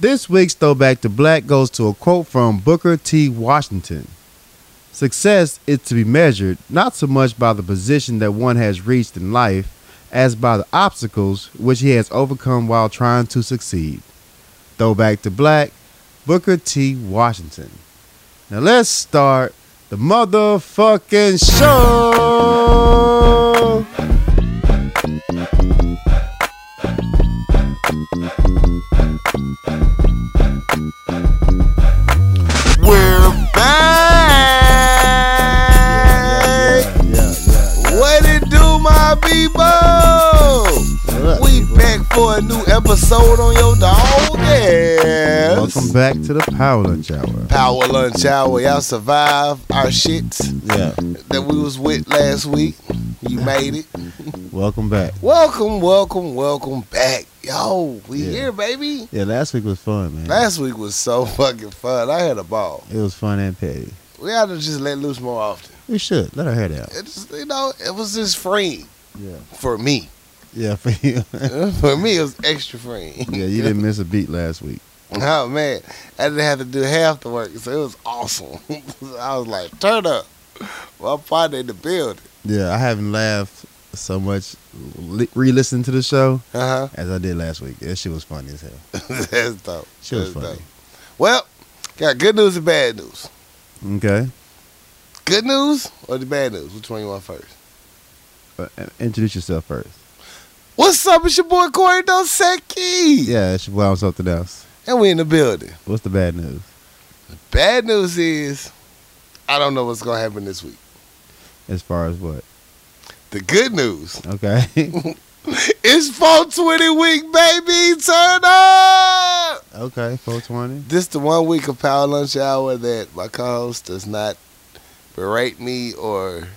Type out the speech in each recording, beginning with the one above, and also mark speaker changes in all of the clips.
Speaker 1: This week's Throwback to Black goes to a quote from Booker T. Washington Success is to be measured not so much by the position that one has reached in life as by the obstacles which he has overcome while trying to succeed. Throwback to Black, Booker T. Washington. Now let's start the motherfucking show.
Speaker 2: We're back.
Speaker 1: Yeah, yeah, yeah.
Speaker 2: What it do, my people?
Speaker 1: What up,
Speaker 2: We
Speaker 1: people?
Speaker 2: back for a new episode on your dog ass.
Speaker 1: Welcome back to the Power Lunch Hour.
Speaker 2: Power lunch hour. Y'all survived our shit
Speaker 1: Yeah.
Speaker 2: that we was with last week. You made it.
Speaker 1: Welcome back.
Speaker 2: Welcome, welcome, welcome back. Yo, we
Speaker 1: Yeah.
Speaker 2: here, baby.
Speaker 1: Yeah, last week was fun, man.
Speaker 2: Last week was so fucking fun. I had a ball.
Speaker 1: it was fun and petty.
Speaker 2: We ought to just let loose more often.
Speaker 1: We should let our hair down.
Speaker 2: It's you know, it was just freeing
Speaker 1: Yeah.
Speaker 2: for me.
Speaker 1: Yeah, for you.
Speaker 2: for me, it was extra freeing.
Speaker 1: yeah, you didn't miss a beat last week.
Speaker 2: Oh man, I didn't have to do half the work, so it was awesome. I was like, turn up. My partner in the building.
Speaker 1: Yeah, I haven't laughed so much li- re-listening to the show
Speaker 2: Uh huh.
Speaker 1: as I did last week. That shit was funny as hell.
Speaker 2: That's dope.
Speaker 1: She was
Speaker 2: That's
Speaker 1: funny.
Speaker 2: dope. Well, got good news and bad news.
Speaker 1: Okay,
Speaker 2: Good news or the bad news? Which one you want first?
Speaker 1: Uh, uh, introduce yourself first.
Speaker 2: What's up? It's your boy Corey Dosecki.
Speaker 1: Yeah, it's your boy, I'm something else.
Speaker 2: And we in the building.
Speaker 1: What's the bad news?
Speaker 2: Bad news is, I don't know what's gonna happen this week.
Speaker 1: As far as what?
Speaker 2: The good news
Speaker 1: Okay.
Speaker 2: It's 420 week, baby. Turn up.
Speaker 1: okay, 420.
Speaker 2: This the one week of Power Lunch Hour that my co-host does not berate me or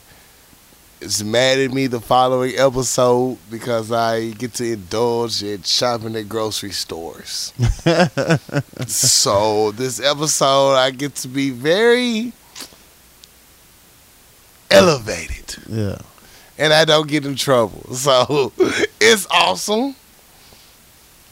Speaker 2: is mad at me the following episode because I get to indulge in shopping at grocery stores. so this episode, I get to be very elevated
Speaker 1: Yeah.
Speaker 2: and I don't get in trouble. So it's awesome.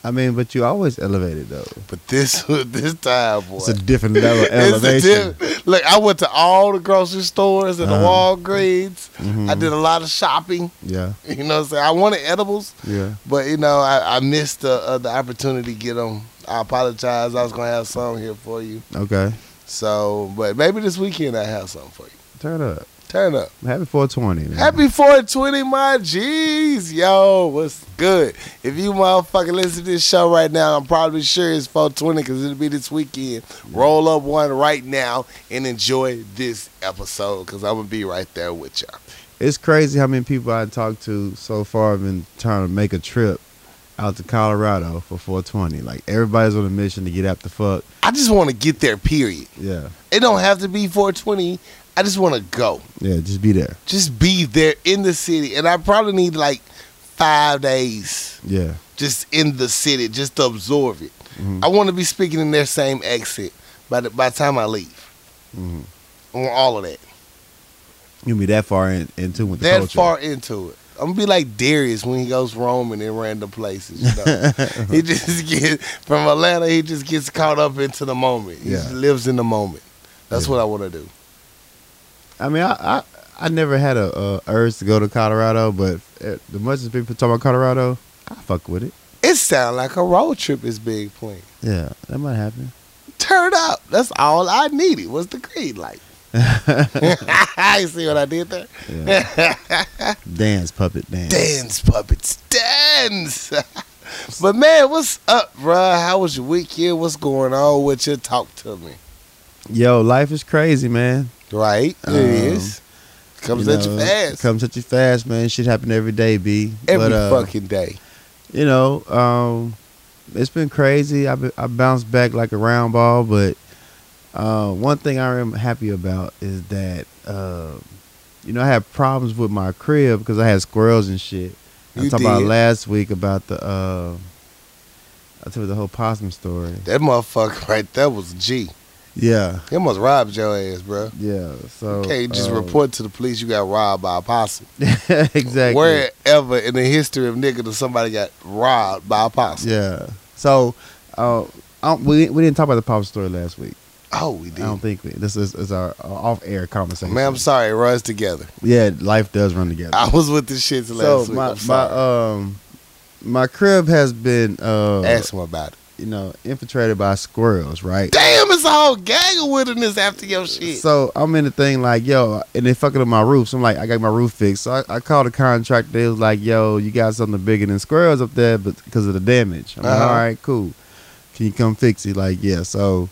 Speaker 1: I mean, but you always elevated though.
Speaker 2: But this this time, boy.
Speaker 1: It's a different level of
Speaker 2: It's a
Speaker 1: elevation.
Speaker 2: diff- Look, I went to all the grocery stores and the
Speaker 1: Uh-huh.
Speaker 2: Walgreens.
Speaker 1: Mhm.
Speaker 2: I did a lot of shopping.
Speaker 1: Yeah.
Speaker 2: You know what I'm saying? I wanted edibles,
Speaker 1: Yeah.
Speaker 2: but, you know, I, I missed the, uh, the opportunity to get them. I apologize. I was going to have some here for you.
Speaker 1: Okay.
Speaker 2: So, but maybe this weekend I have something for you.
Speaker 1: Turn up.
Speaker 2: Turn up.
Speaker 1: Happy 420. Man.
Speaker 2: Happy 420, my G's. Yo, what's good? If you motherfucking listen to this show right now, I'm probably sure it's 420 because it'll be this weekend. Roll up one right now and enjoy this episode because I'm going to be right there with y'all.
Speaker 1: It's crazy how many people I talked to so far have been trying to make a trip out to Colorado for 420. Like everybody's on a mission to get out the fuck.
Speaker 2: I just want to get there, period.
Speaker 1: Yeah.
Speaker 2: It don't have to be 420. I just want to go.
Speaker 1: Yeah, just be there.
Speaker 2: Just be there in the city. And I probably need like five days
Speaker 1: Yeah.
Speaker 2: just in the city, just to absorb it.
Speaker 1: Mhm.
Speaker 2: I want to be speaking in their same accent by the, by the time I leave.
Speaker 1: Mhm.
Speaker 2: I want all of that.
Speaker 1: You'll be that far in, into with the
Speaker 2: that
Speaker 1: culture.
Speaker 2: far into it. I'm gonna be like Darius when he goes roaming in random places. You know? he just gets from Atlanta. He just gets caught up into the moment. He
Speaker 1: Yeah.
Speaker 2: just lives in the moment. That's
Speaker 1: Yeah.
Speaker 2: what I want to do.
Speaker 1: I mean, I, I I never had a, a urge to go to Colorado, but uh, the much as people talk about Colorado, I fuck with it.
Speaker 2: It sounds like a road trip is being planned.
Speaker 1: Yeah, that might happen.
Speaker 2: Turn up. That's all I needed. Was the green light. I see what I did there.
Speaker 1: Yeah. dance puppet dance.
Speaker 2: Dance puppets, dance. but man, what's up, bruh? How was your weekend? What's going on with you? Talk to me.
Speaker 1: Yo, life is crazy, man.
Speaker 2: Right, it
Speaker 1: Um,
Speaker 2: is. Comes
Speaker 1: You
Speaker 2: at you
Speaker 1: know,
Speaker 2: fast
Speaker 1: Comes at you fast, man. Shit happen every day, b.
Speaker 2: every
Speaker 1: But, uh,
Speaker 2: fucking day.
Speaker 1: You know, um, it's been crazy. I be- I bounced back like a round ball, but uh, one thing I am happy about is that uh, you know I had problems with my crib because I had squirrels and shit. I
Speaker 2: You
Speaker 1: talked about
Speaker 2: did.
Speaker 1: last week about the uh, I told you the whole possum story.
Speaker 2: That motherfucker right there was a G.
Speaker 1: Yeah,
Speaker 2: He almost robbed your ass, bruh.
Speaker 1: yeah. So
Speaker 2: You can't just
Speaker 1: uh,
Speaker 2: report to the police you got robbed by a possum.
Speaker 1: exactly.
Speaker 2: Wherever in the history of nigga that somebody got robbed by a possum.
Speaker 1: Yeah. So uh, I don't, we, we didn't talk about the pop story last week.
Speaker 2: Oh, we
Speaker 1: I don't
Speaker 2: did.
Speaker 1: think we, this is, is our uh, off-air conversation.
Speaker 2: Man, I'm sorry. It runs together.
Speaker 1: yeah, life does run together.
Speaker 2: I was with the shits last
Speaker 1: so
Speaker 2: week.
Speaker 1: my
Speaker 2: I'm
Speaker 1: my
Speaker 2: sorry.
Speaker 1: um my crib has been uh
Speaker 2: Ask him about it.
Speaker 1: you know infiltrated by squirrels, right?
Speaker 2: Damn, it's a whole gang of wilderness after your shit.
Speaker 1: So I'm in the thing like, yo, and they fucking up my roof. So I'm like, I got my roof fixed. So I, I called the contractor. They was like, yo, you got something bigger than squirrels up there, but because of the damage. I'm
Speaker 2: Uh-huh.
Speaker 1: like, all right, cool. Can you come fix it? Like, yeah. So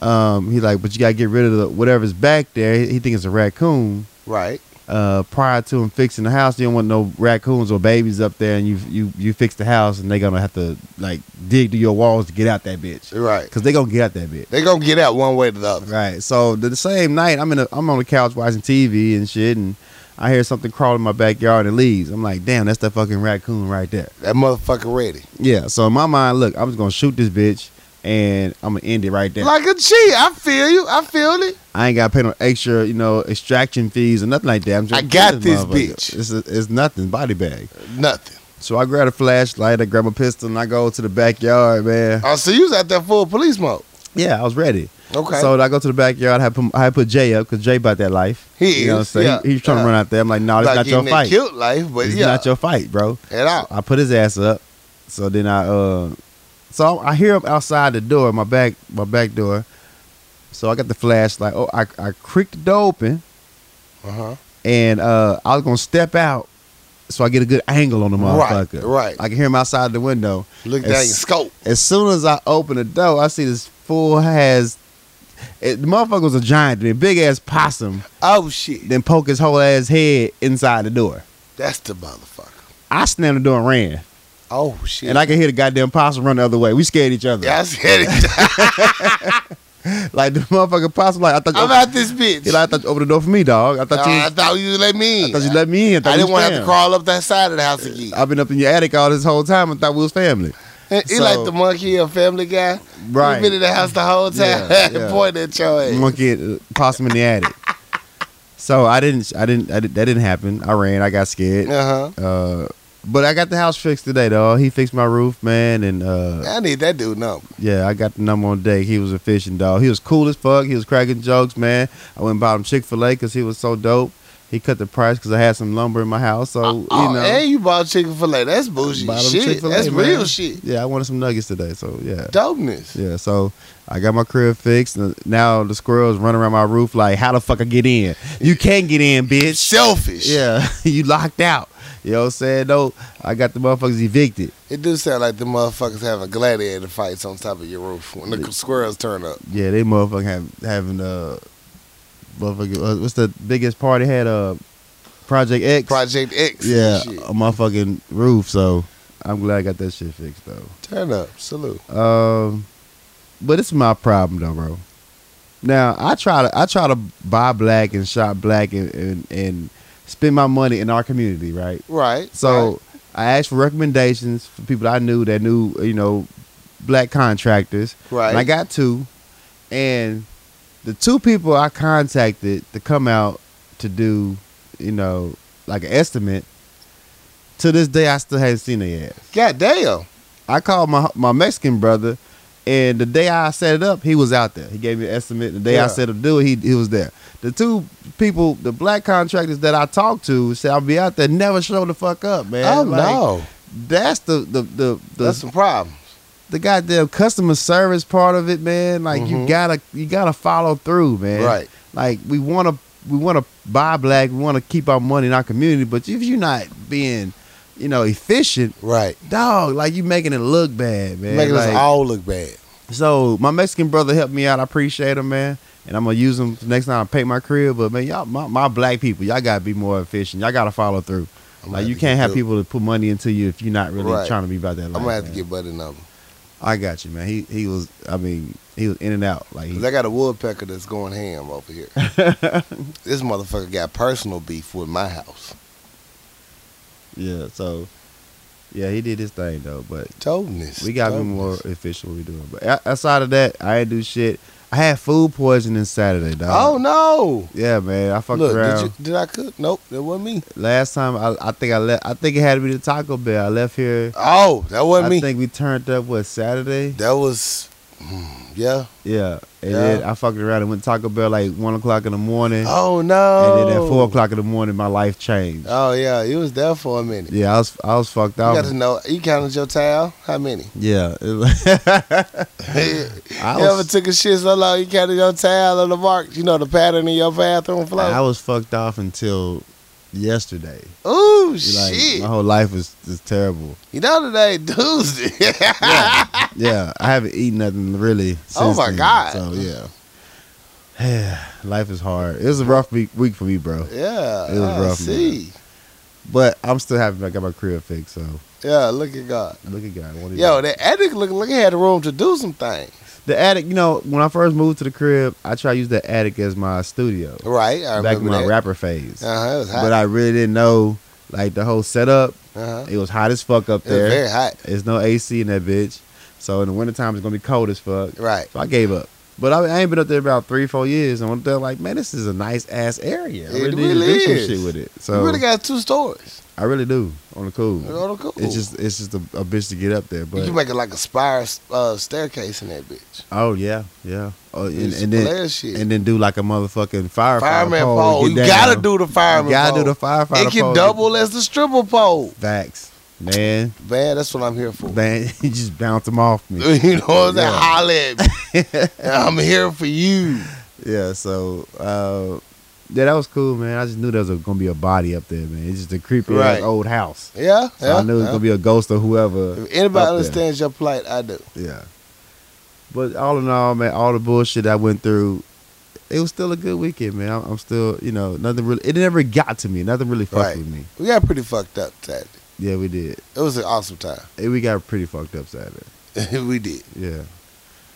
Speaker 1: um, he like, but you gotta get rid of the, whatever's back there. He, he think it's a raccoon.
Speaker 2: right.
Speaker 1: Uh, prior to him fixing the house, you don't want no raccoons or babies up there, and you you you fix the house, and they gonna have to like dig through your walls to get out that bitch,
Speaker 2: Right.
Speaker 1: cause they gonna get out that bitch.
Speaker 2: They gonna get out one way or the other.
Speaker 1: Right. So the, the same night, I'm in a, I'm on the couch watching TV and shit, and I hear something crawl in my backyard and leaves. I'm like, damn, that's that fucking raccoon right there.
Speaker 2: That motherfucker ready.
Speaker 1: Yeah. So in my mind, look, I'm just gonna shoot this bitch, and I'm gonna end it right there.
Speaker 2: Like a G. I feel you. I feel it.
Speaker 1: I ain't gotta pay no extra, you know, extraction fees or nothing like that. I'm just
Speaker 2: I got
Speaker 1: kill
Speaker 2: this
Speaker 1: motherfucker.
Speaker 2: bitch.
Speaker 1: It's, a, it's nothing. Body bag.
Speaker 2: Nothing.
Speaker 1: So I grab a flashlight, I grab a pistol, and I go to the backyard, man.
Speaker 2: Oh, so you was out there full police mode.
Speaker 1: Yeah, I was ready.
Speaker 2: Okay.
Speaker 1: So I go to the backyard. I put, I put Jay up because Jay about that life.
Speaker 2: He
Speaker 1: you know what I'm
Speaker 2: is,
Speaker 1: saying?
Speaker 2: yeah.
Speaker 1: He- he's trying
Speaker 2: Yeah.
Speaker 1: to run out there. I'm like, no, nah, it's
Speaker 2: Like
Speaker 1: not your
Speaker 2: getting that
Speaker 1: fight.
Speaker 2: Killed life, but
Speaker 1: It's
Speaker 2: yeah,
Speaker 1: not your fight, bro.
Speaker 2: at all.
Speaker 1: I put his ass up. So then I uh, so I hear him outside the door, my back my back door. So I got the flashlight. Oh, I I creaked the door open,
Speaker 2: Uh huh.
Speaker 1: and uh, I was gonna step out, so I get a good angle on the
Speaker 2: Right,
Speaker 1: motherfucker.
Speaker 2: right.
Speaker 1: I can hear him outside the window.
Speaker 2: Look down your
Speaker 1: It's-
Speaker 2: scope.
Speaker 1: As soon as I open the door, I see this fool has. It, the motherfucker was a giant, the big ass possum,
Speaker 2: Oh shit,
Speaker 1: then poke his whole ass head inside the door.
Speaker 2: that's the motherfucker.
Speaker 1: I slammed the door and ran,
Speaker 2: Oh shit,
Speaker 1: and I could hear the goddamn possum run the other way. We scared each other.
Speaker 2: yeah, I said it.
Speaker 1: Like the motherfucking possum, like I thought,
Speaker 2: I'm out this bitch.
Speaker 1: he like, I thought you opened the door for me, dog. I
Speaker 2: Nah,
Speaker 1: thought you,
Speaker 2: I
Speaker 1: was-
Speaker 2: thought you let me in.
Speaker 1: I thought you let me in. Uh, I, thought
Speaker 2: I
Speaker 1: we was
Speaker 2: didn't want to have to
Speaker 1: fam.
Speaker 2: crawl up that side of the house again.
Speaker 1: I've been up in your attic all this whole time. I thought we was family.
Speaker 2: he
Speaker 1: so-
Speaker 2: like the monkey or family guy.
Speaker 1: Right.
Speaker 2: He been in the house the whole time.
Speaker 1: Yeah,
Speaker 2: and
Speaker 1: yeah.
Speaker 2: Pointing at your ass.
Speaker 1: monkey uh, possum in the attic. So I didn't, I didn't, I didn't, that didn't happen. I ran. I got scared.
Speaker 2: Uh huh.
Speaker 1: Uh, but I got the house fixed today, though. He fixed my roof, man, and uh,
Speaker 2: I need that dude number.
Speaker 1: yeah, I got the number on deck. He was efficient, dog. He was cool as fuck. He was cracking jokes, man. I went and bought him Chick Fil A because he was so dope. He cut the price because I had some lumber in my house, so
Speaker 2: oh,
Speaker 1: you know.
Speaker 2: and you bought chicken fillet. That's bougie
Speaker 1: Bottom
Speaker 2: shit.
Speaker 1: Chick-fil-A,
Speaker 2: That's
Speaker 1: man.
Speaker 2: real shit.
Speaker 1: Yeah, I wanted some nuggets today, so yeah.
Speaker 2: Dopeness.
Speaker 1: Yeah, so I got my crib fixed. And now the squirrels run around my roof like, how the fuck I get in? You can't get in,
Speaker 2: It's
Speaker 1: bitch.
Speaker 2: selfish.
Speaker 1: Yeah, you locked out. You know what I'm saying? No, I got the motherfuckers evicted.
Speaker 2: It do sound like the motherfuckers having gladiator fights on top of your roof when the squirrels turn up.
Speaker 1: Yeah, they motherfucking have, having uh, motherfucking, uh, what's the biggest party had? Uh, Project X.
Speaker 2: Project X.
Speaker 1: yeah,
Speaker 2: And shit.
Speaker 1: on my fucking roof. So I'm glad I got that shit fixed though.
Speaker 2: Turn up. Salute.
Speaker 1: Um, but it's my problem though, bro. Now I try to I try to buy black and shop black and and, and spend my money in our community, right?
Speaker 2: Right.
Speaker 1: So
Speaker 2: right.
Speaker 1: I asked for recommendations for people I knew that knew you know black contractors.
Speaker 2: Right.
Speaker 1: And I got two, and the two people I contacted to come out to do you know like an estimate. To this day, I still haven't seen it yet.
Speaker 2: God damn.
Speaker 1: I called my my Mexican brother, and the day I set it up, he was out there. He gave me an estimate. The day
Speaker 2: Yeah.
Speaker 1: I set up do it, he he was there. The two people, the black contractors that I talked to, said I'll be out there. Never show the fuck up, man.
Speaker 2: oh
Speaker 1: Like,
Speaker 2: no.
Speaker 1: that's the the the the,
Speaker 2: That's the problem.
Speaker 1: the goddamn customer service part of it, man. Like
Speaker 2: Mhm.
Speaker 1: you gotta you gotta follow through, man.
Speaker 2: Right.
Speaker 1: Like we want to we want to buy black. We want to keep our money in our community. But if you're not being, you know, efficient,
Speaker 2: Right.
Speaker 1: dog, like you making it look bad, man.
Speaker 2: Making
Speaker 1: like,
Speaker 2: us all look bad.
Speaker 1: so my Mexican brother helped me out. I appreciate him, man. And I'm gonna use him the next time I paint my crib. But man, y'all, my, my black people, y'all gotta be more efficient. Y'all gotta follow through.
Speaker 2: I'm gonna
Speaker 1: like
Speaker 2: have
Speaker 1: you
Speaker 2: to
Speaker 1: can't
Speaker 2: get
Speaker 1: have
Speaker 2: Bill.
Speaker 1: people to put money into you if you're not really
Speaker 2: Right.
Speaker 1: trying to be about that life.
Speaker 2: I'm gonna have to
Speaker 1: man.
Speaker 2: get Buddy number.
Speaker 1: I got you, man. He he was. I mean, he was in and out. Like he,
Speaker 2: Cause I got a woodpecker that's going ham over here. this motherfucker got personal beef with my house.
Speaker 1: yeah. So yeah, he did his thing though. But
Speaker 2: Toldness.
Speaker 1: we gotta be
Speaker 2: Toldness.
Speaker 1: more efficient. What we doing. But o- outside of that, I ain't do shit. I had food poisoning Saturday,
Speaker 2: Oh
Speaker 1: dog.
Speaker 2: no!
Speaker 1: Yeah, man. I fucked
Speaker 2: Look,
Speaker 1: around.
Speaker 2: did, you, did I cook? Nope, that wasn't me.
Speaker 1: Last time I, I think I left I think it had to be the Taco Bell. I left here
Speaker 2: Oh, that wasn't
Speaker 1: I
Speaker 2: me.
Speaker 1: think we turned up what Saturday?
Speaker 2: that was hmm, Yeah.
Speaker 1: Yeah. And
Speaker 2: Yeah.
Speaker 1: then I fucked around and went to Taco Bell like one o'clock in the morning.
Speaker 2: Oh no.
Speaker 1: And then at four o'clock in the morning my life changed.
Speaker 2: Oh yeah, you was there for a minute.
Speaker 1: Yeah, I was I was fucked
Speaker 2: You
Speaker 1: out.
Speaker 2: got to know. You counted your towel. How many?
Speaker 1: yeah. It was- I
Speaker 2: you ever
Speaker 1: was,
Speaker 2: took a shit so long you counted your towel on the mark? You know the pattern in your bathroom floor.
Speaker 1: I was fucked off until yesterday.
Speaker 2: Ooh
Speaker 1: Like
Speaker 2: shit!
Speaker 1: my whole life was just terrible.
Speaker 2: You know today Tuesday.
Speaker 1: yeah, I haven't eaten nothing really. Since
Speaker 2: Oh, my
Speaker 1: then,
Speaker 2: God.
Speaker 1: So yeah, life is hard. It was a rough week, week for me, bro.
Speaker 2: yeah,
Speaker 1: It was
Speaker 2: I
Speaker 1: rough, man.
Speaker 2: See,
Speaker 1: But I'm still happy I got my crib fixed. So
Speaker 2: yeah, look at God.
Speaker 1: look at God. What he
Speaker 2: Yo,
Speaker 1: did.
Speaker 2: that attic look like it had room to do some things.
Speaker 1: the attic. You know, when I first moved to the crib, I tried to use the attic as my studio
Speaker 2: Right, I
Speaker 1: back in
Speaker 2: remember
Speaker 1: my
Speaker 2: that.
Speaker 1: rapper phase.
Speaker 2: Uh-huh, it was hot.
Speaker 1: but I really didn't know like the whole setup.
Speaker 2: uh-huh.
Speaker 1: It was hot as fuck up
Speaker 2: It was
Speaker 1: there.
Speaker 2: very hot.
Speaker 1: There's no AC in that bitch. So in the wintertime, it's gonna be cold as fuck.
Speaker 2: Right.
Speaker 1: So I gave up. But I, I ain't been up there about three, four years, and went up there like, man, this is a nice ass area. I
Speaker 2: It
Speaker 1: really, need to
Speaker 2: really
Speaker 1: do
Speaker 2: is.
Speaker 1: some shit with it.
Speaker 2: you
Speaker 1: So
Speaker 2: really got two stories.
Speaker 1: I really do on the cool.
Speaker 2: It's all cool.
Speaker 1: It's just it's just a, a bitch to get up there.
Speaker 2: you
Speaker 1: But
Speaker 2: can make it like a spire uh, staircase in that bitch.
Speaker 1: oh yeah, yeah. Oh, and,
Speaker 2: It's
Speaker 1: and then
Speaker 2: player shit.
Speaker 1: and then do like a motherfucking firefighter
Speaker 2: fireman
Speaker 1: pole.
Speaker 2: pole.
Speaker 1: to
Speaker 2: You
Speaker 1: get
Speaker 2: gotta
Speaker 1: down.
Speaker 2: do the
Speaker 1: You
Speaker 2: fireman.
Speaker 1: gotta
Speaker 2: pole.
Speaker 1: do the firefighter.
Speaker 2: It can
Speaker 1: pole to-
Speaker 2: double as the stripper pole.
Speaker 1: Facts, man.
Speaker 2: Man, that's what I'm here for.
Speaker 1: Man, you just bounce them off me.
Speaker 2: You know what I'm saying?
Speaker 1: Yeah.
Speaker 2: Holla at me. I'm here for you.
Speaker 1: Yeah, so uh yeah, that was cool, man. I just knew there was a, gonna be a body up there, man. It's just a creepy ass
Speaker 2: Right.
Speaker 1: old house.
Speaker 2: Yeah,
Speaker 1: So
Speaker 2: yeah.
Speaker 1: I knew it was
Speaker 2: yeah.
Speaker 1: gonna be a ghost or whoever.
Speaker 2: if anybody
Speaker 1: up there.
Speaker 2: understands your plight, I do.
Speaker 1: Yeah. But all in all, man, all the bullshit I went through, it was still a good weekend, man. I'm, I'm still, you know, nothing really. It never got to me. Nothing really fucked
Speaker 2: Right.
Speaker 1: with me.
Speaker 2: We got pretty fucked up Saturday.
Speaker 1: Yeah, we did.
Speaker 2: It was an awesome time.
Speaker 1: It, we got pretty fucked up Saturday.
Speaker 2: we did.
Speaker 1: Yeah,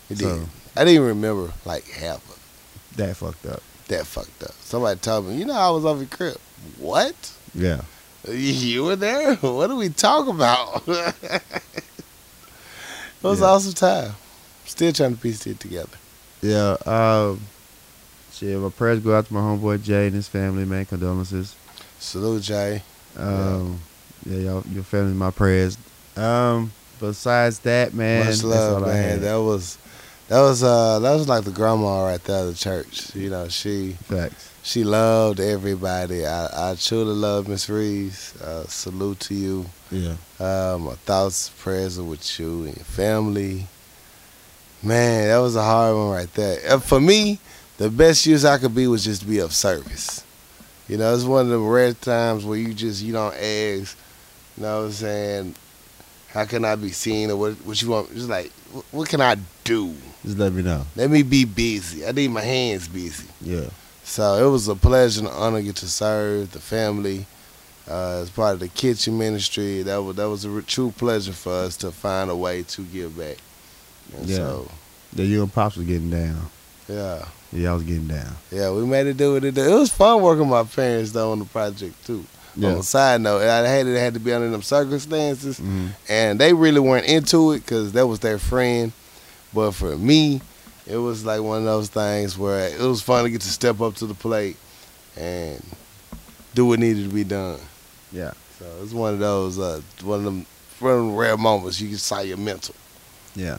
Speaker 2: We did.
Speaker 1: So-
Speaker 2: I didn't even remember like half of it.
Speaker 1: that fucked up.
Speaker 2: that fucked up. Somebody told me, you know, I was off your crib. What?
Speaker 1: Yeah.
Speaker 2: You were there? What do we talk about? it was
Speaker 1: Yeah.
Speaker 2: an awesome time. Still trying to piece it together.
Speaker 1: Yeah. Um, shit, my prayers go out to my homeboy Jay and his family, man. Condolences.
Speaker 2: Salute, Jay.
Speaker 1: Um, yeah, y'all, your family, my prayers. Um, besides that, man,
Speaker 2: Much
Speaker 1: that's
Speaker 2: love,
Speaker 1: all I
Speaker 2: man.
Speaker 1: had.
Speaker 2: That was that was uh that was like the grandma right there at the church. You know, she
Speaker 1: Facts.
Speaker 2: she loved everybody. I, I truly love Miss Reeves. Uh, salute to you.
Speaker 1: Yeah,
Speaker 2: Uh, my thoughts, prayers are with you and your family. Man, that was a hard one right there. And for me, the best use I could be was just to be of service. You know, it's one of the rare times where you just you don't ask. You know what I'm saying? How can I be seen or what? What you want? Just like, wh- what can I do?
Speaker 1: just let me know.
Speaker 2: Let me be busy. I need my hands busy.
Speaker 1: Yeah,
Speaker 2: So it was a pleasure and honor get to serve the family uh, as part of the kitchen ministry. That was that was a re- true pleasure for us to find a way to give back. And
Speaker 1: Yeah.
Speaker 2: So
Speaker 1: yeah, you and pops was getting down.
Speaker 2: yeah,
Speaker 1: Yeah, I was getting down.
Speaker 2: yeah, we made it do what it did. It was fun working with my parents though on the project too. On
Speaker 1: Yeah,
Speaker 2: a side note, and I hated it had to be under them circumstances,
Speaker 1: Mhm.
Speaker 2: and they really weren't into it because that was their friend. But for me, it was like one of those things where it was fun to get to step up to the plate and do what needed to be done.
Speaker 1: yeah,
Speaker 2: So it's one of those, uh, one of them, one of them rare moments you can saw your mental.
Speaker 1: yeah.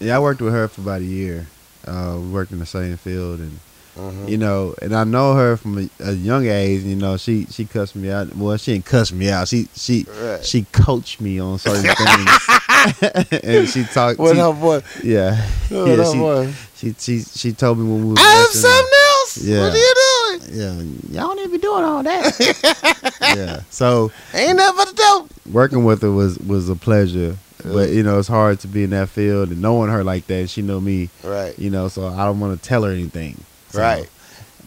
Speaker 1: Yeah, I worked with her for about a year. Uh, we worked in the same field, and
Speaker 2: Mhm.
Speaker 1: you know, and I know her from a, a young age. You know, she she cussed me out. Well, she didn't cuss me out. She she
Speaker 2: Right.
Speaker 1: she coached me on certain things, and she talked.
Speaker 2: What
Speaker 1: she-
Speaker 2: up, boy?
Speaker 1: Yeah,
Speaker 2: What
Speaker 1: yeah.
Speaker 2: up,
Speaker 1: she-
Speaker 2: boy?
Speaker 1: She she she told me when we was
Speaker 2: I have
Speaker 1: messing-
Speaker 2: something else.
Speaker 1: Yeah.
Speaker 2: What are you doing?
Speaker 1: Yeah, y'all need to be doing all that. yeah. So
Speaker 2: Ain't nothing but the dope.
Speaker 1: working with her was was a pleasure, but you know it's hard to be in that field and knowing her like that. She know me,
Speaker 2: Right.
Speaker 1: you know, so I don't want to tell her anything. So-
Speaker 2: Right.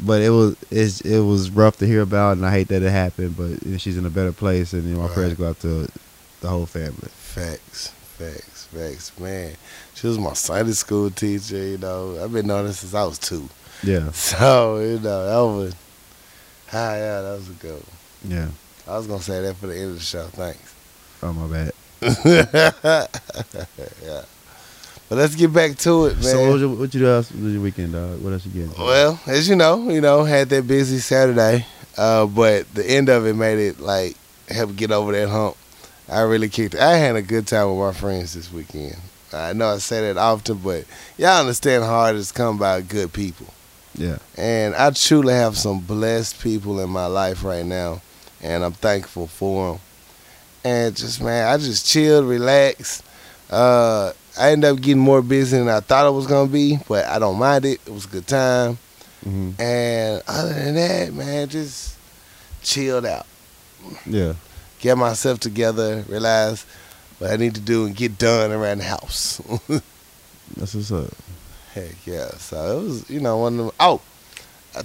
Speaker 1: But it was it's, it was rough to hear about, and I hate that it happened. But you know, she's in a better place, and you know, my
Speaker 2: Right.
Speaker 1: prayers go out to the whole family.
Speaker 2: Facts, facts, facts, man. She was my Sunday school teacher, you know. I've been knowing her since I was two.
Speaker 1: Yeah,
Speaker 2: So, you know, that was, ah, yeah, that was a good one.
Speaker 1: yeah.
Speaker 2: I was going to say that for the end of the show, thanks.
Speaker 1: Oh my bad.
Speaker 2: yeah. But let's get back to it, man.
Speaker 1: So what, was your, what you do else was your weekend, dog? What else you getting?
Speaker 2: Well, as you know, you know, had that busy Saturday, uh, but the end of it made it like help get over that hump. I really kicked. I had a good time with my friends this weekend. I know I say that often, but y'all understand how hard it's come by good people.
Speaker 1: Yeah.
Speaker 2: And I truly have some blessed people in my life right now, and I'm thankful for them. And just man, I just chilled, relaxed. Uh, I ended up getting more busy than I thought it was gonna be, but I don't mind it. It was a good time. Mm-hmm.
Speaker 1: hmm
Speaker 2: And other than that, man, just chilled out
Speaker 1: Yeah.
Speaker 2: get myself together, realize what I need to do and get done around the house.
Speaker 1: That's what's up.
Speaker 2: Heck yeah. So it was, you know, one of them. Oh, I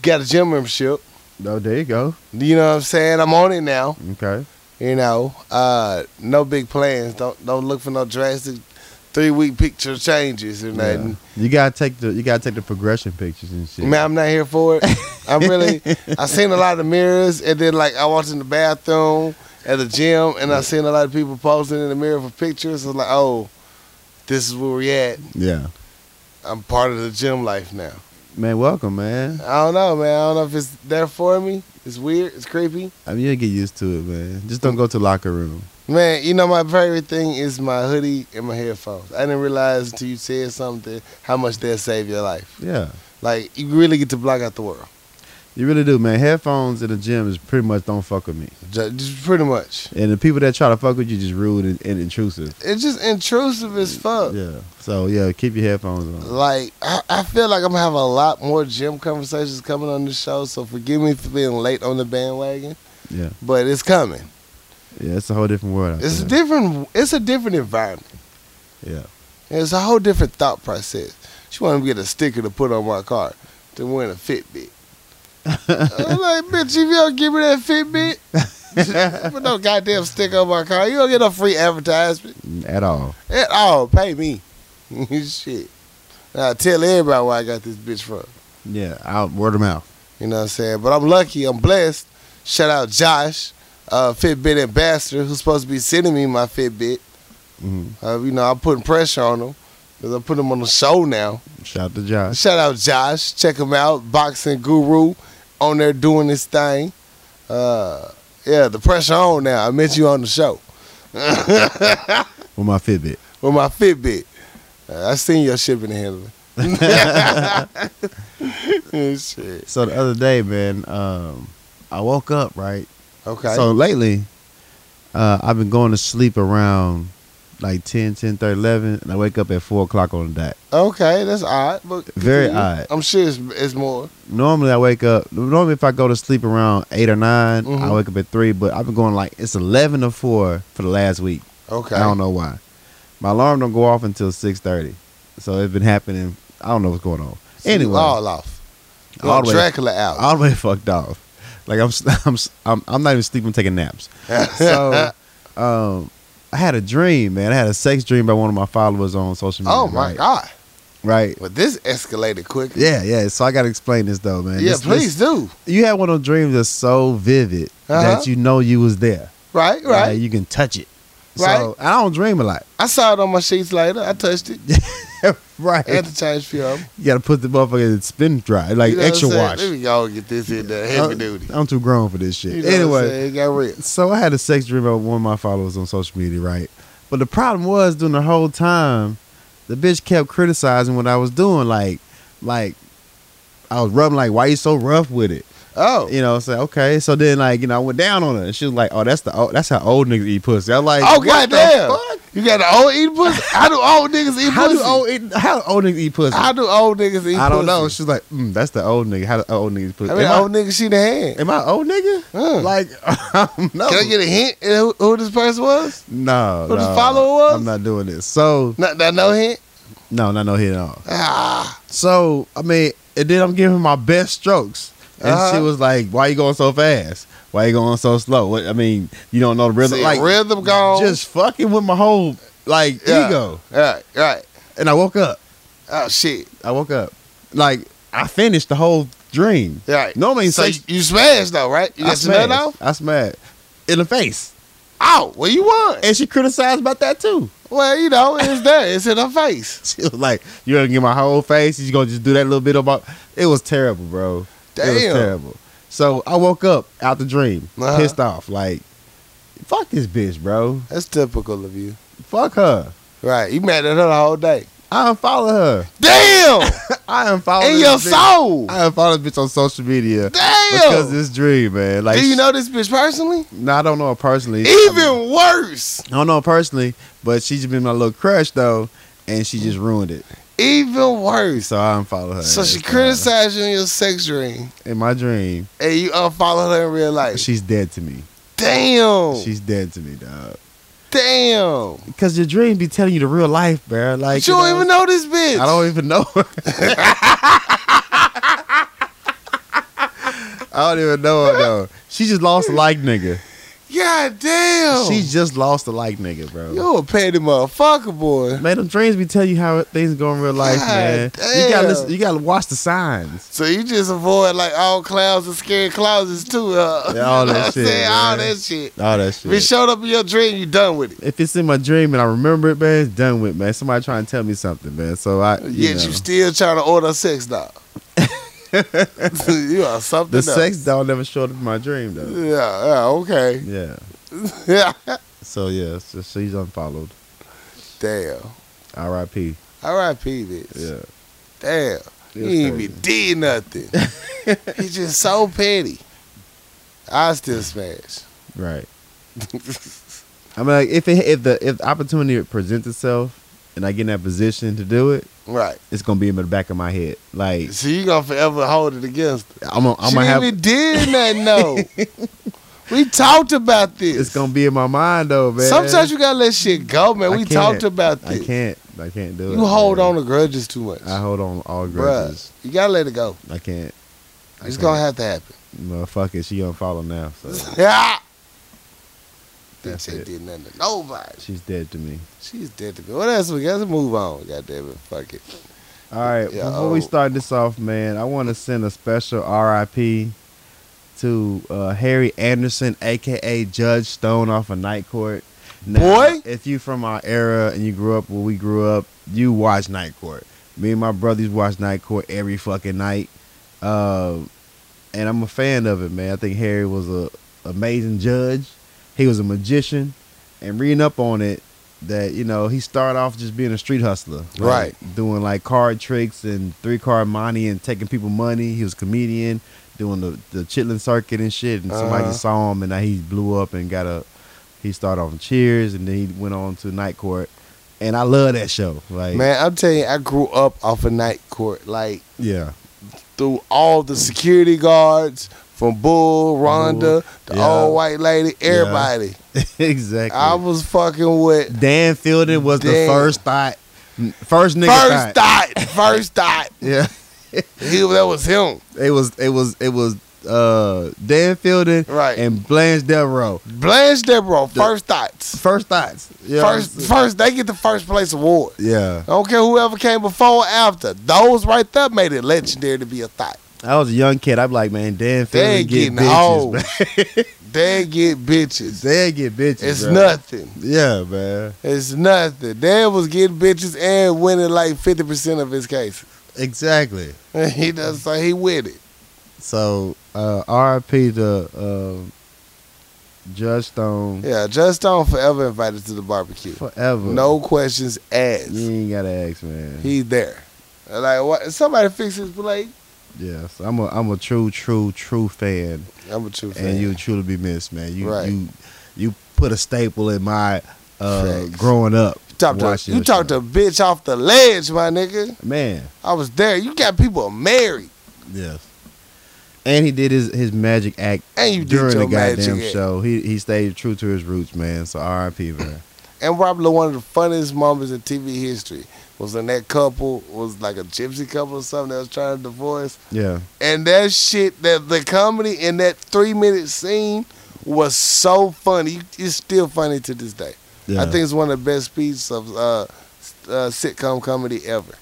Speaker 2: got a gym membership.
Speaker 1: Oh, there you go.
Speaker 2: You know what I'm saying? I'm on it now.
Speaker 1: Okay.
Speaker 2: You know, uh, no big plans. Don't don't look for no drastic three week picture changes or nothing.
Speaker 1: Yeah. You gotta take the you gotta take the progression pictures and shit.
Speaker 2: Man, I'm not here for it. I'm really. I seen a lot of mirrors, and then like I walked in the bathroom at the gym, and I seen a lot of people posing in the mirror for pictures. I was like, oh, this is where we at.
Speaker 1: Yeah.
Speaker 2: I'm part of the gym life now.
Speaker 1: Man, welcome, man.
Speaker 2: I don't know, man. I don't know if it's there for me. It's weird. It's creepy.
Speaker 1: I mean, you get used to it, man. Just don't go to locker room.
Speaker 2: Man, you know my favorite thing is my hoodie and my headphones. I didn't realize until you said something how much they'll save your life.
Speaker 1: Yeah.
Speaker 2: Like you really get to block out the world.
Speaker 1: You really do, man. Headphones in the gym is pretty much don't fuck with me.
Speaker 2: Ju- Just pretty much.
Speaker 1: And the people that try to fuck with you just rude and, and intrusive.
Speaker 2: It's just intrusive as fuck.
Speaker 1: Yeah. So yeah, keep your headphones on.
Speaker 2: Like I, I feel like I'm gonna have a lot more gym conversations coming on the show. So forgive me for being late on the bandwagon,
Speaker 1: Yeah.
Speaker 2: but it's coming.
Speaker 1: Yeah, it's a whole different world. out
Speaker 2: It's a
Speaker 1: there.
Speaker 2: different. It's a different environment.
Speaker 1: Yeah.
Speaker 2: It's a whole different thought process. She wanted me to get a sticker to put on my car to win a Fitbit. I'm like, bitch, if you don't give me that Fitbit, put no goddamn sticker on my car. You don't get no free advertisement
Speaker 1: At all.
Speaker 2: at all. Pay me. Shit. Now I tell everybody where I got this bitch from.
Speaker 1: Yeah. Out word of mouth.
Speaker 2: You know what I'm saying? But I'm lucky. I'm blessed. Shout out Josh, uh, Fitbit ambassador, who's supposed to be sending me my Fitbit.
Speaker 1: hmm
Speaker 2: Uh, you know, I'm putting pressure on him because I put him on the show now.
Speaker 1: Shout out to Josh.
Speaker 2: Shout out Josh. Check him out. Boxing Guru on there doing this thing. Uh, yeah, the pressure on now. I met you on the show
Speaker 1: With my Fitbit.
Speaker 2: with my Fitbit. Uh, I seen your shipping and handling. Shit.
Speaker 1: So the other day, man, um, I woke up right.
Speaker 2: Okay.
Speaker 1: So lately, uh, I've been going to sleep around like 10, 10, 11, and I wake up at four o'clock on the dot.
Speaker 2: okay, that's odd. But
Speaker 1: Very
Speaker 2: continue.
Speaker 1: odd.
Speaker 2: I'm sure it's, it's more.
Speaker 1: Normally, I wake up. Normally, if I go to sleep around eight or 9 I
Speaker 2: Mhm.
Speaker 1: wake up at three. But I've been going like it's eleven or four for the last week.
Speaker 2: Okay.
Speaker 1: I don't know why. My alarm don't go off until six thirty. So it's been happening. I don't know what's going on.
Speaker 2: So you
Speaker 1: Anyway, all,
Speaker 2: all off.
Speaker 1: All
Speaker 2: All
Speaker 1: the way-
Speaker 2: Dracula out.
Speaker 1: the way fucked off. Like I'm, s- I'm, s- I'm, I'm not even sleeping. I'm taking naps. so um, I had a dream, man. I had a sex dream by one of my followers on social media.
Speaker 2: oh my
Speaker 1: right?
Speaker 2: God.
Speaker 1: Right.
Speaker 2: Well, this escalated quick. Yeah,
Speaker 1: Yeah, yeah. So I gotta explain this though, man. This- this-
Speaker 2: please do.
Speaker 1: you had one of those dreams that's so vivid
Speaker 2: Uh-huh.
Speaker 1: that you know you was there.
Speaker 2: Right, right.
Speaker 1: Like, you can touch it.
Speaker 2: Right.
Speaker 1: So I don't dream a lot.
Speaker 2: I saw it on my sheets later. I touched it.
Speaker 1: right.
Speaker 2: I had to change a few of 'em.
Speaker 1: you gotta put the motherfucker in spin dry, like
Speaker 2: You know what I'm
Speaker 1: extra
Speaker 2: saying?
Speaker 1: wash. Uh,
Speaker 2: Let me go and get this in there. Heavy duty.
Speaker 1: I'm too grown for this shit.
Speaker 2: You know what I'm
Speaker 1: anyway,
Speaker 2: saying? it got real.
Speaker 1: so I had a sex dream about one of my followers on social media, right? But the problem was during the whole time, the bitch kept criticizing what I was doing, like, like I was rubbing, like, why you so rough with it?
Speaker 2: Oh.
Speaker 1: You know, I said, okay. So then, like, you know, I went down on her, and she was like, oh, that's the old, that's how old niggas eat pussy. I'm like,
Speaker 2: oh,
Speaker 1: what the
Speaker 2: goddamn.
Speaker 1: fuck?
Speaker 2: You got an old eating pussy? How do old niggas eat
Speaker 1: How
Speaker 2: pussy?
Speaker 1: do old eat, how do old niggas eat pussy?
Speaker 2: How do old niggas eat pussy?
Speaker 1: I don't know. She's like, mm, that's the old nigga. How the old niggas eat pussy?
Speaker 2: I mean,
Speaker 1: Am I-
Speaker 2: old niggas she the hand.
Speaker 1: Am I old nigga?
Speaker 2: Huh.
Speaker 1: Like, I don't know.
Speaker 2: Can I get a hint at who, who this person was?
Speaker 1: no,
Speaker 2: Who the
Speaker 1: no,
Speaker 2: follower was?
Speaker 1: I'm not doing this. So,
Speaker 2: Not, not no hint?
Speaker 1: no, not no hit at all.
Speaker 2: Ah.
Speaker 1: So, I mean, and then I'm giving her my best strokes. And
Speaker 2: Uh-huh.
Speaker 1: she was like, why you going so fast? Why you going so slow? What, I mean, you don't know the rhythm.
Speaker 2: See,
Speaker 1: like,
Speaker 2: rhythm gone.
Speaker 1: just fucking with my whole, like,
Speaker 2: Yeah.
Speaker 1: ego.
Speaker 2: Right, right.
Speaker 1: And I woke up.
Speaker 2: Oh, shit.
Speaker 1: I woke up. Like, I finished the whole dream.
Speaker 2: Right.
Speaker 1: Normally in
Speaker 2: so
Speaker 1: sex-
Speaker 2: you, you smashed, though, right? You
Speaker 1: I
Speaker 2: got your nut
Speaker 1: smashed.
Speaker 2: off?
Speaker 1: I smashed. In the face.
Speaker 2: Oh, well, you won.
Speaker 1: And she criticized about that, too.
Speaker 2: Well, you know, it's there. It's in her face.
Speaker 1: She was like, "You gonna get my whole face? You gonna just do that little bit about?" It was terrible, bro. It was
Speaker 2: Damn.
Speaker 1: terrible. So I woke up out the dream,
Speaker 2: Uh-huh.
Speaker 1: pissed off, like, "Fuck this bitch, bro.
Speaker 2: That's typical of you.
Speaker 1: Fuck her."
Speaker 2: Right. You mad at her the whole day.
Speaker 1: I unfollow her.
Speaker 2: Damn!
Speaker 1: I unfollow
Speaker 2: In
Speaker 1: this
Speaker 2: your
Speaker 1: bitch.
Speaker 2: soul.
Speaker 1: I unfollow this bitch on social media because
Speaker 2: Damn!
Speaker 1: this dream, man. Like,
Speaker 2: Do you know this bitch personally?
Speaker 1: No, I don't know her personally.
Speaker 2: Even worse.
Speaker 1: I don't know her personally, but she's been my little crush though, and she just ruined it.
Speaker 2: Even worse.
Speaker 1: So I unfollow her.
Speaker 2: So she
Speaker 1: It's, uh,
Speaker 2: criticized you in your sex dream,
Speaker 1: in my dream.
Speaker 2: and you unfollow her in real life.
Speaker 1: She's dead to me.
Speaker 2: Damn.
Speaker 1: She's dead to me, dog.
Speaker 2: Damn.
Speaker 1: Because your dream be telling you the real life, bro. Like
Speaker 2: you
Speaker 1: you
Speaker 2: don't
Speaker 1: know,
Speaker 2: even know this bitch.
Speaker 1: I don't even know her. I don't even know her though. She just lost a like nigga.
Speaker 2: God damn.
Speaker 1: She just lost a like nigga, bro.
Speaker 2: you a petty motherfucker, boy.
Speaker 1: Man, them dreams be telling you how things go in real life,
Speaker 2: God
Speaker 1: man. You gotta
Speaker 2: damn.
Speaker 1: listen, you gotta watch the signs.
Speaker 2: So you just avoid like all clouds and scary clouds too. Uh,
Speaker 1: Yeah, all that
Speaker 2: you know what I'm
Speaker 1: shit,
Speaker 2: saying? All
Speaker 1: man.
Speaker 2: that shit.
Speaker 1: All that shit.
Speaker 2: If it showed up in your dream, you done with it.
Speaker 1: if it's in my dream and I remember it, man, it's done with, man. Somebody trying to tell me something, man. So I, you
Speaker 2: Yet
Speaker 1: know,
Speaker 2: you still trying to order a sex doll. you are something
Speaker 1: the
Speaker 2: else.
Speaker 1: sex doll never showed up in my dream though.
Speaker 2: Yeah, yeah, okay.
Speaker 1: Yeah.
Speaker 2: Yeah.
Speaker 1: So yeah, so she's unfollowed.
Speaker 2: Damn.
Speaker 1: R.I.P.
Speaker 2: R.I.P. bitch.
Speaker 1: Yeah.
Speaker 2: Damn. He ain't even did nothing. he just so petty. I still smash.
Speaker 1: Right. I mean, like, if it, if the if the opportunity presents itself and I get in that position to do it,
Speaker 2: Right.
Speaker 1: it's gonna be in the back of my head. Like
Speaker 2: So you gonna forever hold it against her.
Speaker 1: I'm gonna, I'm
Speaker 2: she
Speaker 1: gonna have
Speaker 2: didn't even did nothing though. we talked about this.
Speaker 1: it's gonna be in my mind though, man.
Speaker 2: Sometimes you gotta let shit go, man.
Speaker 1: I
Speaker 2: we
Speaker 1: can't.
Speaker 2: talked about
Speaker 1: I
Speaker 2: this.
Speaker 1: can't I can't do it.
Speaker 2: You hold
Speaker 1: man.
Speaker 2: on to grudges too much.
Speaker 1: I hold on all
Speaker 2: Bruh.
Speaker 1: grudges.
Speaker 2: You gotta let it go.
Speaker 1: I can't. I
Speaker 2: It's
Speaker 1: can't.
Speaker 2: gonna have to happen.
Speaker 1: Well, fuck it. She unfollow now, so
Speaker 2: Yeah.
Speaker 1: That's
Speaker 2: Bitch ain't
Speaker 1: it.
Speaker 2: did nothing to nobody.
Speaker 1: she's dead to me.
Speaker 2: She's dead to me. What else we got to move on? God damn it. Fuck it.
Speaker 1: All right.
Speaker 2: Yeah,
Speaker 1: before we
Speaker 2: oh.
Speaker 1: start this off, man, I want to send a special RIP to uh, Harry Anderson, aka Judge Stone, off of Night Court.
Speaker 2: Boy!
Speaker 1: if you from our era and you grew up where we grew up, you watch Night Court. Me and my brothers watch Night Court every fucking night, uh, and I'm a fan of it, man. I think Harry was a amazing judge. He was a magician, and reading up on it, that you know he started off just being a street hustler,
Speaker 2: Right.
Speaker 1: Doing like card tricks and three card money and taking people money. He was a comedian, doing the the Chitlin circuit and shit. And somebody
Speaker 2: Uh-huh.
Speaker 1: saw him, and now he blew up and got a. He started off in Cheers, and then he went on to Night Court, and I love that show. Like,
Speaker 2: Man, I'm telling you, I grew up off of night court. Like,
Speaker 1: yeah,
Speaker 2: through all the security guards from Bull, Rhonda, the
Speaker 1: yeah.
Speaker 2: old white lady, everybody.
Speaker 1: exactly.
Speaker 2: I was fucking with
Speaker 1: Dan Fielding was the
Speaker 2: Dan-
Speaker 1: first thought, first nigga
Speaker 2: first
Speaker 1: thought.
Speaker 2: thought. First thought.
Speaker 1: Yeah,
Speaker 2: He, that was him.
Speaker 1: it was it was it was uh Dan Fielding
Speaker 2: Right.
Speaker 1: and Blanche Devereaux.
Speaker 2: Blanche Devereaux, first thoughts.
Speaker 1: First thoughts. Yeah.
Speaker 2: First, first, they get the first place award.
Speaker 1: Yeah.
Speaker 2: I don't care whoever came before or after. Those right there made it legendary to be a thought.
Speaker 1: I was a young kid. I'm like, man, Dan
Speaker 2: They
Speaker 1: Philly
Speaker 2: ain't
Speaker 1: get
Speaker 2: getting
Speaker 1: bitches.
Speaker 2: old.
Speaker 1: Man.
Speaker 2: They get bitches.
Speaker 1: They get bitches.
Speaker 2: It's
Speaker 1: bruh.
Speaker 2: nothing.
Speaker 1: Yeah, man.
Speaker 2: It's nothing. Dan was getting bitches and winning like 50% of his cases.
Speaker 1: Exactly.
Speaker 2: he does so he with it.
Speaker 1: So, uh, RIP to uh, Judge Stone
Speaker 2: Yeah, Just Stone forever invited to the barbecue.
Speaker 1: forever.
Speaker 2: No questions asked.
Speaker 1: You ain't gotta ask, man.
Speaker 2: He's there. Like what somebody fix his plate.
Speaker 1: yeah, so I'm a I'm a true, true, true fan,
Speaker 2: I'm a true fan.
Speaker 1: and you'll truly be missed, man. You
Speaker 2: Right.
Speaker 1: you you put a staple in my uh,
Speaker 2: Facts.
Speaker 1: growing up.
Speaker 2: talked to,
Speaker 1: watching
Speaker 2: you
Speaker 1: your
Speaker 2: talked
Speaker 1: show.
Speaker 2: a bitch off the ledge, my nigga.
Speaker 1: man.
Speaker 2: I was there. You got people married.
Speaker 1: Yes. And he did his, his magic act
Speaker 2: And you did
Speaker 1: during the
Speaker 2: your magic
Speaker 1: goddamn
Speaker 2: act.
Speaker 1: show. He he stayed true to his roots, man. So R.I.P. man.
Speaker 2: And probably one of the funniest moments in TV history was when that couple was like a gypsy couple or something that was trying to divorce.
Speaker 1: Yeah,
Speaker 2: And that shit, that the comedy in that three minute scene was so funny. It's still funny to this day.
Speaker 1: yeah.
Speaker 2: I think it's one of the best pieces of uh, s- uh, sitcom comedy ever.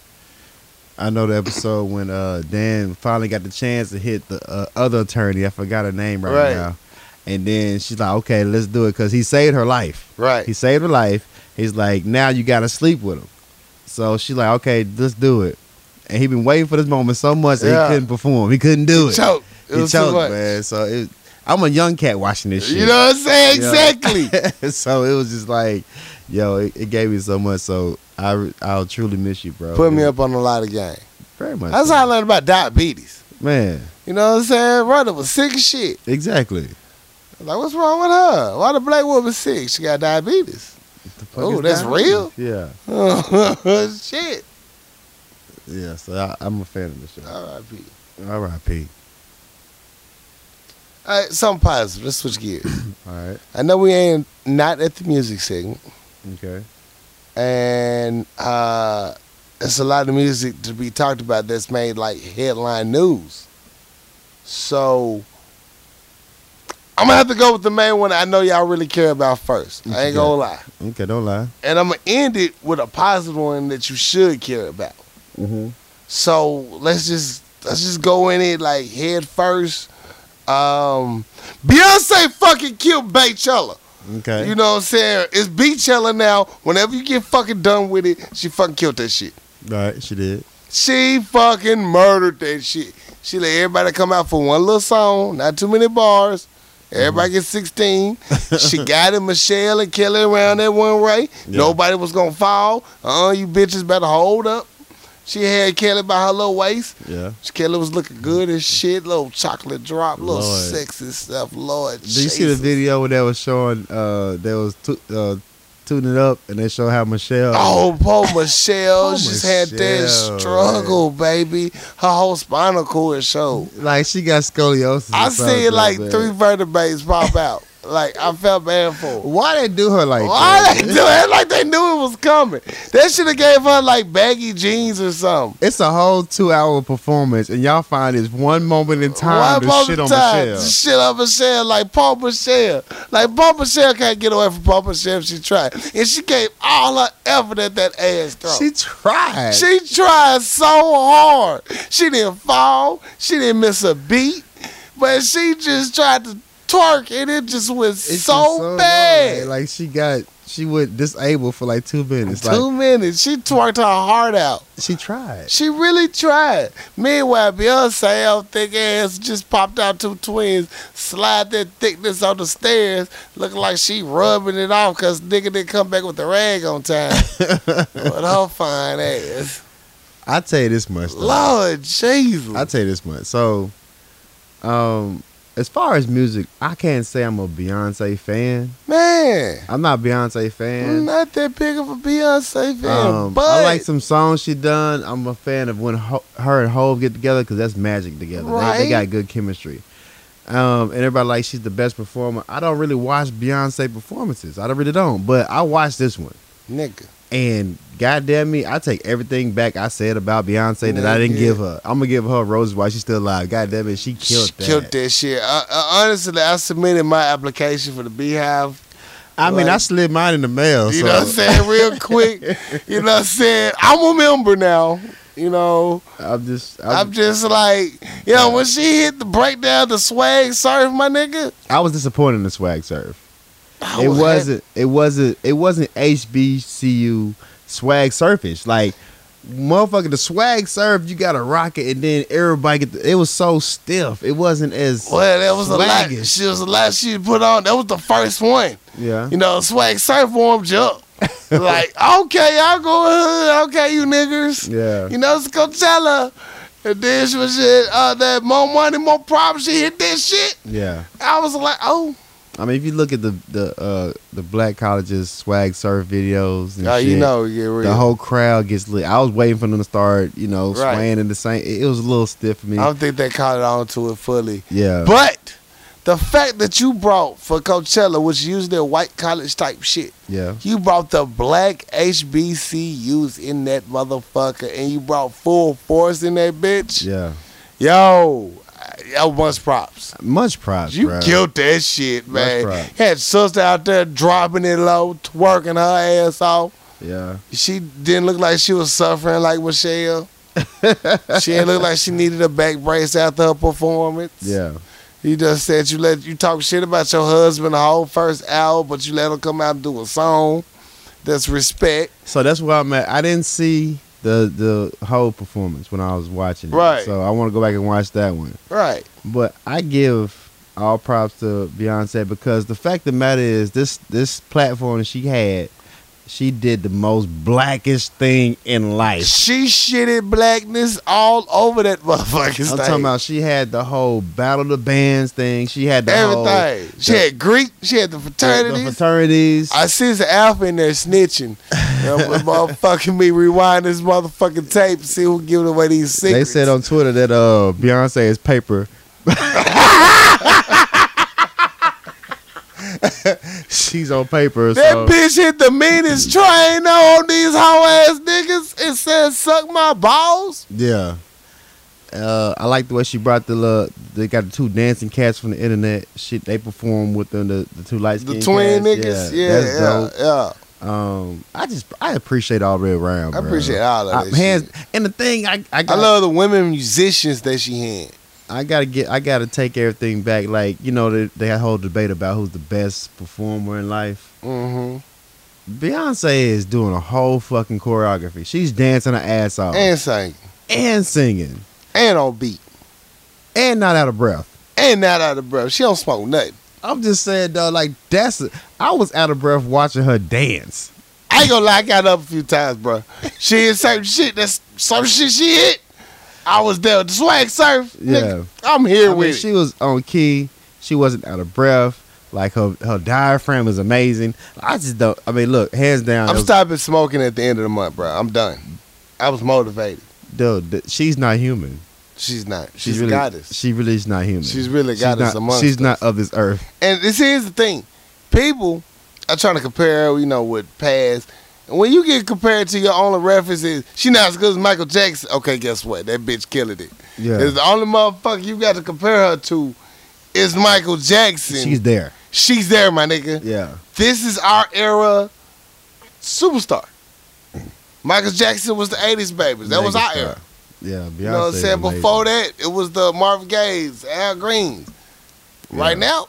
Speaker 1: I know the episode when uh, Dan finally got the chance to hit the uh, other attorney. I forgot her name right,
Speaker 2: Right.
Speaker 1: now. And then she's like, "Okay, let's do it," because he saved her life.
Speaker 2: Right.
Speaker 1: He saved her life. He's like, "Now you got to sleep with him." So she's like, "Okay, let's do it." And he been waiting for this moment so much that
Speaker 2: Yeah.
Speaker 1: he couldn't perform. He couldn't do it.
Speaker 2: Choke. It
Speaker 1: he
Speaker 2: was
Speaker 1: choked,
Speaker 2: too much.
Speaker 1: man. So it, I'm a young cat watching this shit.
Speaker 2: You know what I'm saying?
Speaker 1: Yeah.
Speaker 2: Exactly.
Speaker 1: so it was just like, yo, it, it gave me so much. So I I'll truly miss you, bro.
Speaker 2: Put me
Speaker 1: It-
Speaker 2: up on a lot of game.
Speaker 1: Very much.
Speaker 2: That's
Speaker 1: so.
Speaker 2: how I learned about diabetes.
Speaker 1: Man,
Speaker 2: You know what I'm saying? Brother was sick as shit.
Speaker 1: exactly.
Speaker 2: I was Like, what's wrong with her? Why the black woman sick? She got diabetes.
Speaker 1: The fuck
Speaker 2: Oh,
Speaker 1: is
Speaker 2: that's
Speaker 1: that?
Speaker 2: real?
Speaker 1: Yeah,
Speaker 2: shit.
Speaker 1: yeah. So I, I'm a fan of the show.
Speaker 2: R.I.P.
Speaker 1: R.I.P.
Speaker 2: All right, something positive. Let's switch gears.
Speaker 1: All right.
Speaker 2: I know we ain't not at the music segment,
Speaker 1: Okay.
Speaker 2: and uh, it's a lot of music to be talked about that's made like headline news. So I'm gonna have to go with the main one I know y'all really care about first. I ain't gonna lie,
Speaker 1: Okay. Don't lie.
Speaker 2: and I'm gonna end it with a positive one that you should care about.
Speaker 1: Mm-hmm.
Speaker 2: So let's just let's just go in it like head first. Um, Beyonce fucking killed Baychella.
Speaker 1: Okay.
Speaker 2: You know what I'm saying? It's Beachella now. Whenever you get fucking done with it, she fucking killed that shit.
Speaker 1: All right. She did.
Speaker 2: She fucking murdered that shit. She let everybody come out for one little song, not too many bars. Everybody gets 16. she got it, Michelle and Kelly around that one way.
Speaker 1: Yeah.
Speaker 2: Nobody was gonna fall. Uh, you bitches better hold up. She had Kelly by her little waist.
Speaker 1: Yeah.
Speaker 2: Kelly was looking good as shit. Little chocolate drop, little
Speaker 1: Lord.
Speaker 2: sexy stuff. Lord,
Speaker 1: Did you see the
Speaker 2: Jesus.
Speaker 1: video where they was showing? Uh, they was tu- uh, tuning it up, and they show how Michelle.
Speaker 2: Oh, poor Michelle.
Speaker 1: Poor
Speaker 2: She's had that
Speaker 1: Michelle,
Speaker 2: struggle, baby. Her whole spinal cord showed.
Speaker 1: Like she got scoliosis. or
Speaker 2: I
Speaker 1: something
Speaker 2: see like
Speaker 1: that.
Speaker 2: three vertebrae pop out. like I felt bad for. her.
Speaker 1: Why they do her like
Speaker 2: Why
Speaker 1: that?
Speaker 2: they do it like they knew it was coming? That should have gave her like baggy jeans or something.
Speaker 1: It's a whole two hour performance, and y'all find this one moment in time to
Speaker 2: both
Speaker 1: shit on
Speaker 2: times,
Speaker 1: Michelle.
Speaker 2: Shit on Michelle, like Paul Michelle. Like Paul Michelle can't get away from Paul Michelle if she tried. And she gave all her effort at that ass throw.
Speaker 1: She tried.
Speaker 2: She tried so hard. She didn't fall. She didn't miss a beat. But she just tried to twerk and it just went
Speaker 1: It's
Speaker 2: so,
Speaker 1: just long,
Speaker 2: bad.
Speaker 1: man. Like she got, she was disabled for like two minutes.
Speaker 2: Two
Speaker 1: Like
Speaker 2: minutes. She twerked her heart out.
Speaker 1: she tried.
Speaker 2: She really tried. Meanwhile, Beyonce, her thick ass, just popped out two twins, slide that thickness on the stairs, looking like she rubbing it off because nigga didn't come back with the rag on time. with her fine ass.
Speaker 1: I tell you this much. Though.
Speaker 2: Lord Jesus.
Speaker 1: I tell you this much. So, um, as far as music, I can't say I'm a Beyonce fan.
Speaker 2: Man.
Speaker 1: I'm not a Beyonce fan.
Speaker 2: I'm not that big of a Beyonce fan,
Speaker 1: Um,
Speaker 2: but
Speaker 1: I like some songs she done. I'm a fan of when Ho- her and Hove get together because that's magic together. They,
Speaker 2: Right.
Speaker 1: they got good chemistry. Um, and everybody like she's the best performer. I don't really watch Beyonce performances. I don't really don't, but I watched this one.
Speaker 2: nigga.
Speaker 1: And goddamn me, I take everything back I said about Beyonce that I didn't
Speaker 2: Nigga.
Speaker 1: give her. I'm gonna give her roses while she's still alive. Goddamn it, she killed
Speaker 2: She
Speaker 1: that.
Speaker 2: killed that shit. I, I, honestly, I submitted my application for the Beehive.
Speaker 1: I mean, I
Speaker 2: Like-
Speaker 1: slid mine in the mail.
Speaker 2: You
Speaker 1: so.
Speaker 2: know what I'm saying? Real quick. you know what I'm saying? I'm a member now. You know,
Speaker 1: I'm just, I'm,
Speaker 2: I'm just like, you know, when she hit the breakdown, the swag surf, my nigga.
Speaker 1: I was disappointed in the swag surf.
Speaker 2: I
Speaker 1: it
Speaker 2: was
Speaker 1: wasn't it wasn't it wasn't HBCU swag surfish. Like motherfucker the swag surf you gotta rock it and then everybody get the, it was so stiff. It wasn't as
Speaker 2: happy. Well, that was a lot.
Speaker 1: Swaggish.
Speaker 2: She was a lot she put on. That was the first one.
Speaker 1: Yeah.
Speaker 2: You know, swag surf warmed you up. like, okay, I'll go. uh, Okay, you niggas.
Speaker 1: Yeah.
Speaker 2: You know, it's Coachella. And then she was shit, uh, that more money, more problems. She hit that shit.
Speaker 1: Yeah.
Speaker 2: I was like, oh.
Speaker 1: I mean if you look at the the uh the black colleges swag surf videos and
Speaker 2: Oh, you
Speaker 1: shit,
Speaker 2: know, yeah, real.
Speaker 1: the whole crowd gets lit. I was waiting for them to start, you know,
Speaker 2: Right.
Speaker 1: swaying in the same it, it was a little stiff for me.
Speaker 2: I don't think they caught on to it fully.
Speaker 1: yeah.
Speaker 2: But the fact that you brought for Coachella, which used their white college type shit,
Speaker 1: yeah.
Speaker 2: you brought the black HBCUs in that motherfucker and you brought full force in that bitch.
Speaker 1: Yeah.
Speaker 2: Yo, I, I want props.
Speaker 1: Much props,
Speaker 2: You
Speaker 1: bruh.
Speaker 2: killed that shit, man.
Speaker 1: props.
Speaker 2: Had sister out there dropping it low, twerking her ass off.
Speaker 1: Yeah.
Speaker 2: She didn't look like she was suffering like Michelle. she didn't look like she needed a back brace after her performance.
Speaker 1: Yeah.
Speaker 2: You just said you let you talk shit about your husband the whole first hour, but you let him come out and do a song. That's respect.
Speaker 1: So that's where I'm at. I didn't see the the whole performance when I was watching it.
Speaker 2: Right.
Speaker 1: So I want to go back and watch that one.
Speaker 2: Right.
Speaker 1: But I give All props to Beyonce because the fact of the matter is this this platform that she had, she did the most blackest thing in life.
Speaker 2: She shitted blackness all over that motherfucking
Speaker 1: I'm
Speaker 2: thing.
Speaker 1: talking about she had the whole battle of the bands thing. She had the whole
Speaker 2: everything. she
Speaker 1: the-
Speaker 2: had Greek. She had the
Speaker 1: the
Speaker 2: fraternities.
Speaker 1: fraternities.
Speaker 2: I see the alpha in there snitching. Now, motherfucking me rewind this motherfucking tape. See who giving away these
Speaker 1: They
Speaker 2: secrets.
Speaker 1: said on Twitter that uh Beyonce is paper. She's on paper.
Speaker 2: That
Speaker 1: so
Speaker 2: bitch hit the meanest train on these hoe ass niggas. It said, "Suck my balls."
Speaker 1: Yeah. Uh, I like the way she brought the little. They got the two dancing cats from the internet. Shit, they perform with them, the the two lights.
Speaker 2: The twin niggas. Yeah, yeah,
Speaker 1: that's
Speaker 2: yeah.
Speaker 1: dope. Um, I just I appreciate all red round.
Speaker 2: I
Speaker 1: bro.
Speaker 2: appreciate all
Speaker 1: I,
Speaker 2: of that.
Speaker 1: hands
Speaker 2: shit.
Speaker 1: and the thing I I,
Speaker 2: I
Speaker 1: got,
Speaker 2: love the women musicians that she had.
Speaker 1: I gotta get I gotta take everything back. Like you know they they had a whole debate about who's the best performer in life.
Speaker 2: Mm-hmm.
Speaker 1: Beyonce is doing a whole fucking choreography. She's dancing her ass off and,
Speaker 2: And sang,
Speaker 1: singing
Speaker 2: and on beat,
Speaker 1: and not out of breath.
Speaker 2: and not out of breath. She don't smoke nothing.
Speaker 1: I'm just saying though, like that's I was out of breath watching her dance.
Speaker 2: I ain't gonna lie, I got up a few times, bro. She hit certain shit. That's some shit she hit. I was there. with The swag surf. Nigga, I'm here
Speaker 1: I mean,
Speaker 2: with
Speaker 1: she was on key. She wasn't out of breath. Like her her diaphragm is amazing. I just don't. I mean, look, hands
Speaker 2: it.
Speaker 1: down,
Speaker 2: I'm
Speaker 1: those-
Speaker 2: stopping smoking at the end of the month, bro. I'm done. I was motivated.
Speaker 1: dude, th- she's not human.
Speaker 2: She's not. She's,
Speaker 1: She's, really,
Speaker 2: goddess.
Speaker 1: She really is not human.
Speaker 2: She's really goddess
Speaker 1: She's
Speaker 2: amongst
Speaker 1: not, she's
Speaker 2: us.
Speaker 1: not of this earth.
Speaker 2: and this here's the thing. People are trying to compare, her, you know, with past. And when you get compared to your only references, she not as good as Michael Jackson. Okay, guess what? That bitch killing it.
Speaker 1: Yeah,
Speaker 2: It's the only motherfucker you got to compare her to is Michael Jackson.
Speaker 1: she's there.
Speaker 2: She's there, my nigga.
Speaker 1: Yeah,
Speaker 2: This is our era superstar. Michael Jackson was the 80s babies. That was our
Speaker 1: Megastar.
Speaker 2: era.
Speaker 1: Yeah, Beyonce.
Speaker 2: You know what I'm
Speaker 1: is
Speaker 2: saying?
Speaker 1: amazing.
Speaker 2: Before that, it was the Marvin Gaye's, Al Green's. Right
Speaker 1: Yeah.
Speaker 2: now,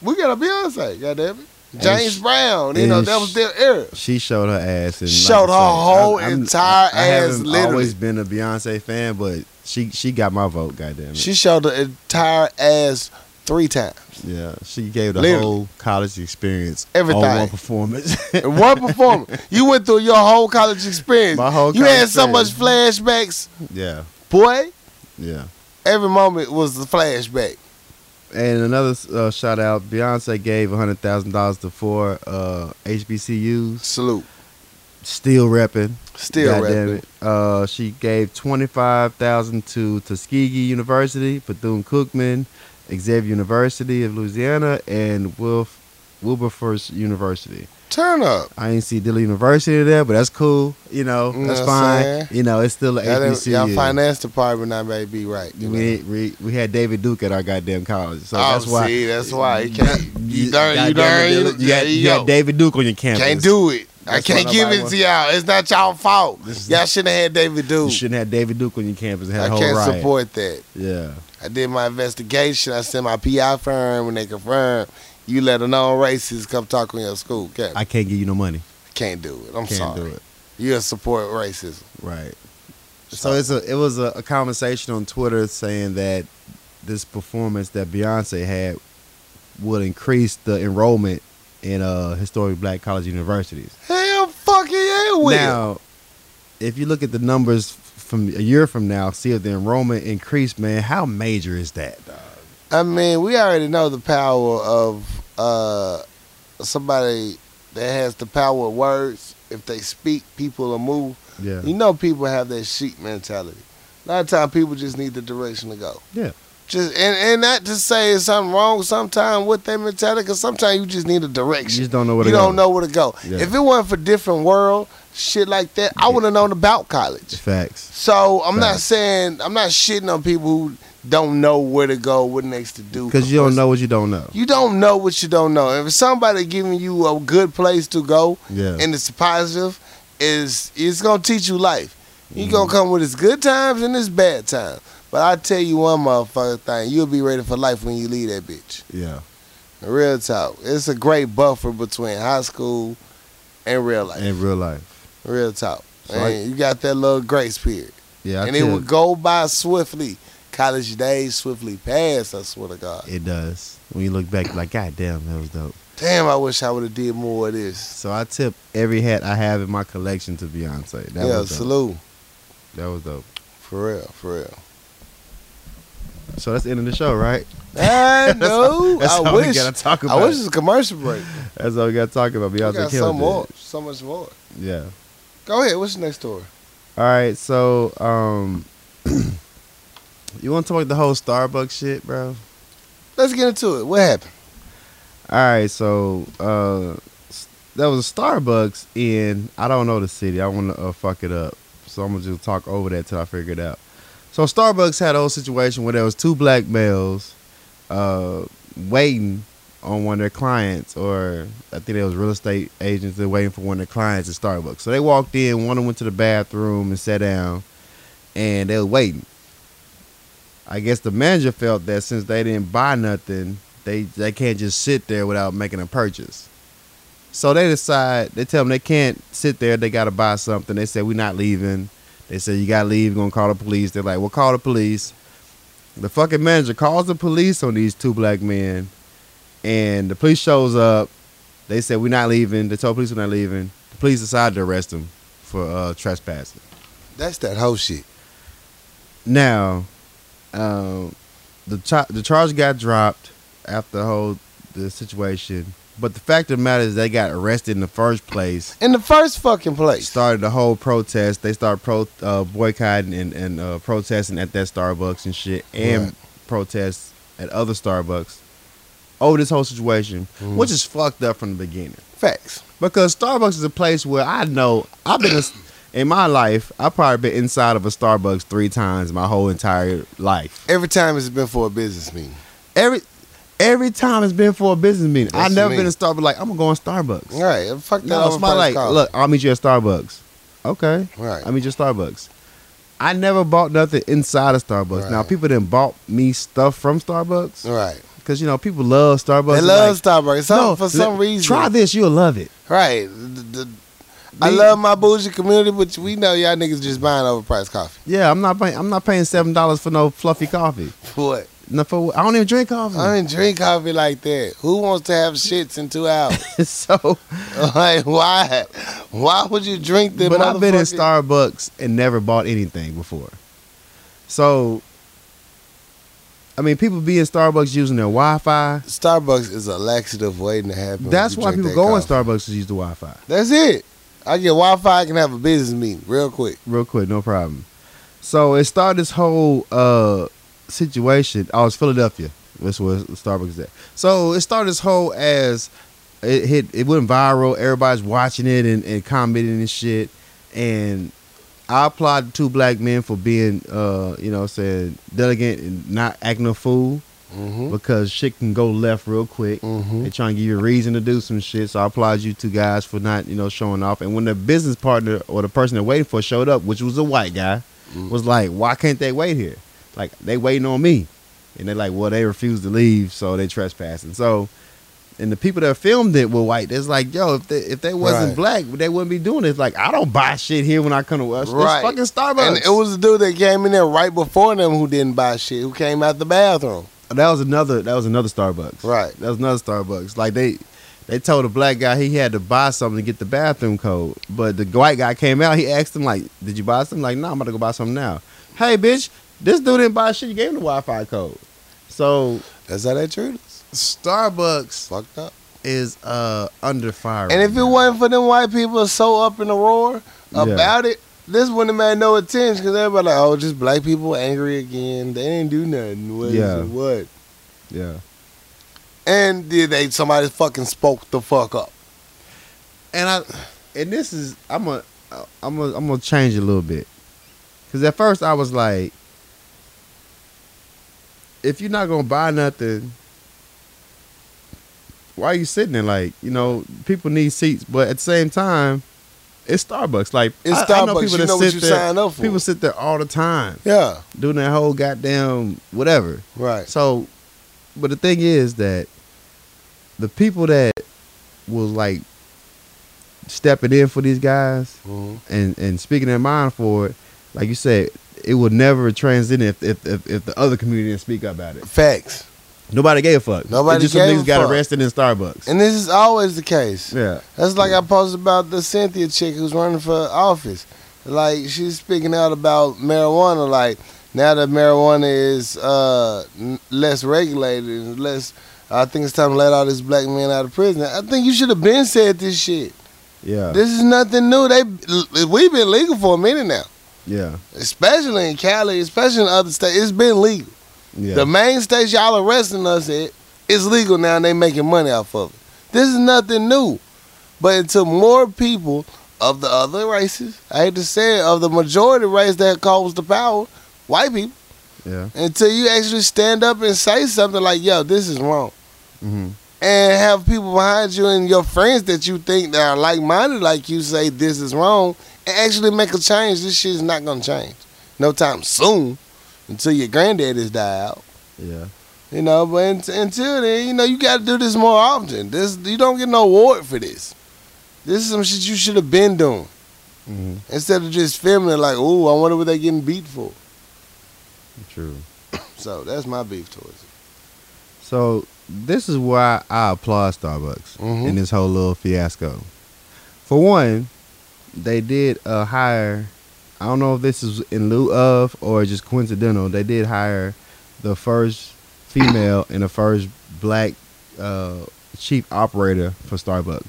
Speaker 2: we got a Beyonce, goddamn it.
Speaker 1: And
Speaker 2: James
Speaker 1: sh-
Speaker 2: Brown, you know,
Speaker 1: and
Speaker 2: that was
Speaker 1: sh-
Speaker 2: their era.
Speaker 1: She showed her ass and like I
Speaker 2: Showed her
Speaker 1: said,
Speaker 2: whole entire
Speaker 1: I
Speaker 2: ass
Speaker 1: haven't
Speaker 2: literally.
Speaker 1: always been a Beyonce fan, but she she got my vote. Goddamn it.
Speaker 2: She showed the entire ass three times.
Speaker 1: yeah, she gave the
Speaker 2: Literally.
Speaker 1: whole college experience
Speaker 2: Everything.
Speaker 1: all one performance.
Speaker 2: In one performance. You went through your whole college experience.
Speaker 1: My whole
Speaker 2: you
Speaker 1: college
Speaker 2: had so much flashbacks.
Speaker 1: yeah,
Speaker 2: Boy,
Speaker 1: yeah.
Speaker 2: every moment was a flashback.
Speaker 1: And another uh, shout out, Beyonce gave hundred thousand dollars to four uh, HBCUs.
Speaker 2: Salute.
Speaker 1: Still repping.
Speaker 2: Still
Speaker 1: Goddamn
Speaker 2: repping.
Speaker 1: it. Uh, she gave twenty five thousand to Tuskegee University, Bethune Cookman, Xavier University of Louisiana, and Wilf Wilberforce University.
Speaker 2: Turn up.
Speaker 1: I ain't see Dillon University there, but that's cool. You know,
Speaker 2: You know
Speaker 1: that's
Speaker 2: what I'm
Speaker 1: fine.
Speaker 2: saying?
Speaker 1: You know, it's still an
Speaker 2: Y'all, didn't-
Speaker 1: HBCU.
Speaker 2: y'all finance department not may be right. you know?
Speaker 1: we, we we had David Duke at our goddamn college, so
Speaker 2: oh,
Speaker 1: that's why.
Speaker 2: see, that's why you can't. You darn, you
Speaker 1: goddamn
Speaker 2: darn,
Speaker 1: it,
Speaker 2: you,
Speaker 1: Dillon, you
Speaker 2: there
Speaker 1: got,
Speaker 2: you
Speaker 1: you got
Speaker 2: go.
Speaker 1: David Duke on your campus.
Speaker 2: Can't do it. I
Speaker 1: That's why
Speaker 2: can't give
Speaker 1: nobody
Speaker 2: it
Speaker 1: wants-
Speaker 2: to y'all. It's not y'all fault.
Speaker 1: This is-
Speaker 2: Y'all shouldn't have had David
Speaker 1: You
Speaker 2: Duke.
Speaker 1: shouldn't have David Duke on your campus. and Had
Speaker 2: I
Speaker 1: a whole
Speaker 2: can't
Speaker 1: riot.
Speaker 2: support that.
Speaker 1: Yeah,
Speaker 2: I did my investigation. I sent my PI firm when they confirmed you let a known racist come talk on your school campus.
Speaker 1: I can't give you no money.
Speaker 2: can't do it. I'm
Speaker 1: Can't
Speaker 2: sorry.
Speaker 1: do it.
Speaker 2: You support racism.
Speaker 1: Right. So
Speaker 2: Sorry.
Speaker 1: it's a it was a, a conversation on Twitter saying that this performance that Beyonce had would increase the enrollment in uh historic black college universities.
Speaker 2: Hell fucking yeah, we.
Speaker 1: Now, if you look at the numbers f- from a year from now, see if the enrollment increased, man, how major is that? dog?
Speaker 2: I mean, we already know the power of uh, somebody that has the power of words. If they speak, people will move.
Speaker 1: Yeah.
Speaker 2: You know, people have that sheep mentality. A lot of times, people just need the direction to go.
Speaker 1: Yeah.
Speaker 2: Just and, and not to say it's something wrong sometimes with that mentality, because sometimes you just need a
Speaker 1: You
Speaker 2: direction.
Speaker 1: just don't know what
Speaker 2: you don't know where to go.
Speaker 1: Yeah.
Speaker 2: If it wasn't for different world shit like that, I would have known about college.
Speaker 1: Facts.
Speaker 2: So I'm not
Speaker 1: Facts.
Speaker 2: saying I'm not shitting on people who don't know where to go, what next to do,
Speaker 1: Because you don't know what you don't know.
Speaker 2: You don't know what you don't know. If somebody giving you a good place to go
Speaker 1: Yeah.
Speaker 2: and it's positive, is it's gonna teach you life. You
Speaker 1: Mm-hmm.
Speaker 2: gonna come with its good times and its bad times. But I tell you one motherfucker thing, you'll be ready for life when you leave that bitch.
Speaker 1: yeah.
Speaker 2: Real talk. It's a great buffer between high school and real life.
Speaker 1: In real life.
Speaker 2: Real talk.
Speaker 1: So I-
Speaker 2: And you got that little grace period.
Speaker 1: Yeah. I
Speaker 2: and it
Speaker 1: tell-
Speaker 2: would go by swiftly. college days swiftly pass. I swear to God.
Speaker 1: It does. When you look back, you're like, God damn, that was dope.
Speaker 2: Damn, I wish I would have did more of this.
Speaker 1: So I tip every hat I have in my collection to Beyonce. That
Speaker 2: yeah,
Speaker 1: was dope.
Speaker 2: salute.
Speaker 1: That was dope.
Speaker 2: For real, for real.
Speaker 1: So that's the end of the show, right?
Speaker 2: I know.
Speaker 1: That's
Speaker 2: I
Speaker 1: all we
Speaker 2: wish.
Speaker 1: gotta talk about.
Speaker 2: I wish it was a commercial break.
Speaker 1: that's all we gotta talk about.
Speaker 2: We
Speaker 1: Beyonce killed
Speaker 2: got so
Speaker 1: it.
Speaker 2: more, so much more.
Speaker 1: Yeah.
Speaker 2: Go ahead. What's the next story?
Speaker 1: All right. So, um, you want to talk about the whole Starbucks shit, bro?
Speaker 2: Let's get into it. What happened?
Speaker 1: All right, so uh, s- there was a Starbucks in I don't know the city. I want to uh, fuck it up, so I'm gonna just talk over that till I figure it out. So Starbucks had a whole situation where there was two black males uh, waiting on one of their clients, or I think it was real estate agents. They're waiting for one of their clients at Starbucks. So they walked in. One of them went to the bathroom and sat down, and they were waiting. I guess the manager felt that since they didn't buy nothing, they they can't just sit there without making a purchase. So they decide they tell them they can't sit there. They gotta buy something. They say we're not leaving. They say you gotta leave. You're gonna call the police. They're like, we'll call the police. The fucking manager calls the police on these two black men, and the police shows up. They said we're not leaving. They told police we're not leaving. The police decided to arrest them for uh, trespassing.
Speaker 2: That's that whole shit.
Speaker 1: Now, um, the cha- the charge got dropped after the whole the situation, but the fact of the matter is they got arrested in the first place.
Speaker 2: In the first fucking place.
Speaker 1: Started the whole protest. They started pro uh, boycotting and and uh, protesting at that Starbucks and shit, and
Speaker 2: Right.
Speaker 1: protests at other Starbucks over this whole situation,
Speaker 2: Mhm.
Speaker 1: which is fucked up from the beginning
Speaker 2: Facts.
Speaker 1: because Starbucks is a place where I know I've been a, in my life. I've probably been inside of a Starbucks three times my whole entire life.
Speaker 2: Every time it's been for a business meeting.
Speaker 1: Every every time it's been for a business meeting.
Speaker 2: That's
Speaker 1: I've never
Speaker 2: me.
Speaker 1: been to Starbucks. Like I'm gonna go in Starbucks.
Speaker 2: All right. Fuck that.
Speaker 1: No,
Speaker 2: over
Speaker 1: it's my
Speaker 2: first
Speaker 1: like.
Speaker 2: call.
Speaker 1: Look, I'll meet you at Starbucks. Okay,
Speaker 2: Right.
Speaker 1: I'll meet you at Starbucks. I never bought nothing inside of Starbucks. Now
Speaker 2: Right.
Speaker 1: people didn't bought me stuff from Starbucks
Speaker 2: Right.
Speaker 1: because you know people love Starbucks.
Speaker 2: They
Speaker 1: They're like,
Speaker 2: love Starbucks. Some,
Speaker 1: "No,
Speaker 2: for
Speaker 1: let-
Speaker 2: some reason.
Speaker 1: Try this, you'll love it.
Speaker 2: Right. The- the- I
Speaker 1: The-
Speaker 2: love my bougie community, but we know y'all niggas just buying overpriced coffee.
Speaker 1: Yeah, I'm not paying. I'm not paying seven dollars for no fluffy coffee.
Speaker 2: What?
Speaker 1: No, for I don't even drink coffee.
Speaker 2: I didn't drink coffee like that. Who wants to have shits in two hours?
Speaker 1: so,
Speaker 2: like, why? Why would you drink the
Speaker 1: but I've been in
Speaker 2: motherfucking-
Speaker 1: Starbucks and never bought anything before. So, I mean, people be in Starbucks using their Wi-Fi.
Speaker 2: Starbucks is a laxative waiting to happen. when
Speaker 1: That's
Speaker 2: you
Speaker 1: why
Speaker 2: drink
Speaker 1: people
Speaker 2: that
Speaker 1: go in
Speaker 2: coffee.
Speaker 1: Starbucks to use the Wi-Fi.
Speaker 2: That's it. I get Wi Fi, I can have a business meeting real quick.
Speaker 1: Real quick, no problem. So it started this whole uh situation. I was Philadelphia. That's where Starbucks is at. So it started this whole as it hit. It went viral. Everybody's watching it and, and commenting and shit. And I applaud the two black men for being, uh, you know, what I'm saying delegate and not acting a fool
Speaker 2: Mm-hmm.
Speaker 1: because shit can go left real quick.
Speaker 2: Mhm.
Speaker 1: They trying to give you a reason to do some shit. So I applaud you two guys for not, you know, showing off. And when the business partner or the person they're waiting for showed up, which was a white guy,
Speaker 2: Mm.
Speaker 1: was like, "Why can't they wait here? Like they waiting on me." And they're like, "Well, they refused to leave, so they trespassing." So. And the people that filmed it were white. It's like, yo, if they if they wasn't
Speaker 2: Right.
Speaker 1: black, they wouldn't be doing it. It's like, I don't buy shit here when I come to West.
Speaker 2: Right.
Speaker 1: It's fucking Starbucks.
Speaker 2: And it was the dude that came in there right before them who didn't buy shit, who came out the bathroom.
Speaker 1: that was another that was another Starbucks.
Speaker 2: Right.
Speaker 1: That was another Starbucks. Like they they told a black guy he had to buy something to get the bathroom code. But the white guy came out, he asked him like, Did you buy something? Like, no, I'm about to go buy something now. Hey bitch, this dude didn't buy shit, you gave him the Wi Fi code. So
Speaker 2: That's how they treat us.
Speaker 1: Starbucks
Speaker 2: Fucked up.
Speaker 1: is uh under fire.
Speaker 2: And
Speaker 1: right
Speaker 2: if it
Speaker 1: now.
Speaker 2: wasn't for them white people so up in the roar
Speaker 1: Yeah.
Speaker 2: about it, this wouldn't have made no attention because everybody like, oh, just black people angry again. They didn't do nothing. What is
Speaker 1: Yeah.
Speaker 2: it? What?
Speaker 1: Yeah.
Speaker 2: And did they somebody fucking spoke the fuck up?
Speaker 1: and I and this is I'm a I'm a I'm gonna change a little bit because at first I was like, if you're not gonna buy nothing, why you sitting there? Like you know, people need seats, but at the same time, it's Starbucks. Like
Speaker 2: It's
Speaker 1: I, I know
Speaker 2: Starbucks.
Speaker 1: people
Speaker 2: You
Speaker 1: that
Speaker 2: know what
Speaker 1: sit
Speaker 2: you
Speaker 1: there-
Speaker 2: signed up for.
Speaker 1: People sit there all the time
Speaker 2: Yeah,
Speaker 1: doing that whole goddamn whatever.
Speaker 2: right.
Speaker 1: So, but the thing is that the people that was like stepping in for these guys
Speaker 2: Mhm.
Speaker 1: mm-hmm. and and speaking their mind for it, like you said, it it will never transcend if if, if, if the other community didn't speak up about it.
Speaker 2: Facts.
Speaker 1: Nobody gave a fuck.
Speaker 2: Nobody
Speaker 1: It's just some
Speaker 2: gave
Speaker 1: niggas
Speaker 2: a
Speaker 1: got
Speaker 2: fuck.
Speaker 1: arrested in Starbucks.
Speaker 2: And this is always the case.
Speaker 1: yeah.
Speaker 2: That's like I posted about the Cynthia chick who's running for office. Like she's speaking out about marijuana. Like now that marijuana is uh, n- less regulated, and less. I think it's time to let all these black men out of prison. I think you should have been said this shit.
Speaker 1: Yeah.
Speaker 2: This is nothing new. They l- we've been legal for a minute now,
Speaker 1: yeah.
Speaker 2: especially in Cali, especially in other states. It's been legal.
Speaker 1: Yeah.
Speaker 2: The main states y'all arresting us at is legal now and they making money off of it. This is nothing new. But until more people of the other races, I hate to say it, of the majority race that calls the power, white people,
Speaker 1: yeah.
Speaker 2: until you actually stand up and say something like, yo, this is wrong.
Speaker 1: Mm-hmm.
Speaker 2: And have people behind you and your friends that you think that are like minded like you say this is wrong and actually make a change. This shit is not gonna change. No time soon until your granddaddies die out.
Speaker 1: Yeah.
Speaker 2: You know, but unt- until then, you know, you got to do this more often. This you don't get no award for this. This is some shit you should have been doing
Speaker 1: Mm-hmm.
Speaker 2: instead of just filming it like, "Ooh, I wonder what they getting beat for."
Speaker 1: True.
Speaker 2: So that's my beef towards it.
Speaker 1: So this is why I applaud Starbucks
Speaker 2: Mhm.
Speaker 1: in this whole little fiasco. For one, they did uh, hire. I don't know if this is in lieu of or just coincidental. They did hire the first female and the first black uh, chief operator for Starbucks.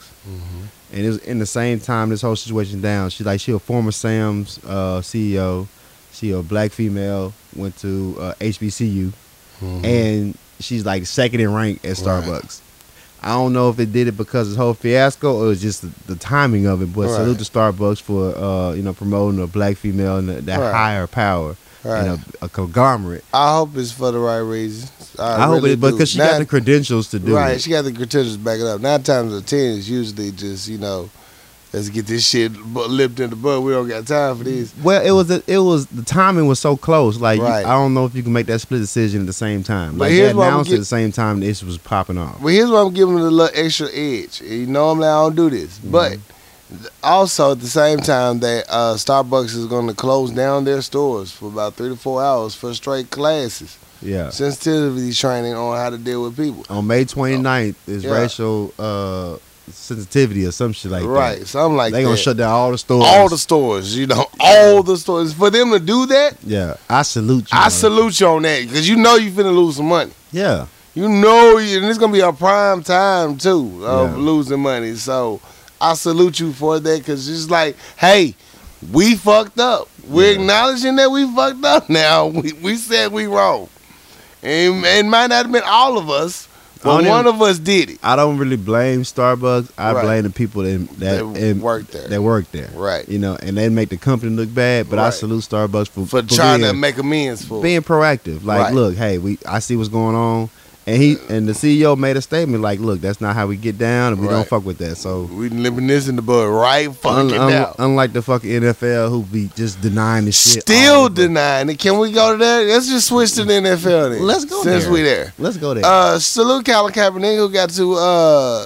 Speaker 1: And it was in the same time this whole situation down. She like she a former Sam's uh, CEO. She a black female went to uh, HBCU Mm-hmm. and she's like second in rank at
Speaker 2: Right.
Speaker 1: Starbucks. I don't know if they did it because of this whole fiasco or it was just the, the timing of it. But
Speaker 2: Right.
Speaker 1: salute to Starbucks for uh, you know promoting a black female and that
Speaker 2: Right.
Speaker 1: higher power
Speaker 2: Right.
Speaker 1: and a, a conglomerate.
Speaker 2: I hope it's for the right reasons.
Speaker 1: I, hope
Speaker 2: really
Speaker 1: it, but
Speaker 2: do.
Speaker 1: because she got
Speaker 2: Nine-
Speaker 1: the credentials to do
Speaker 2: right,
Speaker 1: it.
Speaker 2: she got the credentials to back it up. Nine times out of ten, it's usually just you know, let's get this shit bu- lipped in the bud. We don't got time for these.
Speaker 1: Well, it was a, it was the timing was so close. Like you-
Speaker 2: Right.
Speaker 1: I don't know if you can make that split decision at the same time.
Speaker 2: But
Speaker 1: Like they
Speaker 2: here's why we
Speaker 1: announced
Speaker 2: get-
Speaker 1: at the same time the issue was popping off.
Speaker 2: Well, here's why I'm giving it a little extra edge. You normally I don't do this,
Speaker 1: Mm-hmm.
Speaker 2: but also at the same time that uh, Starbucks is going to close down their stores for about three to four hours for straight classes,
Speaker 1: Yeah.
Speaker 2: sensitivity training on how to deal with people.
Speaker 1: On May 29th is
Speaker 2: Yeah.
Speaker 1: racial uh, sensitivity or some shit like that.
Speaker 2: right, something like
Speaker 1: they
Speaker 2: that.
Speaker 1: gonna shut down all the stores.
Speaker 2: all the stores, you know, all the stores. For them to do that,
Speaker 1: yeah. I salute you.
Speaker 2: I
Speaker 1: man.
Speaker 2: salute you on that because you know you finna lose some money.
Speaker 1: Yeah,
Speaker 2: You know, you- and it's gonna be a prime time too of
Speaker 1: Yeah.
Speaker 2: losing money. So I salute you for that because it's like, hey, we fucked up. We're acknowledging that we fucked up now. We, we said we wrong. And it might not have been all of us,
Speaker 1: I
Speaker 2: but
Speaker 1: don't
Speaker 2: one of us did it.
Speaker 1: I don't really blame Starbucks. I
Speaker 2: Right.
Speaker 1: blame the people that that,
Speaker 2: That
Speaker 1: and-
Speaker 2: work there.
Speaker 1: That work there.
Speaker 2: Right.
Speaker 1: You know, and they make the company look bad. But I
Speaker 2: Right.
Speaker 1: salute Starbucks for
Speaker 2: For trying
Speaker 1: being,
Speaker 2: to make amends for.
Speaker 1: being proactive. Like,
Speaker 2: Right.
Speaker 1: look, hey, we I see what's going on. And he and the CEO made a statement like, look, that's not how we get down, and we don't
Speaker 2: Right.
Speaker 1: fuck with that. So.
Speaker 2: we nipping this in the bud right
Speaker 1: un-
Speaker 2: fucking
Speaker 1: un-
Speaker 2: now.
Speaker 1: unlike the fucking NFL, who be just denying the shit. all
Speaker 2: Still
Speaker 1: over.
Speaker 2: denying it. Can we go to that? Let's just switch to the NFL then.
Speaker 1: Let's go
Speaker 2: Since
Speaker 1: there.
Speaker 2: we there.
Speaker 1: Let's go there.
Speaker 2: Uh, salute Colin Kaepernick who got to uh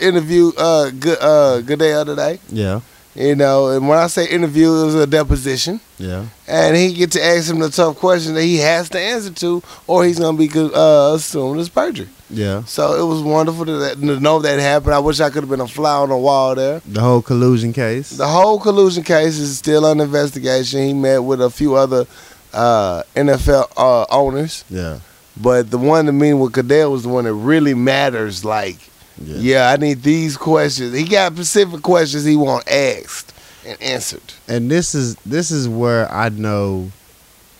Speaker 2: interview uh good uh good day other day.
Speaker 1: yeah,
Speaker 2: You know, and when I say interview, it was a deposition,
Speaker 1: yeah,
Speaker 2: and he get to ask him the tough question that he has to answer to, or he's gonna be good, uh, assumed as perjury.
Speaker 1: yeah.
Speaker 2: So it was wonderful to, that, to know that happened. I wish I could have been a fly on the wall there.
Speaker 1: The whole collusion case.
Speaker 2: The whole collusion case is still under investigation. He met with a few other uh, NFL uh, owners.
Speaker 1: yeah,
Speaker 2: But the one to me with Cadell was the one that really matters. Like,
Speaker 1: yeah.
Speaker 2: yeah, I need these questions. He got specific questions he want asked and answered.
Speaker 1: and this is this is where I know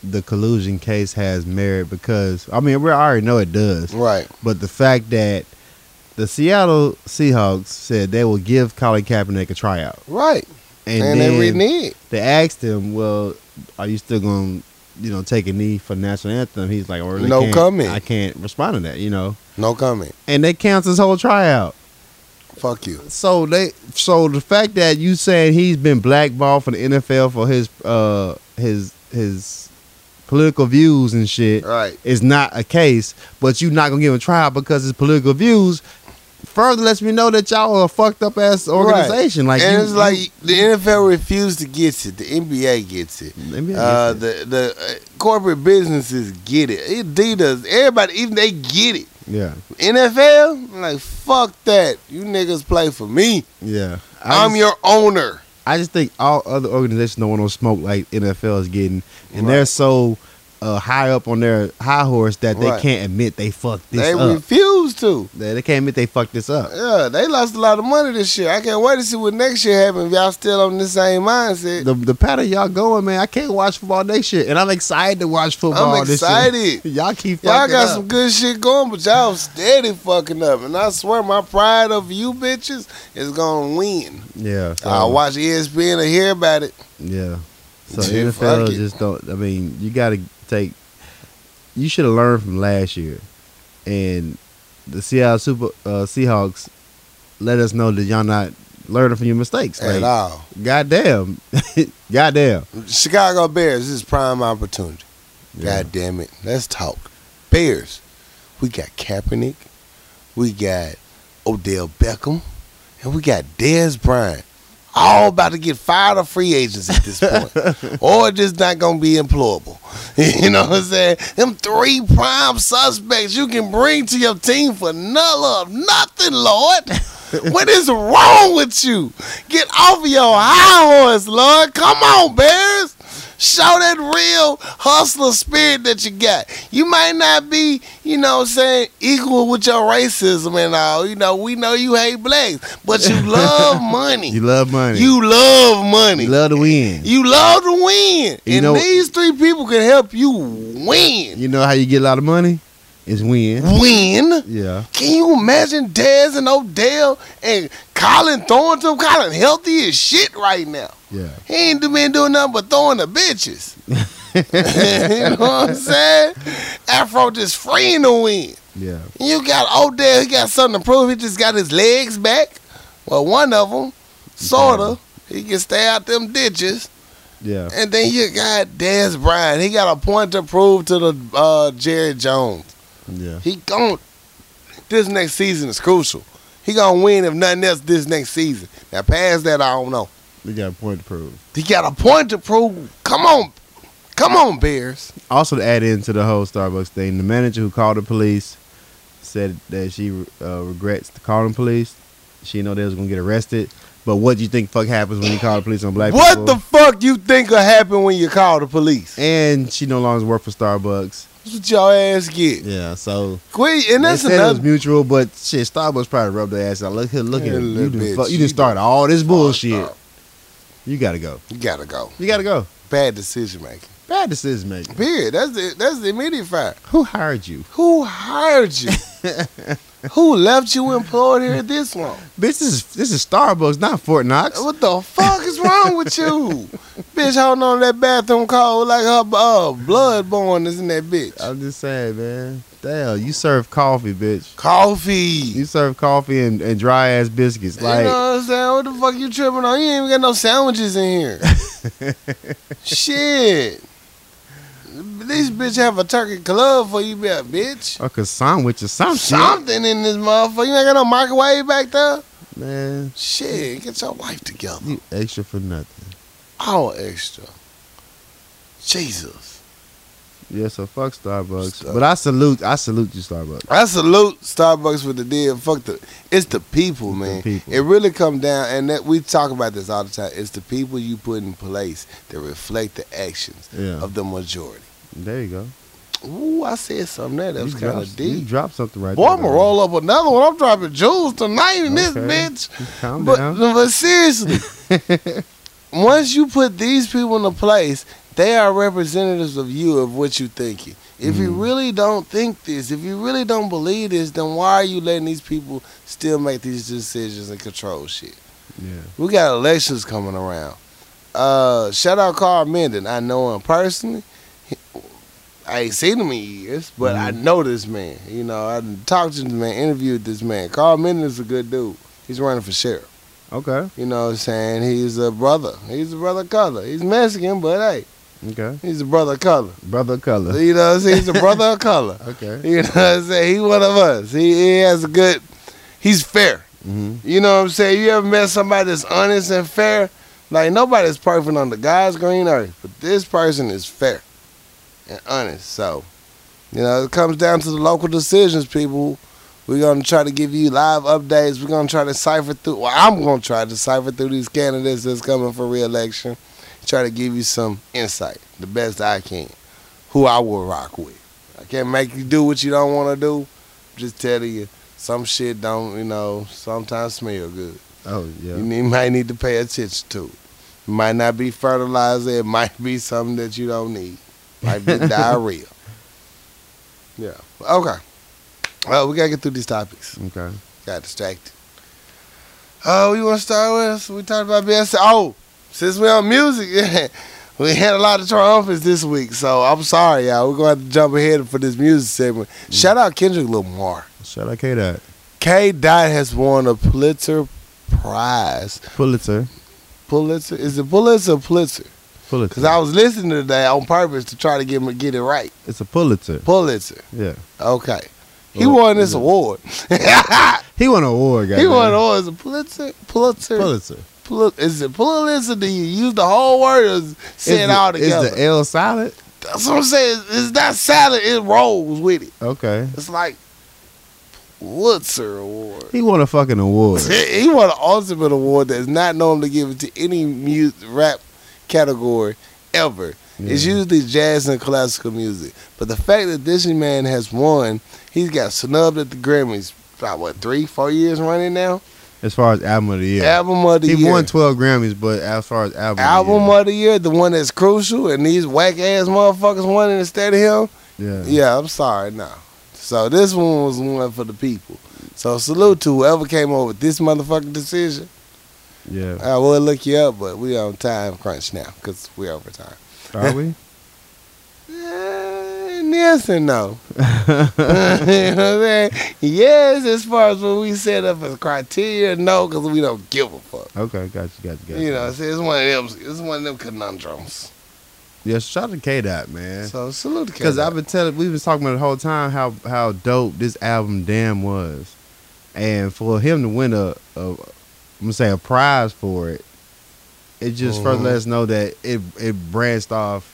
Speaker 1: the collusion case has merit because I mean we already know it does,
Speaker 2: Right.
Speaker 1: but the fact that the Seattle Seahawks said they will give Colin Kaepernick a tryout,
Speaker 2: Right.
Speaker 1: and,
Speaker 2: And,
Speaker 1: then
Speaker 2: they
Speaker 1: they,
Speaker 2: really need.
Speaker 1: asked him, "Well, are you still going?" You know, take a knee for national anthem. He's like, I really
Speaker 2: No
Speaker 1: can't-
Speaker 2: comment.
Speaker 1: I can't respond to that. You know,
Speaker 2: No comment.
Speaker 1: and they canceled his whole tryout.
Speaker 2: Fuck you.
Speaker 1: So they so the fact that you saying he's been blackballed for the NFL for his uh his his political views and shit
Speaker 2: Right.
Speaker 1: is not a case, but you not gonna give him a trial because his political views further lets me know that y'all are a fucked up ass organization.
Speaker 2: Right.
Speaker 1: Like,
Speaker 2: and
Speaker 1: you-
Speaker 2: it's like the NFL refused to get it. The NBA gets it.
Speaker 1: you- NBA
Speaker 2: Uh,
Speaker 1: gets
Speaker 2: the the uh, corporate businesses get it. Adidas, everybody, even they get it.
Speaker 1: it. yeah,
Speaker 2: NFL, like fuck that. You niggas play for me.
Speaker 1: yeah. I
Speaker 2: I'm
Speaker 1: just,
Speaker 2: your owner.
Speaker 1: I just think all other organizations don't want no smoke like NFL is getting, and
Speaker 2: Right.
Speaker 1: they're so uh, high up on their high horse that they
Speaker 2: Right.
Speaker 1: can't admit they fucked this
Speaker 2: they
Speaker 1: up.
Speaker 2: refuse to.
Speaker 1: they, they can't admit they fucked this up.
Speaker 2: Yeah, they lost a lot of money this year. I can't wait to see what next year happens. If y'all still on the same mindset,
Speaker 1: The the pattern y'all going, man. I can't watch football next year, and I'm excited to watch football.
Speaker 2: I'm excited.
Speaker 1: This year. Y'all keep
Speaker 2: Y'all
Speaker 1: fucking
Speaker 2: got
Speaker 1: up.
Speaker 2: some good shit going, but y'all steady fucking up. And I swear, my pride of you bitches is gonna win.
Speaker 1: Yeah. so-
Speaker 2: I'll watch E ESPN and hear about it.
Speaker 1: Yeah. So NFL
Speaker 2: Dude, fuck it.
Speaker 1: just don't. I mean, you got to take. You should have learned from last year, and the Seattle Super uh, Seahawks let us know that y'all not learning from your mistakes. Like,
Speaker 2: At all.
Speaker 1: goddamn, goddamn.
Speaker 2: Chicago Bears, this is prime opportunity.
Speaker 1: Yeah.
Speaker 2: God damn it. Let's talk. Bears. We got Kaepernick. We got Odell Beckham. And we got Dez Bryant. All about to get fired or free agents at this point. or just not going to be employable. You know what I'm saying? Them three prime suspects you can bring to your team for null of nothing, Lord. what is wrong with you? Get off of your high horse, Lord. Come on, Bears. Show that real hustler spirit that you got. You might not be, you know what I'm saying, equal with your racism and all. You know, we know you hate blacks, but you love money.
Speaker 1: You love money.
Speaker 2: You love money.
Speaker 1: You love to win.
Speaker 2: You love to win.
Speaker 1: You
Speaker 2: and
Speaker 1: know-
Speaker 2: these three people can help you win.
Speaker 1: You know how you get a lot of money is win.
Speaker 2: Win.
Speaker 1: Yeah.
Speaker 2: Can you imagine Dez and Odell and Colin Thornton? Colin healthy as shit right now.
Speaker 1: Yeah.
Speaker 2: He ain't been doing nothing but throwing the bitches. you know what I'm saying? Afro just freeing the win.
Speaker 1: Yeah.
Speaker 2: You got Odell, he got something to prove. He just got his legs back. Well, one of them, sort of. He can stay out them ditches.
Speaker 1: Yeah.
Speaker 2: And then you got Dez Bryant. He got a point to prove to the uh, Jerry Jones.
Speaker 1: Yeah.
Speaker 2: He gon' This next season is crucial. He gonna win if nothing else this next season. Now past that, I don't know.
Speaker 1: We got a point to prove.
Speaker 2: He got a point to prove. Come on, come on, Bears.
Speaker 1: also to add into the whole Starbucks thing, the manager who called the police said that she uh, regrets the calling police. She know they was gonna get arrested. But what do you think fuck happens when you call the police on black
Speaker 2: What
Speaker 1: people?
Speaker 2: the fuck you think will happen when you call the police?
Speaker 1: and she no longer worked for Starbucks.
Speaker 2: That's what y'all ass get.
Speaker 1: Yeah, so
Speaker 2: Quit, and that's
Speaker 1: they said it was
Speaker 2: another.
Speaker 1: mutual, but shit, Starbucks probably rubbed their ass out. Look here, look
Speaker 2: Yeah,
Speaker 1: here, you
Speaker 2: little
Speaker 1: done
Speaker 2: bitch,
Speaker 1: fuck, you
Speaker 2: you
Speaker 1: done started all this bullshit.
Speaker 2: up.
Speaker 1: You gotta go.
Speaker 2: You gotta go.
Speaker 1: You gotta go.
Speaker 2: Bad decision making.
Speaker 1: Bad decision making.
Speaker 2: Period. That's the that's the immediate fire.
Speaker 1: Who hired you?
Speaker 2: Who hired you? Who left you employed here this long?
Speaker 1: Bitch, this is this is Starbucks, not Fort Knox.
Speaker 2: What the fuck is wrong with you? bitch holding on to that bathroom cold like her uh, bloodborne is in that bitch.
Speaker 1: I'm just saying, man. Damn, you serve coffee, bitch.
Speaker 2: Coffee.
Speaker 1: You serve coffee and, and dry ass biscuits.
Speaker 2: you
Speaker 1: Like,
Speaker 2: know what I'm saying? What the fuck you tripping on? You ain't even got no sandwiches in here. Shit. This bitch have a turkey club for you, bitch.
Speaker 1: a croissant with your something.
Speaker 2: Something in this motherfucker. You ain't got no microwave back there.
Speaker 1: Man,
Speaker 2: Shit, get your life together.
Speaker 1: you extra for nothing.
Speaker 2: all extra. Jesus.
Speaker 1: Yeah, so fuck Starbucks.
Speaker 2: Stuff.
Speaker 1: But I salute, I salute you, Starbucks.
Speaker 2: I salute Starbucks for the deal. Fuck the it's the people, man.
Speaker 1: people.
Speaker 2: It really come down and that we talk about this all the time. It's the people you put in place that reflect the actions
Speaker 1: Yeah.
Speaker 2: of the majority.
Speaker 1: There you go.
Speaker 2: Ooh, I said something there that was
Speaker 1: You
Speaker 2: kind
Speaker 1: dropped-
Speaker 2: of
Speaker 1: You
Speaker 2: deep.
Speaker 1: dropped something right
Speaker 2: Boy,
Speaker 1: there.
Speaker 2: I'ma roll up another one. I'm dropping jewels tonight in
Speaker 1: Okay.
Speaker 2: this bitch.
Speaker 1: Calm
Speaker 2: But,
Speaker 1: down.
Speaker 2: but seriously, once you put these people in a place, they are representatives of you, of what you thinking. If you really don't think this, if you really don't believe this, then why are you letting these people still make these decisions and control shit?
Speaker 1: Yeah.
Speaker 2: We got elections coming around. Uh, shout out Carl Menden. I know him personally. He- I ain't seen him in years, but I know this man. You know, I done talked to this man, interviewed this man. Carl Menden is a good dude. He's running for sheriff.
Speaker 1: Okay.
Speaker 2: You know what I'm saying? He's a brother. He's a brother of color. He's Mexican, but hey,
Speaker 1: Okay.
Speaker 2: he's a brother of color.
Speaker 1: Brother of color.
Speaker 2: You know what I'm saying? He's a brother of color.
Speaker 1: Okay.
Speaker 2: You know what I'm saying? He one of us. He, he has a good he's fair.
Speaker 1: Mm-hmm.
Speaker 2: You know what I'm saying? You ever met somebody that's honest and fair? Like nobody's perfect on the God's green earth, but this person is fair and honest. So, you know, it comes down to the local decisions, people. We're gonna try to give you live updates. We're gonna try to cipher through. Well, I'm gonna try to cipher through these candidates that's coming for re-election. Try to give you some insight, the best I can. Who I will rock with. I can't make you do what you don't want to do. Just telling you, some shit don't. You know, sometimes smell good.
Speaker 1: Oh yeah.
Speaker 2: You need, might need to pay attention to it. It might not be fertilizer. It might be something that you don't need. Might be diarrhea. Yeah. Okay. Well, we gotta get through these topics.
Speaker 1: Okay.
Speaker 2: Got distracted. Oh, we want to start with. We talked about BS. Oh, since we're on music, yeah, we had a lot of triumphants this week. So I'm sorry, y'all. We're gonna have to jump ahead for this music segment. Shout out Kendrick Lamar.
Speaker 1: Shout out K Dot.
Speaker 2: K. Dot has won a Pulitzer Prize.
Speaker 1: Pulitzer.
Speaker 2: Pulitzer is it Pulitzer or Pulitzer? Because
Speaker 1: Pulitzer.
Speaker 2: I was listening to that on purpose to try to get him get it right.
Speaker 1: it's a Pulitzer.
Speaker 2: Pulitzer.
Speaker 1: Yeah.
Speaker 2: Okay. He
Speaker 1: Well,
Speaker 2: won this
Speaker 1: yeah.
Speaker 2: award.
Speaker 1: He won an award, guys.
Speaker 2: he won an award. Is it Pulitzer? Pulitzer.
Speaker 1: Pulitzer.
Speaker 2: Pul- is it Pulitzer? Do you use the whole word or is- say
Speaker 1: Is
Speaker 2: it
Speaker 1: the-
Speaker 2: all together?
Speaker 1: Is the L solid?
Speaker 2: That's what I'm saying. It's not salad. It rolls with it.
Speaker 1: Okay.
Speaker 2: It's like Pulitzer Award.
Speaker 1: He won a fucking award.
Speaker 2: he won an ultimate award that's not normally given to any music rap category ever. It's
Speaker 1: Yeah.
Speaker 2: usually jazz and classical music. But the fact that this man has won, he's got snubbed at the Grammys about what three, four years running now.
Speaker 1: As far as album of the year.
Speaker 2: Album of the
Speaker 1: he
Speaker 2: year.
Speaker 1: won 12 Grammys, but as far as album
Speaker 2: album
Speaker 1: of
Speaker 2: of the year, the one that's crucial, and these whack ass motherfuckers won it instead of him.
Speaker 1: the year. Yeah.
Speaker 2: Yeah, I'm sorry, no. So this one was one for the people. So salute to whoever came up with this motherfucking decision.
Speaker 1: Yeah.
Speaker 2: I will look you up, but we on time crunch now because we over time.
Speaker 1: Are we?
Speaker 2: Eh, yes and no. you know what I'm saying? Yes, as far as what we set up as criteria, no, because we don't give a fuck.
Speaker 1: Okay, gotcha, gotcha, gotcha.
Speaker 2: You know, see, it's one of them. It's one of them conundrums.
Speaker 1: Yeah, shout out to K Dot, man.
Speaker 2: So salute. to
Speaker 1: Because Eh.
Speaker 2: K-Dot.
Speaker 1: I've been telling, we've been talking about the whole time how how dope this album damn was, and for him to win a, a I'm gonna say a prize for it, it just further
Speaker 2: Mhm.
Speaker 1: lets us know that it it branched off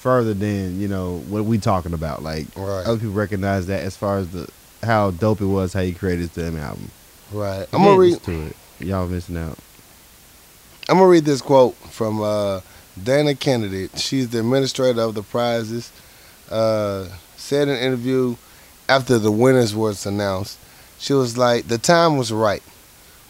Speaker 1: further than you know what we talking about. Like
Speaker 2: Right.
Speaker 1: other people recognize that as far as the how dope it was how he created this damn album.
Speaker 2: right. I'm gonna
Speaker 1: Yeah,
Speaker 2: read.
Speaker 1: listen to it. Y'all missing out.
Speaker 2: I'm gonna read this quote from uh, Dana Kennedy. She's the administrator of the prizes. Uh, said in an interview after the winners was announced, she was like, "The time was right.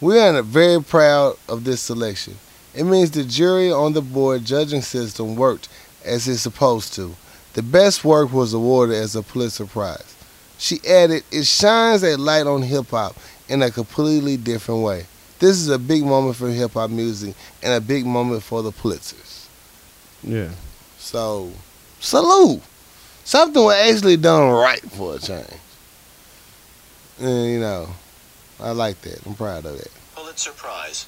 Speaker 2: We are very proud of this selection. It means the jury on the board judging system worked as it's supposed to. The best work was awarded as a Pulitzer Prize." She added, "It shines a light on hip hop in a completely different way." This is a big moment for hip hop music and a big moment for the Pulitzers.
Speaker 1: Yeah,
Speaker 2: So, salute. Something was actually done right for a change. And, you know, I like that. I'm proud of that.
Speaker 3: Pulitzer Prize.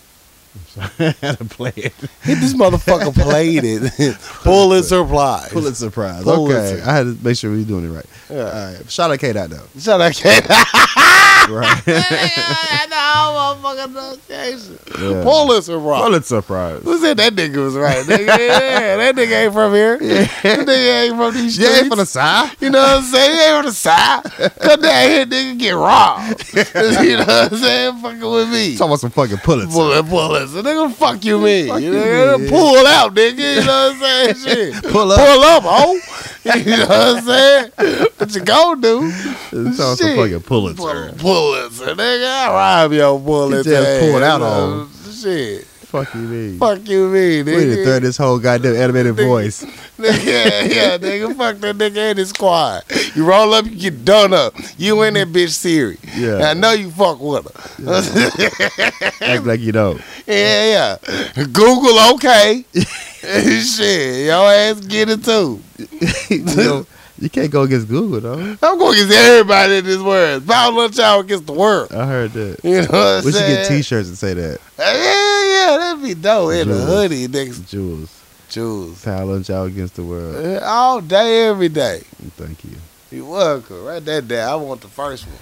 Speaker 1: I had to play it.
Speaker 2: This motherfucker played it. Pulitzer Prize.
Speaker 1: Pull it surprise.
Speaker 2: Pulitzer.
Speaker 1: Okay, I had to make sure we doing it right.
Speaker 2: Yeah.
Speaker 1: All right, shout out K Dot though.
Speaker 2: Shut up, kid.
Speaker 1: Right. Yeah.
Speaker 2: Pulitzer Prize.
Speaker 1: Well, it's surprise.
Speaker 2: Who said that nigga was right? Nigga, yeah, that nigga ain't from here. That nigga ain't from these
Speaker 1: Yeah,
Speaker 2: streets.
Speaker 1: ain't from the side.
Speaker 2: You know what I'm saying? He ain't on the side. Come down here, nigga, get robbed. you know what I'm saying? Fucking with me.
Speaker 1: Talk about some fucking pullets.
Speaker 2: Bullet bullets. The nigga, fuck you mean?
Speaker 1: Fuck
Speaker 2: you
Speaker 1: you
Speaker 2: know,
Speaker 1: mean, yeah.
Speaker 2: Pull out, nigga. You know what I'm saying? Shit.
Speaker 1: Pull up.
Speaker 2: Pull up, ho. You know what I'm saying? What you gonna do?
Speaker 1: Talk about some
Speaker 2: Shit.
Speaker 1: fucking pullets.
Speaker 2: Pull- Bullets. Nigga, I rob your bullets.
Speaker 1: just pulled out on him.
Speaker 2: Shit.
Speaker 1: Fuck you, mean.
Speaker 2: Fuck you mean,
Speaker 1: We need to throw
Speaker 2: nigga.
Speaker 1: this whole goddamn animated voice.
Speaker 2: Nigga, yeah, yeah, nigga. Fuck that nigga and his squad. You roll up, you get done up. You in that bitch Siri.
Speaker 1: Yeah.
Speaker 2: I know you fuck with her.
Speaker 1: Act like you don't.
Speaker 2: yeah, yeah. Google okay. Shit, your ass get it too.
Speaker 1: you, know, you can't go against Google though.
Speaker 2: I'm going against everybody in this world. Power lunch hour against the world.
Speaker 1: I heard that.
Speaker 2: You know what I'm
Speaker 1: We should
Speaker 2: saying?
Speaker 1: get T-shirts and say that.
Speaker 2: Yeah, yeah, that'd be dope. In a
Speaker 1: Jewels.
Speaker 2: hoodie next
Speaker 1: Jules,
Speaker 2: jewels. Uh,
Speaker 1: power lunch out against the world.
Speaker 2: All day, every day.
Speaker 1: Thank you.
Speaker 2: You welcome. Right that day. I want the first one.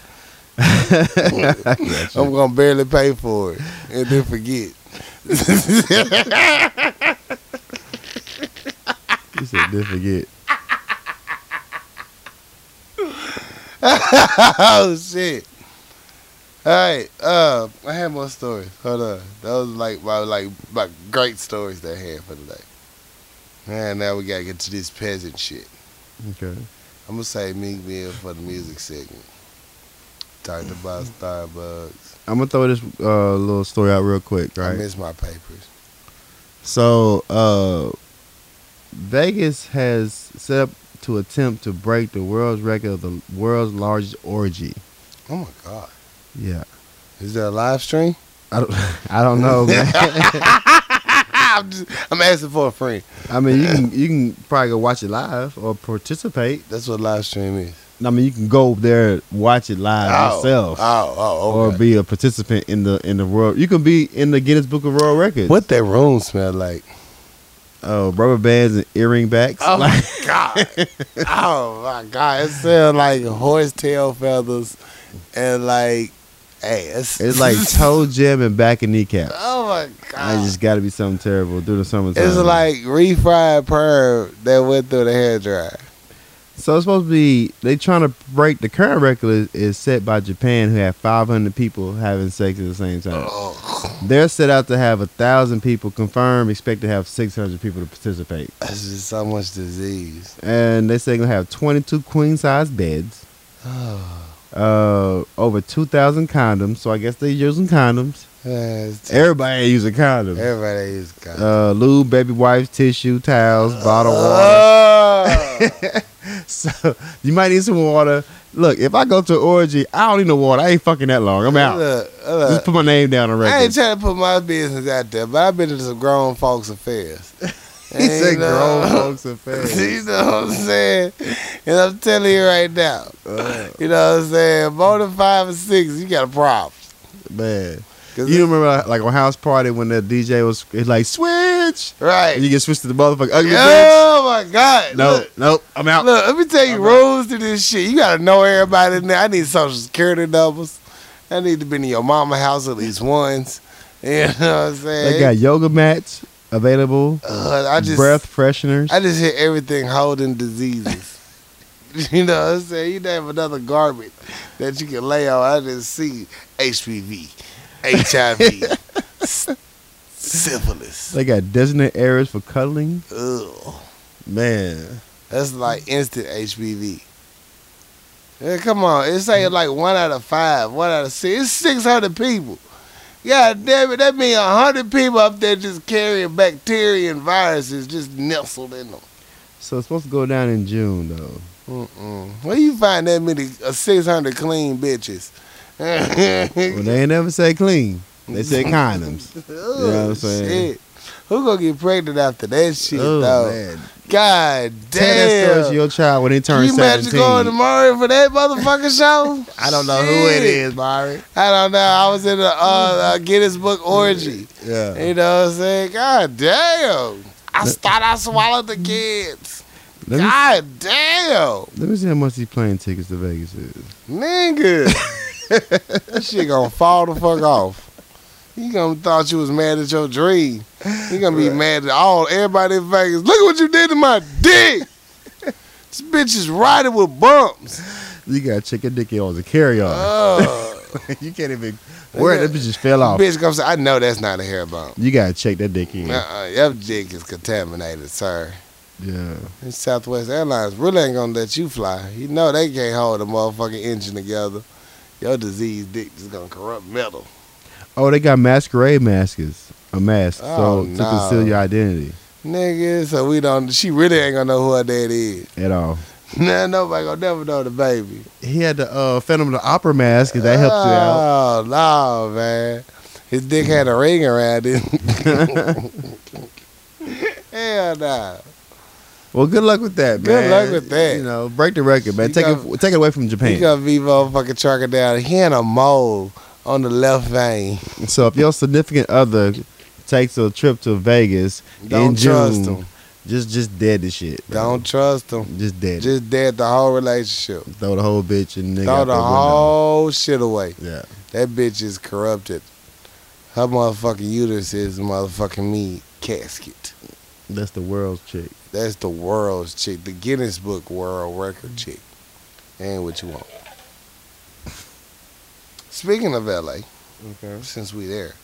Speaker 2: I'm gonna barely pay for it and then forget.
Speaker 1: You said did forget.
Speaker 2: oh shit. All right, uh, I had more stories. Hold on, those was like my like my great stories that I had for today. Man, now we gotta get to this peasant shit.
Speaker 1: Okay.
Speaker 2: I'm gonna say Meek Mill for the music segment. Talked about Starbucks.
Speaker 1: I'm gonna throw this uh, little story out real quick,
Speaker 2: I
Speaker 1: right?
Speaker 2: miss my papers.
Speaker 1: So, uh, Vegas has set up to attempt to break the world's record of the world's largest orgy.
Speaker 2: Oh my god,
Speaker 1: Yeah,
Speaker 2: is there a live stream?
Speaker 1: I don't, I don't know, man.
Speaker 2: I'm just, I'm asking for a friend.
Speaker 1: I mean, you can you can probably go watch it live or participate.
Speaker 2: That's what live stream is.
Speaker 1: I mean, you can go there watch it live yourself.
Speaker 2: Oh, oh,
Speaker 1: Or
Speaker 2: okay.
Speaker 1: be a participant in the in the world. You can be in the Guinness Book of World Records.
Speaker 2: what that room smell like?
Speaker 1: Uh, rubber bands and earring backs.
Speaker 2: Oh
Speaker 1: Like-
Speaker 2: my god! oh my god! It sounds like horsetail feathers and like ass.
Speaker 1: It's like toe jam and back and kneecap.
Speaker 2: oh my
Speaker 1: I
Speaker 2: god!
Speaker 1: just uh, got to be something terrible during the summertime.
Speaker 2: it's like refried perm that went through the hair dryer.
Speaker 1: so it's supposed to be they trying to break the current record is, is set by Japan, who had 500 people having sex at the same time.
Speaker 2: Oh,
Speaker 1: They're set out to have a thousand people confirmed, expect to have 600 people to participate,
Speaker 2: that's just so much disease.
Speaker 1: and they say gonna have 22 queen size beds,
Speaker 2: Oh,
Speaker 1: uh, over 2,000 condoms. So I guess they using condoms.
Speaker 2: that's
Speaker 1: Everybody ain't using condoms.
Speaker 2: everybody is got.
Speaker 1: uh, lube, baby wipes, tissue, towels, bottled
Speaker 2: Uh.
Speaker 1: water.
Speaker 2: Oh.
Speaker 1: So you might need some water. Look, if I go to an orgy, I don't need no water. I ain't fucking that long. I'm out.
Speaker 2: Look, look.
Speaker 1: Just put my name down on
Speaker 2: I ain't
Speaker 1: record.
Speaker 2: trying to put my business out there, but I've been to some grown folks affairs.
Speaker 1: He said
Speaker 2: And, uh,
Speaker 1: grown folks and
Speaker 2: You
Speaker 1: fans.
Speaker 2: know what I'm saying? And I'm telling you right now, you know what I'm saying? More than five or six, you got a problem.
Speaker 1: Man.
Speaker 2: 'Cause
Speaker 1: You remember like, like on house party when the DJ was it's like switch
Speaker 2: right.
Speaker 1: and you get switched to the motherfucker ugly bitch.
Speaker 2: oh my God.
Speaker 1: No,
Speaker 2: Look,
Speaker 1: nope, I'm out.
Speaker 2: look, let me tell you rules to this shit. You got to know everybody in there. I need social security numbers. I need to be in your mama house at least once. You know what I'm saying?
Speaker 1: They got yoga mats available,
Speaker 2: Ugh, I just,
Speaker 1: breath fresheners.
Speaker 2: I just hear everything holding diseases. you know what I'm saying? You have another garment that you can lay on. I just see HPV, HIV, s- syphilis.
Speaker 1: they got designated areas for cuddling.
Speaker 2: Ugh.
Speaker 1: Man,
Speaker 2: That's like instant HPV. Yeah, come on. It's saying like one out of five, one out of six. It's 600 people. God damn it. That means 100 people up there just carrying bacteria and viruses just nestled in them.
Speaker 1: so it's supposed to go down in June though.
Speaker 2: Mm-mm. Where you find that many uh, 600 clean bitches?
Speaker 1: Well, they ain't never say clean. They say condoms.
Speaker 2: Ugh,
Speaker 1: what I'm saying?
Speaker 2: Oh, Shit. Who gonna get pregnant after that shit,
Speaker 1: oh,
Speaker 2: though?
Speaker 1: man.
Speaker 2: God
Speaker 1: Tell that
Speaker 2: damn.
Speaker 1: story to your child when he
Speaker 2: Can
Speaker 1: turns
Speaker 2: you imagine
Speaker 1: 17.
Speaker 2: going to Murray for that motherfucking show?
Speaker 1: I don't know who it
Speaker 2: Shit.
Speaker 1: is, Mari.
Speaker 2: I don't know. I was in a uh, uh, Guinness Book orgy.
Speaker 1: Yeah.
Speaker 2: You know what I'm saying? God damn. I thought I swallowed the kids.
Speaker 1: Let me,
Speaker 2: God damn.
Speaker 1: let me see how much these plane tickets to Vegas is.
Speaker 2: Nigga. that shit gonna fall the fuck off. You gonna thought you was mad at your dream. You gonna be mad at all everybody in Vegas. Look at what you did to my dick. this bitch is riding with bumps.
Speaker 1: You got chicken dicky on the carry on.
Speaker 2: Uh,
Speaker 1: you can't even wear it. That bitch just fell off.
Speaker 2: bitch comes. I know that's not a hair bump.
Speaker 1: You gotta check that dick in.
Speaker 2: Uh-uh, your dick is contaminated, sir.
Speaker 1: Yeah.
Speaker 2: And Southwest Airlines really ain't gonna let you fly. You know they can't hold a motherfucking engine together. Your diseased dick is gonna corrupt metal.
Speaker 1: Oh, they got masquerade masks. A mask.
Speaker 2: Oh,
Speaker 1: so to
Speaker 2: no.
Speaker 1: conceal your identity
Speaker 2: Nigga, so we don't. She really ain't gonna know who her dad is.
Speaker 1: at all.
Speaker 2: Nah, nobody gonna never know the baby.
Speaker 1: He had the uh, Phantom of the Opera mask, and that helped you out.
Speaker 2: Oh no, man, his dick had a ring around it. Hell no.
Speaker 1: Well, good luck with that, man.
Speaker 2: Good luck with that.
Speaker 1: You know, break the record, man.
Speaker 2: You
Speaker 1: Take
Speaker 2: got-
Speaker 1: it, take it away from
Speaker 2: He
Speaker 1: Japan.
Speaker 2: gonna be motherfucking trucking down. He in a mole on the left vein.
Speaker 1: So if your significant other takes a trip to Vegas
Speaker 2: Don't
Speaker 1: in
Speaker 2: trust
Speaker 1: June,
Speaker 2: him.
Speaker 1: Just just dead the shit. bro.
Speaker 2: Don't trust them.
Speaker 1: just dead. Just
Speaker 2: Just dead the whole relationship.
Speaker 1: throw the whole bitch and nigga.
Speaker 2: Throw
Speaker 1: out
Speaker 2: the
Speaker 1: window.
Speaker 2: whole shit away.
Speaker 1: Yeah.
Speaker 2: That bitch is corrupted. Her motherfucking uterus is motherfucking me casket.
Speaker 1: That's the world's chick.
Speaker 2: That's the world's chick, the Guinness Book World Record chick. Ain't what you want. Speaking of LA,
Speaker 1: Okay.
Speaker 2: since we there,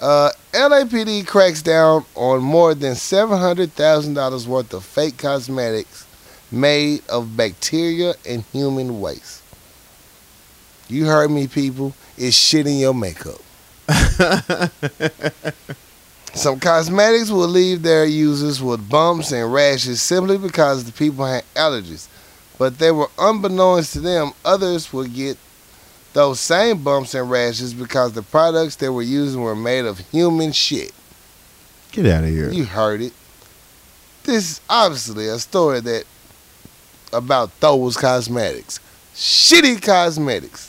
Speaker 2: uh, LAPD cracks down on more than seven hundred thousand dollars worth of fake cosmetics made of bacteria and human waste. You heard me, people. It's shit in your makeup. Some cosmetics will leave their users with bumps and rashes simply because the people had allergies. But they were unbeknownst to them, others will get those same bumps and rashes because the products they were using were made of human shit.
Speaker 1: Get out of here.
Speaker 2: You heard it. This is obviously a story that about those cosmetics. Shitty cosmetics.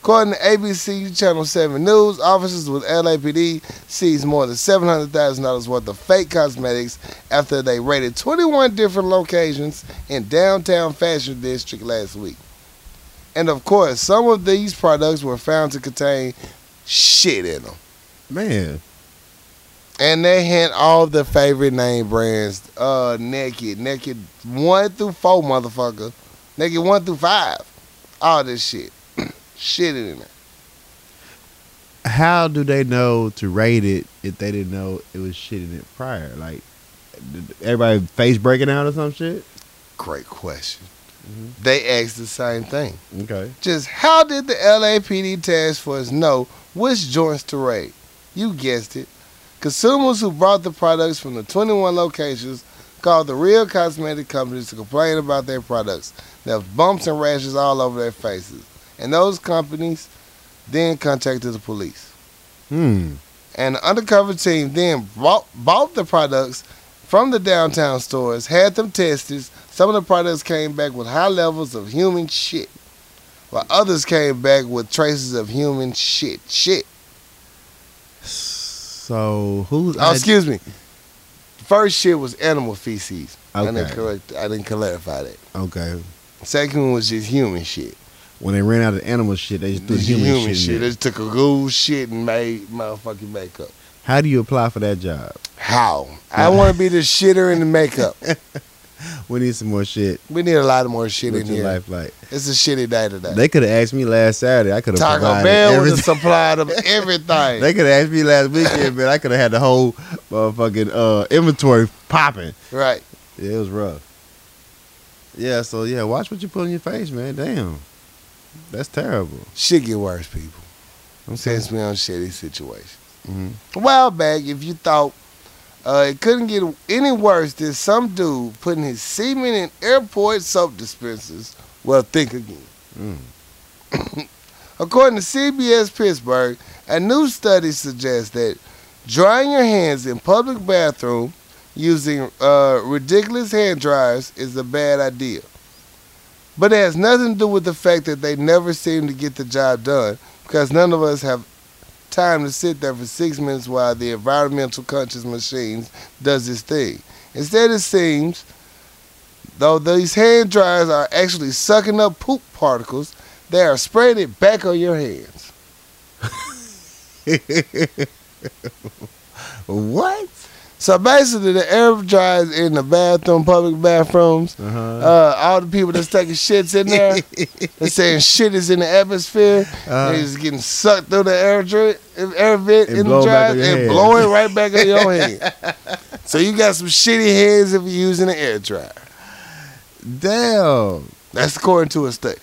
Speaker 2: According to ABC Channel 7 News, officers with LAPD seized more than $700,000 worth of fake cosmetics after they raided 21 different locations in downtown Fashion District last week. And of course, some of these products were found to contain shit in them.
Speaker 1: Man.
Speaker 2: And they had all the favorite name brands. Uh naked, naked one through four, motherfucker. Naked one through five. All this shit. shit in there.
Speaker 1: How do they know to rate it if they didn't know it was shit in it prior? Like did everybody face breaking out or some shit?
Speaker 2: Great question. They asked the same thing.
Speaker 1: Okay.
Speaker 2: Just how did the LAPD task force know which joints to raid? You guessed it. Consumers who bought the products from the 21 locations called the real cosmetic companies to complain about their products, left bumps and rashes all over their faces. And those companies then contacted the police.
Speaker 1: Hmm.
Speaker 2: And the undercover team then bought, bought the products from the downtown stores, had them tested. Some of the products came back with high levels of human shit, while others came back with traces of human shit. Shit.
Speaker 1: So who's
Speaker 2: Oh, excuse me. First shit was animal feces. I didn't
Speaker 1: Okay.
Speaker 2: correct. I didn't clarify that.
Speaker 1: Okay.
Speaker 2: Second one was just human shit.
Speaker 1: When they ran out of animal shit, they just threw
Speaker 2: Just
Speaker 1: human, shit. in
Speaker 2: shit.
Speaker 1: there.
Speaker 2: They just took a ghoul shit and made motherfucking makeup.
Speaker 1: How do you apply for that job?
Speaker 2: How? I want to be the shitter in the makeup.
Speaker 1: We need some more shit.
Speaker 2: We need a lot of more shit
Speaker 1: What's
Speaker 2: in
Speaker 1: your
Speaker 2: here.
Speaker 1: life like?
Speaker 2: It's a shitty day today.
Speaker 1: They could have asked me last Saturday. I could have
Speaker 2: Taco
Speaker 1: provided
Speaker 2: Bell was a
Speaker 1: everything.
Speaker 2: supply of everything.
Speaker 1: They could have asked me last weekend, man. I could have had the whole motherfucking uh, inventory popping.
Speaker 2: right.
Speaker 1: Yeah, it was rough. Yeah, so yeah, watch what you put in your face, man. Damn, that's terrible.
Speaker 2: Shit get worse, people.
Speaker 1: I'm saying,
Speaker 2: Since we on shitty situations.
Speaker 1: Mhm.
Speaker 2: A while back, if you thought uh, it couldn't get any worse than some dude putting his semen in airport soap dispensers, well, think again.
Speaker 1: Mm.
Speaker 2: According to CBS Pittsburgh, a new study suggests that drying your hands in public bathroom using uh, ridiculous hand dryers is a bad idea. But it has nothing to do with the fact that they never seem to get the job done because none of us have time to sit there for six minutes while the environmental conscious machines does its thing. Instead, it seems, though these hand dryers are actually sucking up poop particles, they are spraying it back on your hands.
Speaker 1: what?
Speaker 2: So basically, the air dryers in the bathroom, public bathrooms,
Speaker 1: Uh-huh.
Speaker 2: uh, all the people that's taking shits in there, they're saying shit is in the atmosphere.
Speaker 1: Uh.
Speaker 2: it's getting sucked through the air, dri- air vent
Speaker 1: And
Speaker 2: in the
Speaker 1: blown back
Speaker 2: dryer
Speaker 1: on your
Speaker 2: and
Speaker 1: head.
Speaker 2: blowing right back on your head. So you got some shitty hands if you're using the air dryer.
Speaker 1: Damn,
Speaker 2: That's according to a study.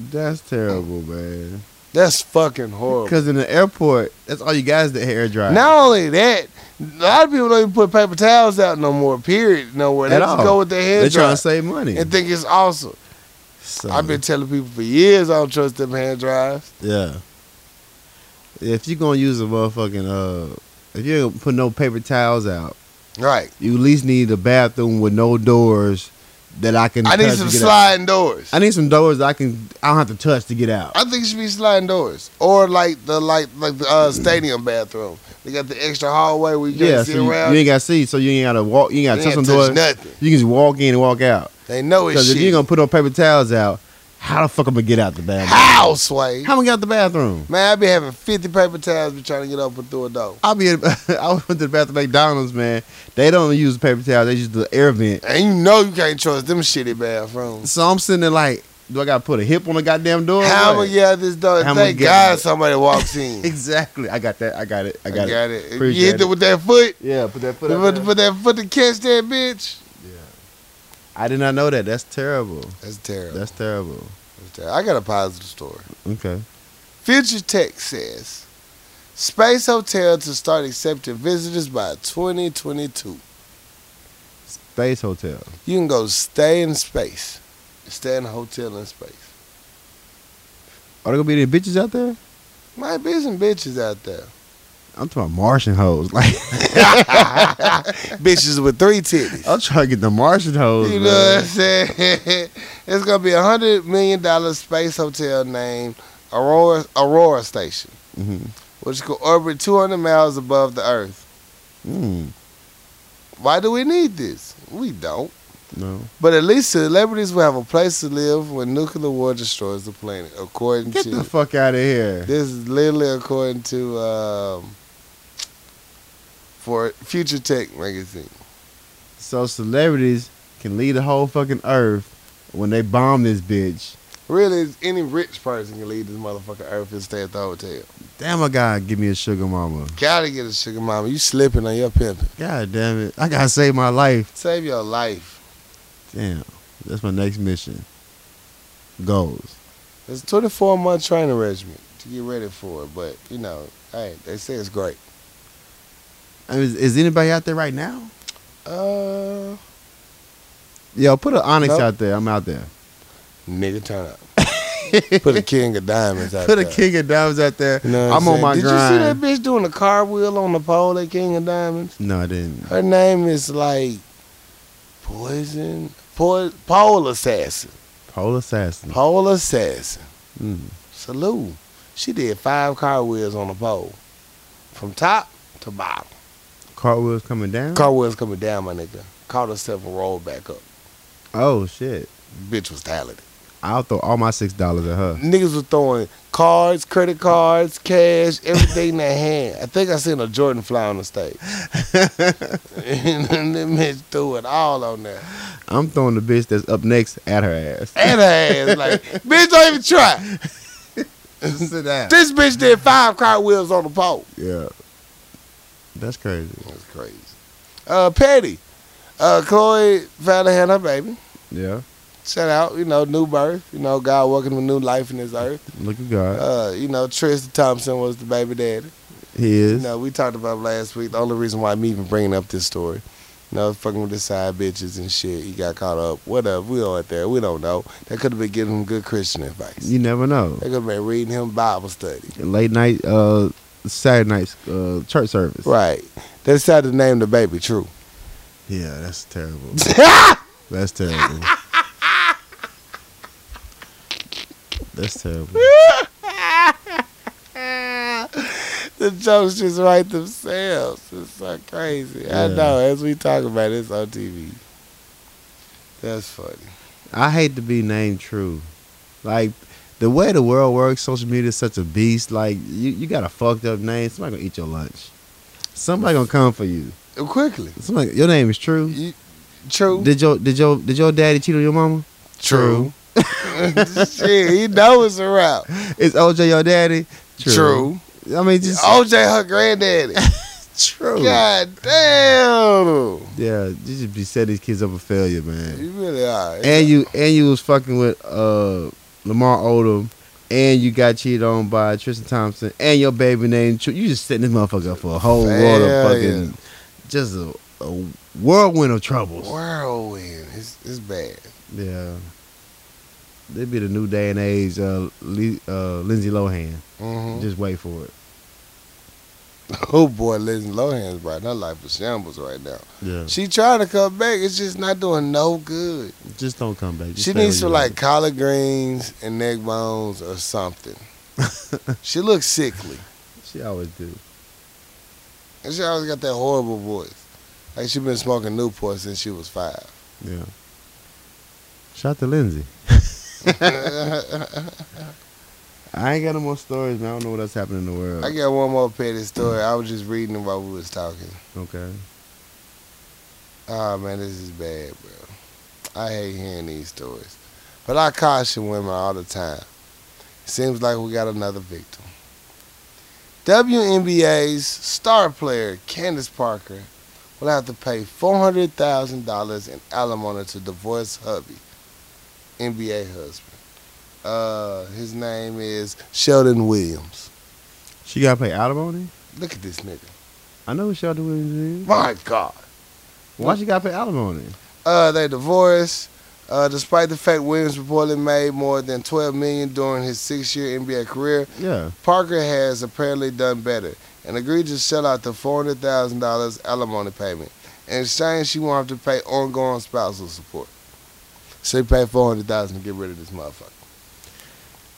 Speaker 1: that's terrible, man.
Speaker 2: That's fucking horrible.
Speaker 1: Because in the airport, that's all you got is the hair dryer.
Speaker 2: Not only that, a lot of people don't even put paper towels out no more. Period, nowhere. They
Speaker 1: At
Speaker 2: just
Speaker 1: all.
Speaker 2: go with their
Speaker 1: they're
Speaker 2: hands
Speaker 1: trying
Speaker 2: dry
Speaker 1: to save Uh-huh. money.
Speaker 2: and think it's awesome.
Speaker 1: So-
Speaker 2: I've been telling people for years I don't trust them hand dryers.
Speaker 1: Yeah. If you're gonna use a motherfucking uh, if you ain't gonna put no paper towels out,
Speaker 2: Right.
Speaker 1: you at least need a bathroom with no doors that I can.
Speaker 2: I need
Speaker 1: touch
Speaker 2: some
Speaker 1: to get out.
Speaker 2: sliding doors.
Speaker 1: I need some doors I can. I don't have to touch to get out.
Speaker 2: I think it should be sliding doors or like the like like the uh, stadium bathroom They got the extra hallway where you
Speaker 1: Yeah,
Speaker 2: can
Speaker 1: so
Speaker 2: sit
Speaker 1: you,
Speaker 2: around.
Speaker 1: you ain't gotta see, so you ain't gotta walk. You ain't
Speaker 2: They
Speaker 1: gotta touch
Speaker 2: ain't
Speaker 1: some doors.
Speaker 2: touch nothing.
Speaker 1: You can just walk in and walk out.
Speaker 2: They know it's
Speaker 1: Because if
Speaker 2: shit.
Speaker 1: you're gonna put on paper towels out, how the fuck I'm gonna get out the bathroom?
Speaker 2: How, Sway?
Speaker 1: How am I get out the bathroom?
Speaker 2: Man, I be having 50 paper towels be trying to get up and through a door.
Speaker 1: I be. At, I went to the bathroom at McDonald's, man. They don't use paper towels. They use the air vent.
Speaker 2: And you know you can't trust them shitty bathrooms.
Speaker 1: So I'm sitting there like, do I gotta put a hip on the goddamn door? or
Speaker 2: How am I
Speaker 1: what?
Speaker 2: get out this door?
Speaker 1: How I'ma
Speaker 2: Thank
Speaker 1: get
Speaker 2: God
Speaker 1: out?
Speaker 2: somebody walks in.
Speaker 1: Exactly. I got that. I got it. I got, it.
Speaker 2: it. If
Speaker 1: Appreciate
Speaker 2: you hit
Speaker 1: it.
Speaker 2: it with that foot,
Speaker 1: Yeah, put that
Speaker 2: put,
Speaker 1: foot out
Speaker 2: put,
Speaker 1: there.
Speaker 2: that foot to catch that bitch.
Speaker 1: I did not know that. That's terrible.
Speaker 2: That's terrible.
Speaker 1: That's terrible.
Speaker 2: That's terrible. I got a positive story.
Speaker 1: Okay.
Speaker 2: Future Tech says Space Hotel to start accepting visitors by 2022.
Speaker 1: Space Hotel.
Speaker 2: You can go stay in space, stay in a hotel in space.
Speaker 1: Are there gonna be any bitches out there?
Speaker 2: Might be some bitches out there.
Speaker 1: I'm talking about Martian hoes. Like
Speaker 2: bitches with three titties.
Speaker 1: I'm trying to get the Martian hoes.
Speaker 2: You know what I'm
Speaker 1: man.
Speaker 2: saying? it's gonna be a hundred million dollar space hotel named Aurora Aurora Station,
Speaker 1: Mhm.
Speaker 2: which could orbit 200 miles above the Earth.
Speaker 1: Mm,
Speaker 2: Why do we need this? We don't.
Speaker 1: no.
Speaker 2: But at least celebrities will have a place to live when nuclear war destroys the planet, according
Speaker 1: Get
Speaker 2: to
Speaker 1: the fuck out of here.
Speaker 2: this is literally according to um, for Future Tech magazine.
Speaker 1: So celebrities can lead the whole fucking earth when they bomb this bitch.
Speaker 2: Really, any rich person can leave this motherfucker Earth and stay at the hotel.
Speaker 1: Damn, I gotta give me a sugar mama.
Speaker 2: Gotta get a sugar mama. You slipping on your pimping.
Speaker 1: God damn it. I gotta save my life.
Speaker 2: Save your life.
Speaker 1: Damn. That's my next mission. Goals.
Speaker 2: It's a 24 month training regimen to get ready for it, but you know, hey, they say it's great.
Speaker 1: I mean, is, is anybody out there right now?
Speaker 2: Uh,
Speaker 1: Yo, put an onyx
Speaker 2: Nope.
Speaker 1: out there. I'm out there.
Speaker 2: nigga, turn up. Put a king of diamonds out
Speaker 1: Put a
Speaker 2: there.
Speaker 1: king of diamonds out there.
Speaker 2: You know what
Speaker 1: I'm on
Speaker 2: saying?
Speaker 1: my
Speaker 2: Did you see that
Speaker 1: grind.
Speaker 2: bitch doing a cartwheel on the pole at King of Diamonds?
Speaker 1: No, I didn't.
Speaker 2: Her name is like Poison, po- Pole Assassin,
Speaker 1: Pole assassin.
Speaker 2: Pole Assassin.
Speaker 1: Mm.
Speaker 2: Salute. She did five cartwheels on the pole, from top to bottom.
Speaker 1: Cartwheels coming down.
Speaker 2: Cartwheels coming down, my nigga. Caught herself and rolled back up.
Speaker 1: oh shit!
Speaker 2: Bitch was talented.
Speaker 1: I'll throw all my six dollars at her.
Speaker 2: Niggas was throwing cards, credit cards, cash, everything in their hand. I think I seen a Jordan fly on the stage. and that bitch threw it all on there.
Speaker 1: I'm throwing the bitch that's up next at her ass.
Speaker 2: And her ass like, bitch, don't even try.
Speaker 1: Sit down.
Speaker 2: This bitch did five cartwheels on the pole.
Speaker 1: Yeah, that's crazy.
Speaker 2: That's crazy. Uh, Petty. Uh, Chloe finally had her baby.
Speaker 1: Yeah,
Speaker 2: Shout out, you know, new birth. You know, God welcome a new life in this earth.
Speaker 1: look at God.
Speaker 2: Uh, you know, Tristan Thompson was the baby daddy.
Speaker 1: he
Speaker 2: You
Speaker 1: is.
Speaker 2: know, we talked about last week. The only reason why I'm even bringing up this story, you know, fucking with the side bitches and shit. He got caught up. Whatever. We aren't there. We don't know. That could have been giving him good Christian advice.
Speaker 1: You never know.
Speaker 2: They could have been reading him Bible study.
Speaker 1: Late night, uh, Saturday night uh, church service.
Speaker 2: Right. They decided to name the baby True.
Speaker 1: Yeah, that's terrible. that's terrible. That's terrible.
Speaker 2: The jokes just write themselves. It's so crazy. I
Speaker 1: Yeah.
Speaker 2: know. As we talk about it, it's on TV. That's funny.
Speaker 1: I hate to be named true. Like the way the world works, social media is such a beast. Like you, you got a fucked up name. Somebody gonna eat your lunch. Somebody gonna come for you.
Speaker 2: Uh, Quickly.
Speaker 1: Somebody, your name is true.
Speaker 2: You, true.
Speaker 1: Did your did your did your daddy cheat on your mama?
Speaker 2: True. Shit, he knows it's a rap.
Speaker 1: Is OJ your daddy?
Speaker 2: True.
Speaker 1: I mean, just
Speaker 2: OJ, her granddaddy.
Speaker 1: true. Yeah,
Speaker 2: God damn.
Speaker 1: you just be setting these kids up for failure, man.
Speaker 2: You really are.
Speaker 1: And you and you was fucking with uh Lamar Odom. And you got cheated on by Tristan Thompson and your baby name. True. You just setting this motherfucker up for a whole world of
Speaker 2: Failure.
Speaker 1: fucking just a, a whirlwind of troubles.
Speaker 2: Whirlwind. It's, it's bad.
Speaker 1: Yeah. They be the new day and age, uh, Lee, uh, Lindsay Lohan.
Speaker 2: hmm
Speaker 1: Just wait for it.
Speaker 2: Oh boy, Lindsay Lohan's right. Her life is shambles right now.
Speaker 1: Yeah.
Speaker 2: She trying to come back. It's just not doing no good.
Speaker 1: Just don't come back. Just
Speaker 2: She
Speaker 1: stay
Speaker 2: needs
Speaker 1: where
Speaker 2: some
Speaker 1: you
Speaker 2: like collard greens and neck bones or something. she looks sickly.
Speaker 1: at. She always do.
Speaker 2: And she always got that horrible voice. Like she been smoking Newport since she was five.
Speaker 1: Yeah. Shout to Lindsay. I ain't got no more stories, man. I don't know what else happened in the world.
Speaker 2: I got one more petty story. I was just reading while we was talking.
Speaker 1: okay.
Speaker 2: Oh man, this is bad, bro. I hate hearing these stories. But I caution women all the time. Seems like we got another victim. WNBA's star player Candace Parker will have to pay $400,000 in alimony to divorce hubby, NBA husband. Uh, his name is Sheldon Williams.
Speaker 1: She got to pay alimony?
Speaker 2: Look at this nigga.
Speaker 1: I know what y'all doing. is.
Speaker 2: My God.
Speaker 1: Why she got to pay alimony?
Speaker 2: Uh, they divorced. Uh, despite the fact Williams reportedly made more than 12 million during his six-year NBA career,
Speaker 1: Yeah.
Speaker 2: Parker has apparently done better and agreed to shell out the $400,000 alimony payment. In exchange, she won't have to pay ongoing spousal support. She paid 400000 to get rid of this motherfucker.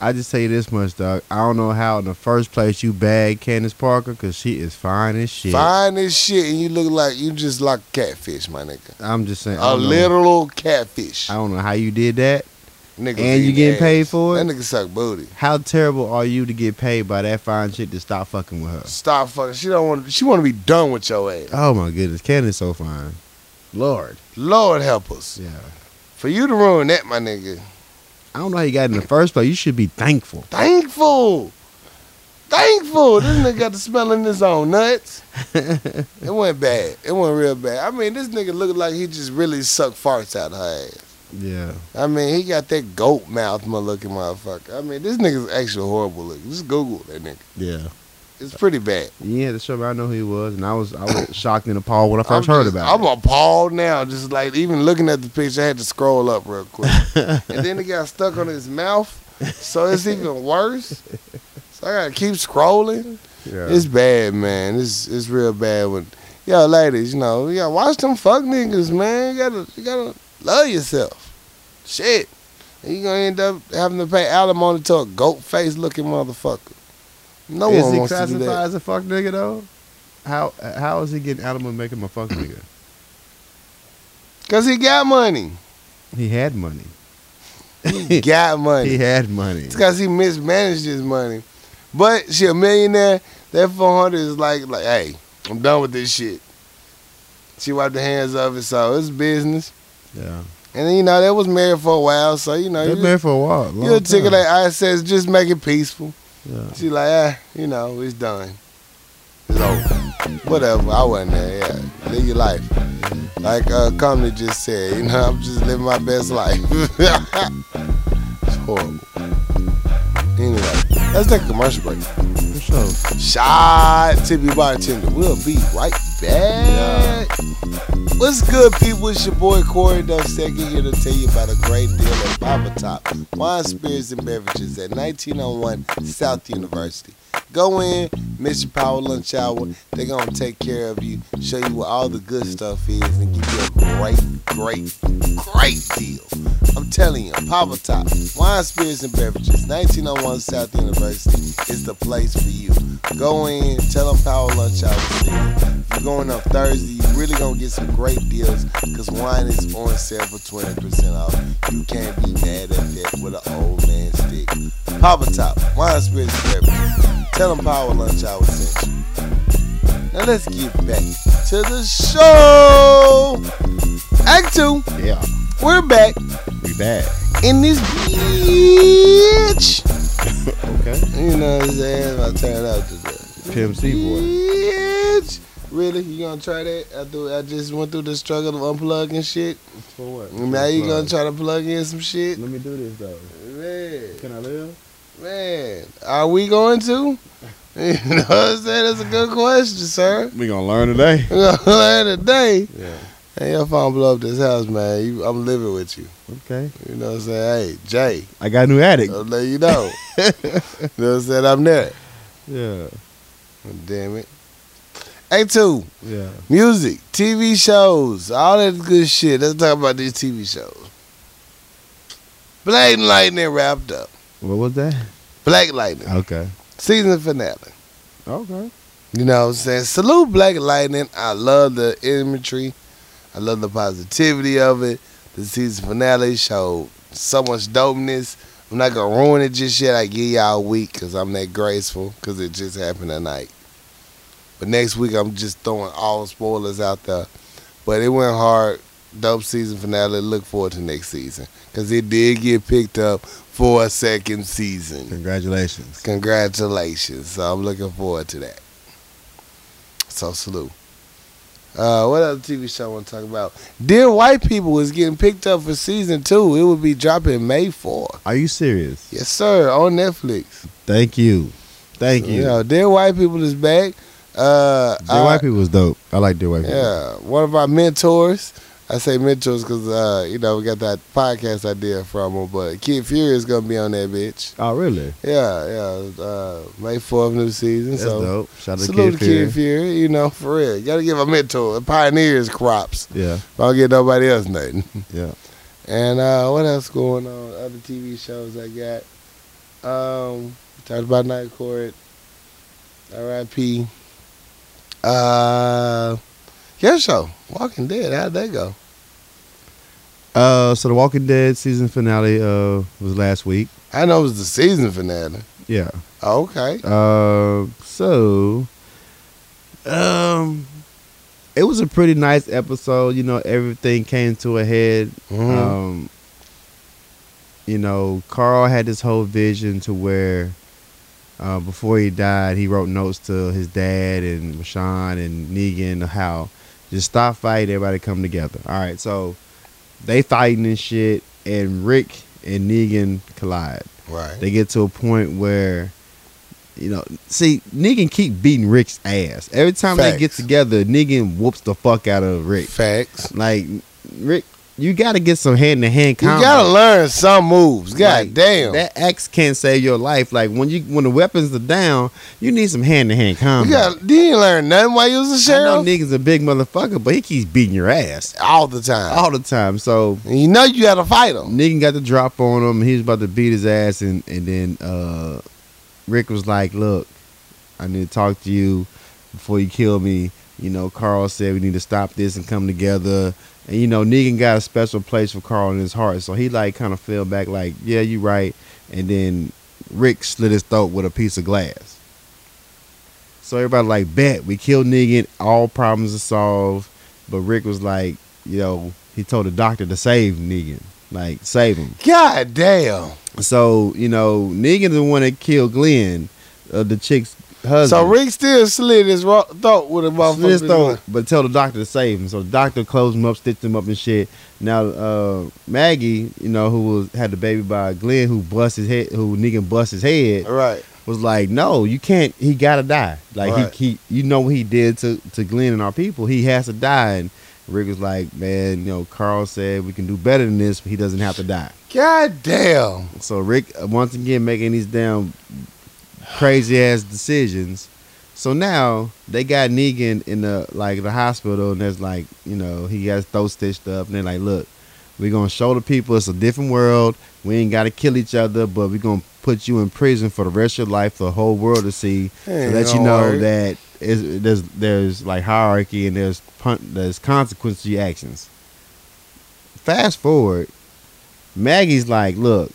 Speaker 1: I just say this much, dog. I don't know how in the first place you bag Candace Parker because she is fine as shit.
Speaker 2: Fine as shit, and you look like you just like catfish, my nigga.
Speaker 1: I'm just saying. I
Speaker 2: A
Speaker 1: don't know-
Speaker 2: literal catfish.
Speaker 1: I don't know how you did that.
Speaker 2: Nigga
Speaker 1: and you
Speaker 2: eating
Speaker 1: getting
Speaker 2: ass.
Speaker 1: paid for it?
Speaker 2: That nigga suck booty.
Speaker 1: How terrible are you to get paid by that fine chick to stop fucking with her?
Speaker 2: Stop fucking. She don't want. She want to be done with your ass.
Speaker 1: Oh my goodness, Candace so fine. Lord.
Speaker 2: Lord help us.
Speaker 1: Yeah.
Speaker 2: For you to ruin that, my nigga.
Speaker 1: I don't know how you got in the first place. You should be thankful.
Speaker 2: Thankful. Thankful. This nigga got the smell in his own nuts. It went bad. It went real bad. I mean, this nigga looked like he just really sucked farts out of her ass.
Speaker 1: yeah.
Speaker 2: I mean, he got that goat mouth my looking motherfucker. I mean, this nigga's actually horrible looking. Just Google that nigga.
Speaker 1: Yeah.
Speaker 2: It's pretty bad.
Speaker 1: Yeah, the show I know who he was, and I was I was shocked and appalled when I 1st
Speaker 2: I'm
Speaker 1: heard
Speaker 2: just-
Speaker 1: about
Speaker 2: I'm
Speaker 1: it.
Speaker 2: appalled now. Just like even looking at the picture, I had to scroll up real quick, and then it got stuck on his mouth, so it's even worse. So I gotta keep scrolling.
Speaker 1: Yeah.
Speaker 2: It's bad, man. It's it's real bad. When yo ladies, you know, you gotta watch them fuck niggas, man. You gotta you gotta love yourself. Shit, and you gonna end up having to pay alimony to a goat face looking motherfucker. No
Speaker 1: is
Speaker 2: one
Speaker 1: he
Speaker 2: wants to do
Speaker 1: classified
Speaker 2: that.
Speaker 1: as a fuck nigga though? How how is he getting out of my making my fuck nigga?
Speaker 2: Cause he got money.
Speaker 1: He had money.
Speaker 2: He got money.
Speaker 1: He had money.
Speaker 2: It's because he mismanaged his money. But she a millionaire. That 400 is like, like, hey, I'm done with this shit. She wiped her hands of it, so it's business.
Speaker 1: Yeah.
Speaker 2: And then, you know, they was married for a while, so, you know,
Speaker 1: They've
Speaker 2: you,
Speaker 1: been married for a while.
Speaker 2: you
Speaker 1: Long time.
Speaker 2: articulate I says, just make it peaceful.
Speaker 1: Yeah.
Speaker 2: She like, ah, you know, it's done. It's over. Whatever, I wasn't there, yeah. Live your life. Like uh, Comedy just said, you know, I'm just living my best life. it's horrible. Anyway, let's take a commercial break.
Speaker 1: For sure.
Speaker 2: Shot Tippy Bartender. We'll be right back. What's good, people? It's your boy Corey Duffsecond here to tell you about a great deal at Baba Top Wine, Spirits, and Beverages at 1901 South University. Go in, miss your power lunch hour. They're going to take care of you, show you where all the good stuff is, and give you a great, great, great deal. I'm telling you, Papa Top, Wine, Spirits, and Beverages, 1901 South University is the place for you. Go in, tell them Power Lunch Hour. sent you. If you're going up Thursday, you really going to get some great deals because wine is on sale for 20% off. You can't be mad at that with an old man stick. Papa Top, Wine, Spirits, and Beverages, tell them Power Lunch Hour sent you. Now let's get back to the show. Act two,
Speaker 1: Yeah.
Speaker 2: we're back
Speaker 1: We bad.
Speaker 2: in this bitch.
Speaker 1: Okay.
Speaker 2: You know what I'm saying? I turn it up to the
Speaker 1: PMC boy.
Speaker 2: bitch. Really? You gonna try that? I do. I just went through the struggle of unplugging shit.
Speaker 1: For what?
Speaker 2: Now you gonna try to plug in some shit?
Speaker 1: Let me do this though.
Speaker 2: Man,
Speaker 1: Can I live?
Speaker 2: man, are we going to? You know what I'm saying? That's a good question, sir.
Speaker 1: We gonna learn today.
Speaker 2: We're gonna learn today.
Speaker 1: Yeah.
Speaker 2: Hey, your phone blow up this house, man. You, I'm living with you.
Speaker 1: Okay.
Speaker 2: You know what I'm saying? Hey, Jay,
Speaker 1: I got a new attic.
Speaker 2: I'll let you know. you know what I'm saying? I'm there.
Speaker 1: Yeah.
Speaker 2: Damn it. Act two,
Speaker 1: Yeah.
Speaker 2: music, TV shows, all that good shit. Let's talk about these TV shows. Black Lightning wrapped up.
Speaker 1: What was that?
Speaker 2: Black Lightning,
Speaker 1: Okay.
Speaker 2: season finale.
Speaker 1: Okay.
Speaker 2: You know what I'm saying? Salute Black Lightning. I love the imagery. I love the positivity of it. The season finale showed so much dopeness. I'm not gonna ruin it just yet. I give y'all a week because I'm that graceful because it just happened tonight. But next week I'm just throwing all spoilers out there. But it went hard. Dope season finale. Look forward to next season because it did get picked up for a second season.
Speaker 1: Congratulations.
Speaker 2: Congratulations. So I'm looking forward to that. So salute. Uh, what other TV show I want to talk about? Dear White People is getting picked up for season two. It will be dropping May 4.
Speaker 1: Are you serious?
Speaker 2: Yes, sir, on Netflix.
Speaker 1: Thank you. Thank you.
Speaker 2: You know, Dear White People is back. Uh,
Speaker 1: Dear
Speaker 2: I-
Speaker 1: White People was dope. I like Dear White People.
Speaker 2: Yeah, one of our mentors. I say mentors because uh, you know we got that podcast idea from him, but Kid Fury is gonna be on that bitch.
Speaker 1: Oh, really?
Speaker 2: Yeah, yeah. Uh, May fourth, new season.
Speaker 1: That's
Speaker 2: so
Speaker 1: dope. Shout out to
Speaker 2: salute
Speaker 1: Kid
Speaker 2: to
Speaker 1: Fury.
Speaker 2: Kid Fury. You know, for real, you gotta give a mentor, pioneers crops.
Speaker 1: Yeah,
Speaker 2: I don't get nobody else nothing.
Speaker 1: yeah.
Speaker 2: And uh, what else going on? Other TV shows I got. Um, talked about Night Court. R.I.P. Uh, your show, Walking Dead. How'd that go?
Speaker 1: Uh, so the Walking Dead season finale uh was last week.
Speaker 2: I know it was the season finale.
Speaker 1: Yeah.
Speaker 2: Oh, okay.
Speaker 1: Uh, so, um, it was a pretty nice episode. You know, everything came to a head.
Speaker 2: Mhm.
Speaker 1: Um, you know, Carl had this whole vision to where uh, before he died, he wrote notes to his dad and Rashawn and Negan how just stop fighting, everybody come together. All right, so they fighting and shit, and Rick and Negan collide.
Speaker 2: right.
Speaker 1: They get to a point where, you know, see Negan keep beating Rick's ass. Every time they get
Speaker 2: Facts.
Speaker 1: together, Negan whoops the fuck out of Rick.
Speaker 2: Facts.
Speaker 1: Like Rick, you got to get some hand to hand
Speaker 2: You
Speaker 1: combat.
Speaker 2: gotta learn some moves. God
Speaker 1: Like,
Speaker 2: damn.
Speaker 1: that axe can't save your life. Like when you when the weapons are down, you need some hand to hand
Speaker 2: you
Speaker 1: combat.
Speaker 2: got. You ain't learn nothing while you was a
Speaker 1: Uh-huh. I know
Speaker 2: sheriff.
Speaker 1: Negan's a big motherfucker, but he keeps beating your ass
Speaker 2: All the time.
Speaker 1: all the time. So
Speaker 2: And you know you gotta fight them.
Speaker 1: Negan got the drop on him. He was about to beat his ass, and and then uh, Rick was like, "Look, I need to talk to you before you kill me." You know, Carl said we need to stop this and come together. And you know, Negan got a special place for Carl in his heart, so he like kind of fell back, like, "Yeah, you right." And then Rick slit his throat with a piece of glass. So everybody like, "Bet we killed Negan. All problems are solved." But Rick was like, you know, he told the doctor to save Negan, like save him.
Speaker 2: God damn.
Speaker 1: So you know, Negan's the one that killed Glenn, uh, the chick's husband.
Speaker 2: So Rick still slid his ro- throat with a
Speaker 1: Slit his
Speaker 2: motherfucker.
Speaker 1: throat, but tell the doctor to save him. So the doctor closed him up, stitched him up and shit. Now uh, Maggie, you know, who was had the baby by Glenn, who bust his head, who Negan bust his head,
Speaker 2: Right.
Speaker 1: was like, no, you can't. He gotta die. Like
Speaker 2: Right.
Speaker 1: he, he, you know what he did to to Glenn and our people. He has to die. And Rick was like, man, you know, Carl said we can do better than this. But he doesn't have to die.
Speaker 2: God damn.
Speaker 1: So Rick uh, once again making these damn crazy ass decisions. So now they got Negan in the like the hospital, and there's like you know he got his throat stitched up, and they're like, look, we're gonna show the people it's a different world. We ain't gotta kill each other, but we're gonna put you in prison for the rest of your life, for the whole world to see, to
Speaker 2: Ain't
Speaker 1: let you
Speaker 2: no
Speaker 1: know
Speaker 2: worry.
Speaker 1: that is there's there's like hierarchy and there's pun- there's consequences to your actions. Fast forward, Maggie's like, look,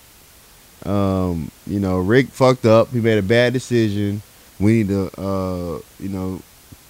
Speaker 1: um, you know, Rick fucked up. He made a bad decision. We need to, uh, you know,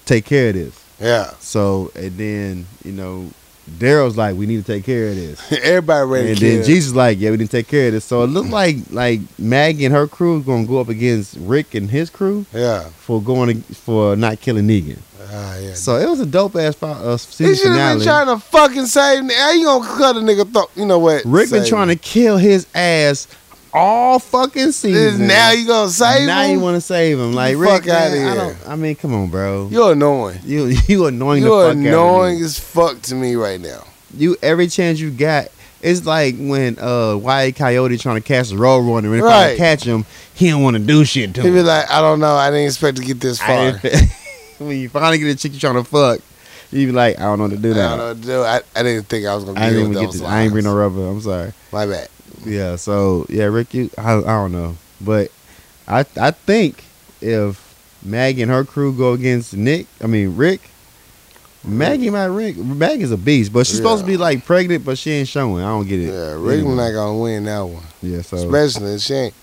Speaker 1: take care of this.
Speaker 2: Yeah.
Speaker 1: So, and then, you know, Daryl's like, we need to take care of this.
Speaker 2: Everybody ready
Speaker 1: And
Speaker 2: to kill.
Speaker 1: then Jesus like, yeah, we didn't take care of this. So it looked like like Maggie and her crew is gonna go up against Rick and his crew
Speaker 2: yeah.
Speaker 1: for going for not killing Negan.
Speaker 2: Ah, yeah.
Speaker 1: So it was a dope ass fi- uh,
Speaker 2: he
Speaker 1: season
Speaker 2: should have
Speaker 1: finale.
Speaker 2: been trying to fucking save. How you gonna cut a nigga throat? You know what?
Speaker 1: Rick been
Speaker 2: Save
Speaker 1: trying to kill his ass all fucking
Speaker 2: him. This-
Speaker 1: season.
Speaker 2: Now you gonna save
Speaker 1: now
Speaker 2: him?
Speaker 1: you want to save him. Like,
Speaker 2: the
Speaker 1: Rick,
Speaker 2: fuck outta
Speaker 1: man, I
Speaker 2: here.
Speaker 1: don't. I mean, come on, bro.
Speaker 2: You're annoying.
Speaker 1: You you annoying the
Speaker 2: You're
Speaker 1: fuck out of
Speaker 2: annoying
Speaker 1: me.
Speaker 2: as fuck to me right now.
Speaker 1: You every chance you got, it's like when uh Wyatt Coyote trying to catch the roadrunner, and if I
Speaker 2: Right.
Speaker 1: catch him, he don't want to do shit to
Speaker 2: He be
Speaker 1: him.
Speaker 2: like, I don't know. I didn't expect to get this
Speaker 1: I
Speaker 2: far.
Speaker 1: didn't- when you finally get a chick you trying to fuck, you be like, I don't know what to do
Speaker 2: I don't know
Speaker 1: now.
Speaker 2: what to do. I, I didn't think I was gonna
Speaker 1: I,
Speaker 2: deal
Speaker 1: didn't
Speaker 2: with
Speaker 1: even get
Speaker 2: those
Speaker 1: to. I ain't bring no
Speaker 2: lines.
Speaker 1: rubber. I'm sorry.
Speaker 2: My bad.
Speaker 1: Yeah. So yeah, Rick, you. I, I don't know, but I I think if Maggie and her crew go against Nick. I mean Rick. Maggie my Rick. Maggie's a beast, but she's supposed to be like pregnant, but she ain't showing. I don't get it.
Speaker 2: Yeah, Rick not gonna win that one.
Speaker 1: Yeah, so
Speaker 2: Especially if she ain't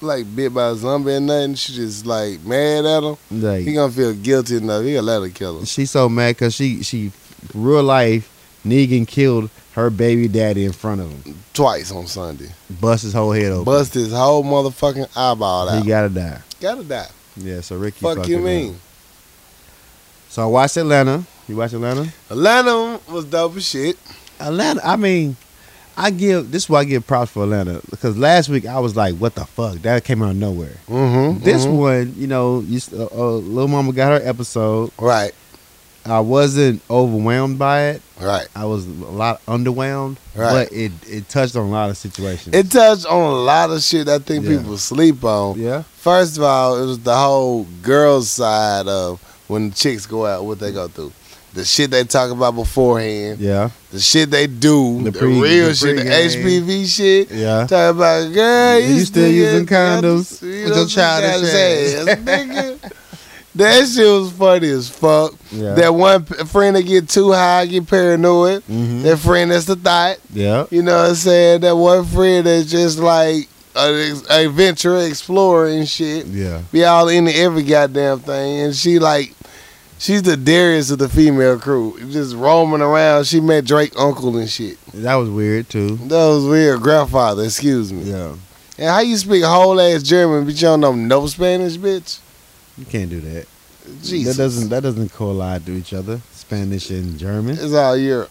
Speaker 2: like bit by a zombie or nothing. She just like mad at him.
Speaker 1: like
Speaker 2: He gonna feel guilty enough. He gonna let her kill him.
Speaker 1: she's so mad because she she real life Negan killed her baby daddy in front of him,
Speaker 2: Twice on Sunday.
Speaker 1: bust his whole head open.
Speaker 2: Bust his whole motherfucking eyeball out.
Speaker 1: he gotta die.
Speaker 2: gotta die.
Speaker 1: Yeah, so Ricky.
Speaker 2: Fuck
Speaker 1: fucking
Speaker 2: you
Speaker 1: up.
Speaker 2: mean?
Speaker 1: So I watched Atlanta. You watch Atlanta?
Speaker 2: Atlanta was dope as shit.
Speaker 1: Atlanta. I mean, I give this is why I give props for Atlanta because last week I was like, "What the fuck?" That came out of nowhere.
Speaker 2: Mm-hmm.
Speaker 1: This one, you know, you, s- uh, uh, little mama got her episode.
Speaker 2: Right,
Speaker 1: I wasn't overwhelmed by it.
Speaker 2: right.
Speaker 1: I was a lot underwhelmed,
Speaker 2: Right.
Speaker 1: but it it touched on a lot of situations.
Speaker 2: It touched on a lot of shit that I think
Speaker 1: Yeah.
Speaker 2: people sleep on.
Speaker 1: yeah,
Speaker 2: First of all, it was the whole girls' side of when the chicks go out, what they go through. The shit they talk about beforehand,
Speaker 1: yeah,
Speaker 2: the shit they do,
Speaker 1: The
Speaker 2: the,
Speaker 1: pre-
Speaker 2: real
Speaker 1: the
Speaker 2: shit, the
Speaker 1: pregame.
Speaker 2: HPV shit.
Speaker 1: yeah.
Speaker 2: Talk about girl,
Speaker 1: You still using condoms
Speaker 2: you
Speaker 1: with your childish
Speaker 2: childish ass, nigga. That shit was funny as fuck.
Speaker 1: Yeah.
Speaker 2: That one p- friend that get too high, get paranoid.
Speaker 1: Mhm.
Speaker 2: That friend that's the thought.
Speaker 1: Yeah,
Speaker 2: You know what I'm saying? That one friend that's just like an ex- adventurer, explorer and shit.
Speaker 1: yeah,
Speaker 2: Be all into every goddamn thing. And she like, she's the Darius of the female crew. Just roaming around. She met Drake uncle and shit.
Speaker 1: that was weird too.
Speaker 2: That was weird. Grandfather, excuse me.
Speaker 1: Yeah,
Speaker 2: And how you speak whole ass German, but you don't know no Spanish, bitch?
Speaker 1: you can't do that.
Speaker 2: Jesus.
Speaker 1: That doesn't that doesn't collide to each other. Spanish and German.
Speaker 2: It's all Europe.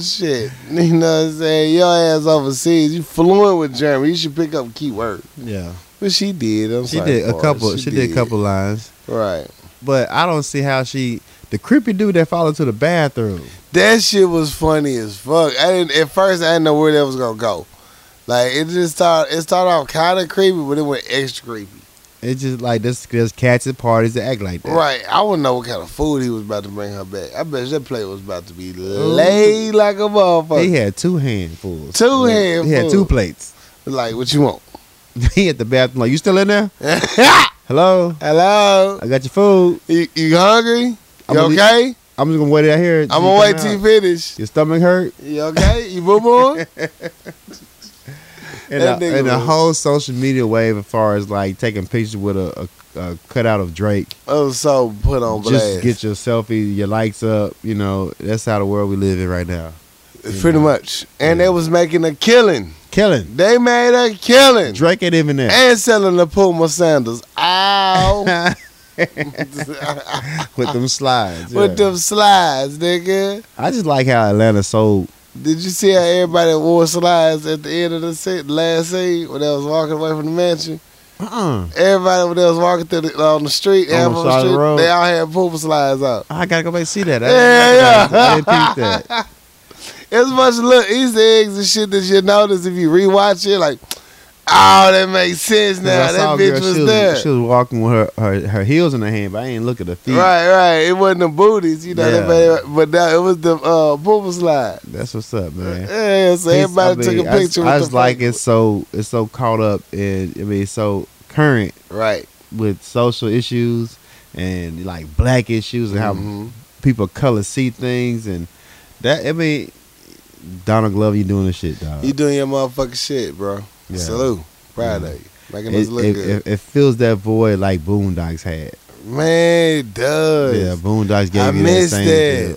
Speaker 2: Shit. You know what I'm saying? Your ass overseas, you fluent with German. You should pick up key words.
Speaker 1: Yeah,
Speaker 2: But she did. I'm
Speaker 1: she
Speaker 2: sorry
Speaker 1: did
Speaker 2: for
Speaker 1: a
Speaker 2: her.
Speaker 1: couple. She, did a couple lines,
Speaker 2: Right.
Speaker 1: but I don't see how she the creepy dude that followed to the bathroom.
Speaker 2: That shit was funny as fuck. I didn't at first I didn't know where that was gonna go. Like it just started it started off kinda creepy, but it went extra creepy.
Speaker 1: It's just like this. There's cats at parties that act like that.
Speaker 2: Right. I wouldn't know what kind of food he was about to bring her back. I bet that plate was about to be laid like a motherfucker.
Speaker 1: He had two handfuls.
Speaker 2: Two
Speaker 1: Like, He had two
Speaker 2: handfuls.
Speaker 1: plates.
Speaker 2: Like what you want?
Speaker 1: he at the bathroom. Like you still in there? Hello.
Speaker 2: Hello,
Speaker 1: I got your food.
Speaker 2: you, you hungry?
Speaker 1: I'm
Speaker 2: You
Speaker 1: gonna leave-
Speaker 2: okay?
Speaker 1: I'm just gonna wait out here.
Speaker 2: I'm gonna wait till you finish.
Speaker 1: Your stomach hurt.
Speaker 2: You okay? You boo boo?
Speaker 1: And,
Speaker 2: That
Speaker 1: a,
Speaker 2: nigga
Speaker 1: and a
Speaker 2: was-
Speaker 1: whole social media wave as far as like taking pictures with a, a, a cutout of Drake.
Speaker 2: I was Oh, so put on
Speaker 1: Just
Speaker 2: blast.
Speaker 1: get your selfie, your likes up. You know that's how the world we live in right now.
Speaker 2: Pretty much. And they was making a killing.
Speaker 1: Killing.
Speaker 2: They made a killing.
Speaker 1: Drake ain't even there
Speaker 2: And selling the Puma sandals. Ow.
Speaker 1: with them slides. yeah.
Speaker 2: With them slides, nigga.
Speaker 1: I just like how Atlanta sold.
Speaker 2: Did you see how everybody wore slides at the end of the se- last scene when they was walking away from the mansion?
Speaker 1: Uh-uh.
Speaker 2: Everybody when they was walking through the, on the street,
Speaker 1: the
Speaker 2: half
Speaker 1: side
Speaker 2: on the
Speaker 1: of the
Speaker 2: street,
Speaker 1: road.
Speaker 2: they all had Puma slides out.
Speaker 1: I gotta go back and see that. I,
Speaker 2: Yeah,
Speaker 1: I, I, didn't peep that.
Speaker 2: It's a bunch of little Easter eggs and shit that you notice if you rewatch it. Like, oh, that makes sense
Speaker 1: 'Cause
Speaker 2: now.
Speaker 1: I saw a
Speaker 2: That bitch
Speaker 1: girl,
Speaker 2: was,
Speaker 1: she was
Speaker 2: there.
Speaker 1: She was walking with her, her, her heels in her hand, but I ain't look at her feet.
Speaker 2: Right, right. It wasn't the booties, you know.
Speaker 1: Yeah.
Speaker 2: That made, but now it was the uh, booba slide.
Speaker 1: That's what's up, man.
Speaker 2: Yeah, so
Speaker 1: It's-
Speaker 2: everybody
Speaker 1: I mean,
Speaker 2: took a picture.
Speaker 1: I,
Speaker 2: with
Speaker 1: I
Speaker 2: the
Speaker 1: just like
Speaker 2: fucking-
Speaker 1: it's so it's so caught up in. I mean, it's so current
Speaker 2: Right,
Speaker 1: with social issues and like black issues and
Speaker 2: Mhm.
Speaker 1: how people of color see things and that. I mean, Donald Glover, you doing this shit, dog.
Speaker 2: you doing your motherfucking shit, bro.
Speaker 1: Yeah.
Speaker 2: Salute, proud
Speaker 1: Yeah.
Speaker 2: of you, making us
Speaker 1: it,
Speaker 2: look
Speaker 1: it-
Speaker 2: good.
Speaker 1: it- it fills that void like Boondocks had.
Speaker 2: Man, it does.
Speaker 1: Yeah, Boondocks gave
Speaker 2: I
Speaker 1: me
Speaker 2: missed
Speaker 1: that
Speaker 2: that.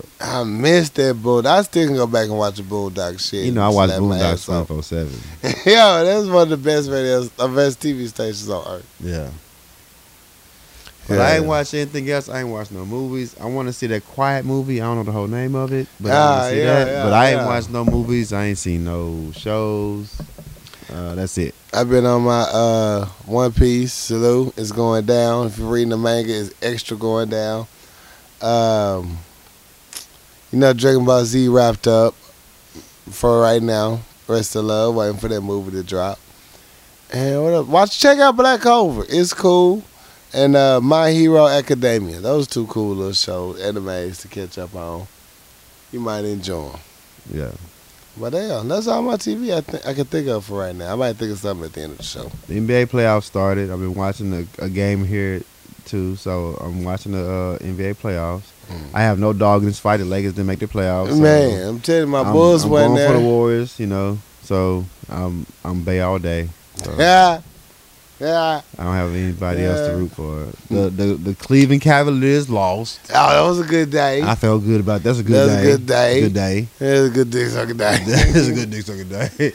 Speaker 1: same feel.
Speaker 2: I missed that bulldog. I still can go back and watch the bulldog shit.
Speaker 1: You know, I
Speaker 2: and
Speaker 1: watch
Speaker 2: slap my
Speaker 1: Boondocks
Speaker 2: ass off.
Speaker 1: 24 seven.
Speaker 2: Yo, that's one of the best radios, the best TV stations on earth.
Speaker 1: Yeah. But I ain't watched anything else. I ain't watched no movies. I want to see that quiet movie. I don't know the whole name of it, but I
Speaker 2: Ah,
Speaker 1: want to see
Speaker 2: yeah,
Speaker 1: that.
Speaker 2: yeah,
Speaker 1: but I ain't
Speaker 2: yeah.
Speaker 1: watched no movies. I ain't seen no shows. Uh, that's it.
Speaker 2: I've been on my uh, One Piece salute. It's going down. If you're reading the manga, it's extra going down. Um, you know, Dragon Ball Z wrapped up for right now. Rest of love, waiting for that movie to drop. And what else? Watch, check out Black Clover. It's cool. And uh, My Hero Academia. Those two cool little shows, animes to catch up on. You might enjoy 'em.
Speaker 1: Yeah.
Speaker 2: But damn, that's all my TV I think I can think of for right now. I might think of something at the end of the show.
Speaker 1: The NBA playoffs started. I've been watching a, a game here too, so I'm watching the uh, NBA playoffs. I have no dog in this fight. The Lakers didn't make the playoffs. so
Speaker 2: Mm. Man, I'm telling you, my
Speaker 1: I'm-
Speaker 2: Bulls
Speaker 1: I'm
Speaker 2: went
Speaker 1: going for the
Speaker 2: there.
Speaker 1: Warriors, you know. So I'm I'm Bay all day. So
Speaker 2: Yeah, yeah.
Speaker 1: I don't have anybody else to
Speaker 2: Yeah.
Speaker 1: root for. The the the Cleveland Cavaliers lost.
Speaker 2: Oh, that was a good day.
Speaker 1: I felt good about that's a good
Speaker 2: That's a
Speaker 1: day.
Speaker 2: good day.
Speaker 1: Good day.
Speaker 2: That was a good dick sucking day.
Speaker 1: That's a good dick sucking day.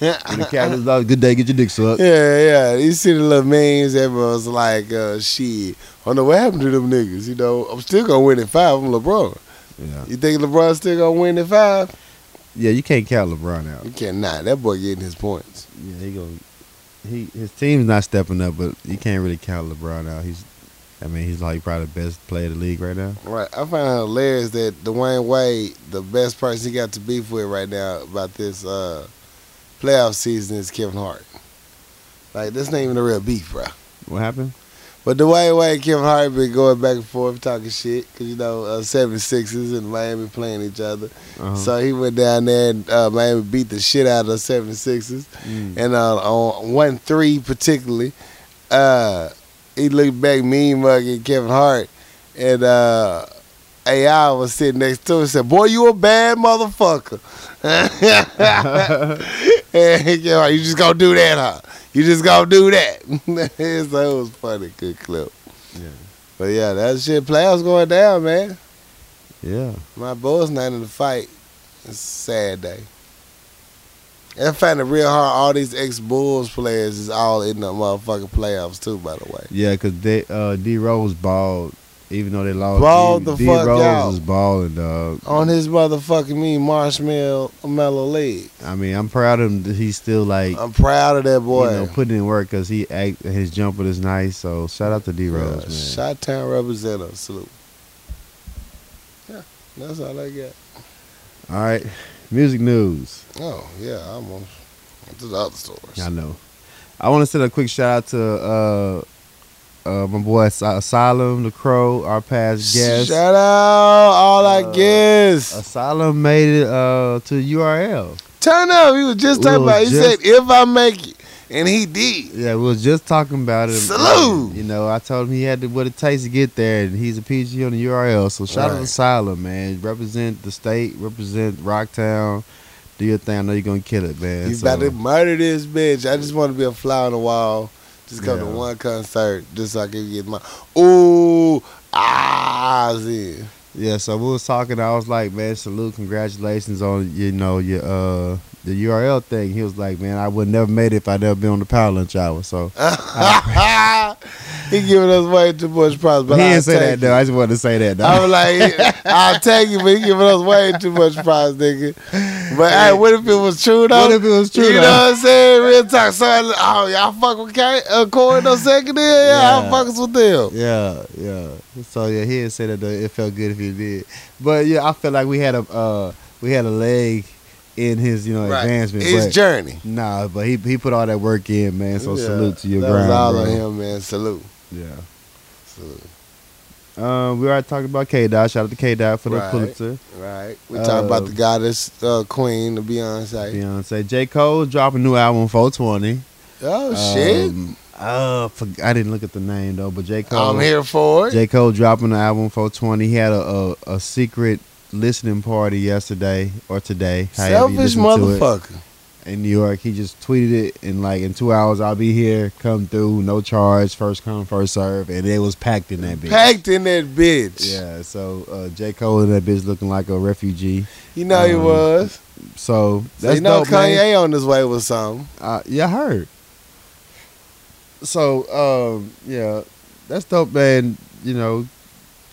Speaker 1: When the Cavaliers lost, good day. Get your dick sucked.
Speaker 2: Yeah, yeah. You see the little memes. Everyone's like, uh, "Shit, I don't know what happened to them niggas." You know, I'm still gonna win in five. I'm LeBron.
Speaker 1: Yeah.
Speaker 2: You think LeBron still gonna win in five?
Speaker 1: yeah, you can't count LeBron out.
Speaker 2: You cannot. That boy getting his points.
Speaker 1: Yeah, he go. He his team's not stepping up, but you can't really count LeBron out. He's, I mean, he's like probably the best player in the league right now.
Speaker 2: Right. I find it hilarious that Dwayne Wade, the best person he got to beef with right now about this uh, playoff season, is Kevin Hart. Like, that's not even a real beef, bro.
Speaker 1: What happened?
Speaker 2: But Dwayne Wade and Kevin Hart been going back and forth talking shit because, you know, uh, 76ers and Miami playing each other.
Speaker 1: Uh-huh.
Speaker 2: So he went down there and uh, Miami beat the shit out of the 76ers.
Speaker 1: Mm.
Speaker 2: And uh, on 1 3 particularly, uh, he looked back, mean mugging Kevin Hart. And uh, AI was sitting next to him and said, Boy, you a bad motherfucker. and Kevin Hart, you just gonna do that, huh? You just gonna do that. so it was funny. Good clip.
Speaker 1: Yeah.
Speaker 2: But yeah, that shit playoffs going down, man.
Speaker 1: Yeah.
Speaker 2: My boy's not in the fight. It's a sad day. And I find it real hard. All these ex Bulls players is all in the motherfucking playoffs too. By the way,
Speaker 1: Yeah, cause they uh, D Rose balled, even though they lost.
Speaker 2: Balled
Speaker 1: D,
Speaker 2: the
Speaker 1: D
Speaker 2: fuck
Speaker 1: Rose
Speaker 2: out.
Speaker 1: is balling, dog.
Speaker 2: on his motherfucking me marshmallow mellow league.
Speaker 1: I mean, I'm proud of him. that He's still like,
Speaker 2: I'm proud of that Oh, boy.
Speaker 1: you know, putting in work because he act his jumper is nice. So shout out to D Rose, man.
Speaker 2: Shot Town Uh, representative salute. Yeah, that's all I got.
Speaker 1: All right, music news.
Speaker 2: Oh yeah, I almost went to the other stores.
Speaker 1: I know. I want to send a quick shout out to uh, uh, my boy As- Asylum, the Crow, our past guest.
Speaker 2: Shout out all
Speaker 1: Uh,
Speaker 2: I guess.
Speaker 1: Asylum made it uh, to URL.
Speaker 2: Turn up. He was just
Speaker 1: We
Speaker 2: talking
Speaker 1: was
Speaker 2: about. He
Speaker 1: just-
Speaker 2: said, "If I make it," and he did.
Speaker 1: Yeah, we was just talking about it.
Speaker 2: Salute!
Speaker 1: You know, I told him he had to, what it takes to get there, and he's a PG on the URL. So shout out to
Speaker 2: Right.
Speaker 1: Asylum, man. Represent the state, represent Rocktown. Do your thing. I know you're gonna kill it, man.
Speaker 2: He's
Speaker 1: So,
Speaker 2: about to murder this bitch. I just want to be a fly on the wall. Just come
Speaker 1: Yeah.
Speaker 2: to one concert, just so I can get my ooh eyes in.
Speaker 1: yeah. So we was talking. I was like, man, salute, congratulations on you know your uh the URL thing. He was like, man, I would never made it if I'd never been on the Power Lunch Hour. So
Speaker 2: he giving us way too much props, but
Speaker 1: he
Speaker 2: I
Speaker 1: didn't say that though.
Speaker 2: It.
Speaker 1: I just wanted to say that. Though.
Speaker 2: I was like, I'll take it, but he giving us way too much props, nigga. But hey, what if it was true though?
Speaker 1: what if it was true?
Speaker 2: you
Speaker 1: though?
Speaker 2: know what I'm saying? Real talk. So, oh, y'all fuck with K- uh, Corey no second year? Yeah,
Speaker 1: Yeah.
Speaker 2: I fucks with them.
Speaker 1: Yeah, yeah. So yeah, he had said that though, it felt good if he did. But yeah, I felt like we had a uh, we had a leg in his you know advancement.
Speaker 2: His
Speaker 1: but,
Speaker 2: journey.
Speaker 1: nah, but he he put all that work in, man. So
Speaker 2: Yeah,
Speaker 1: salute to your
Speaker 2: that
Speaker 1: grind,
Speaker 2: was all
Speaker 1: bro.
Speaker 2: on him, man. Salute.
Speaker 1: Yeah.
Speaker 2: Salute.
Speaker 1: Um, we already talked about K Dot. Shout out to K Dot for the
Speaker 2: Right.
Speaker 1: Pulitzer.
Speaker 2: Right. We
Speaker 1: Uh,
Speaker 2: talking about the goddess uh, queen, the Beyonce.
Speaker 1: Beyonce. J Cole dropped a new album 420.
Speaker 2: Oh shit.
Speaker 1: Um, uh, for- I didn't look at the name though, but J Cole.
Speaker 2: I'm here for it.
Speaker 1: J. Cole dropping the album 420. He had a, a, a secret listening party yesterday or today. however you
Speaker 2: Selfish
Speaker 1: listen to it,
Speaker 2: motherfucker.
Speaker 1: In New York. He just tweeted it and like in two hours I'll be here. Come through. No charge. First come, first serve. And it was packed in that bitch.
Speaker 2: Packed in that bitch.
Speaker 1: Yeah. So uh, J. Cole in that bitch looking like a refugee.
Speaker 2: You know he
Speaker 1: Um,
Speaker 2: was.
Speaker 1: So
Speaker 2: So
Speaker 1: that's
Speaker 2: you know
Speaker 1: dope,
Speaker 2: Kanye
Speaker 1: man.
Speaker 2: on his way with something.
Speaker 1: Uh, yeah, I heard. So um, yeah, that's dope, man. You know,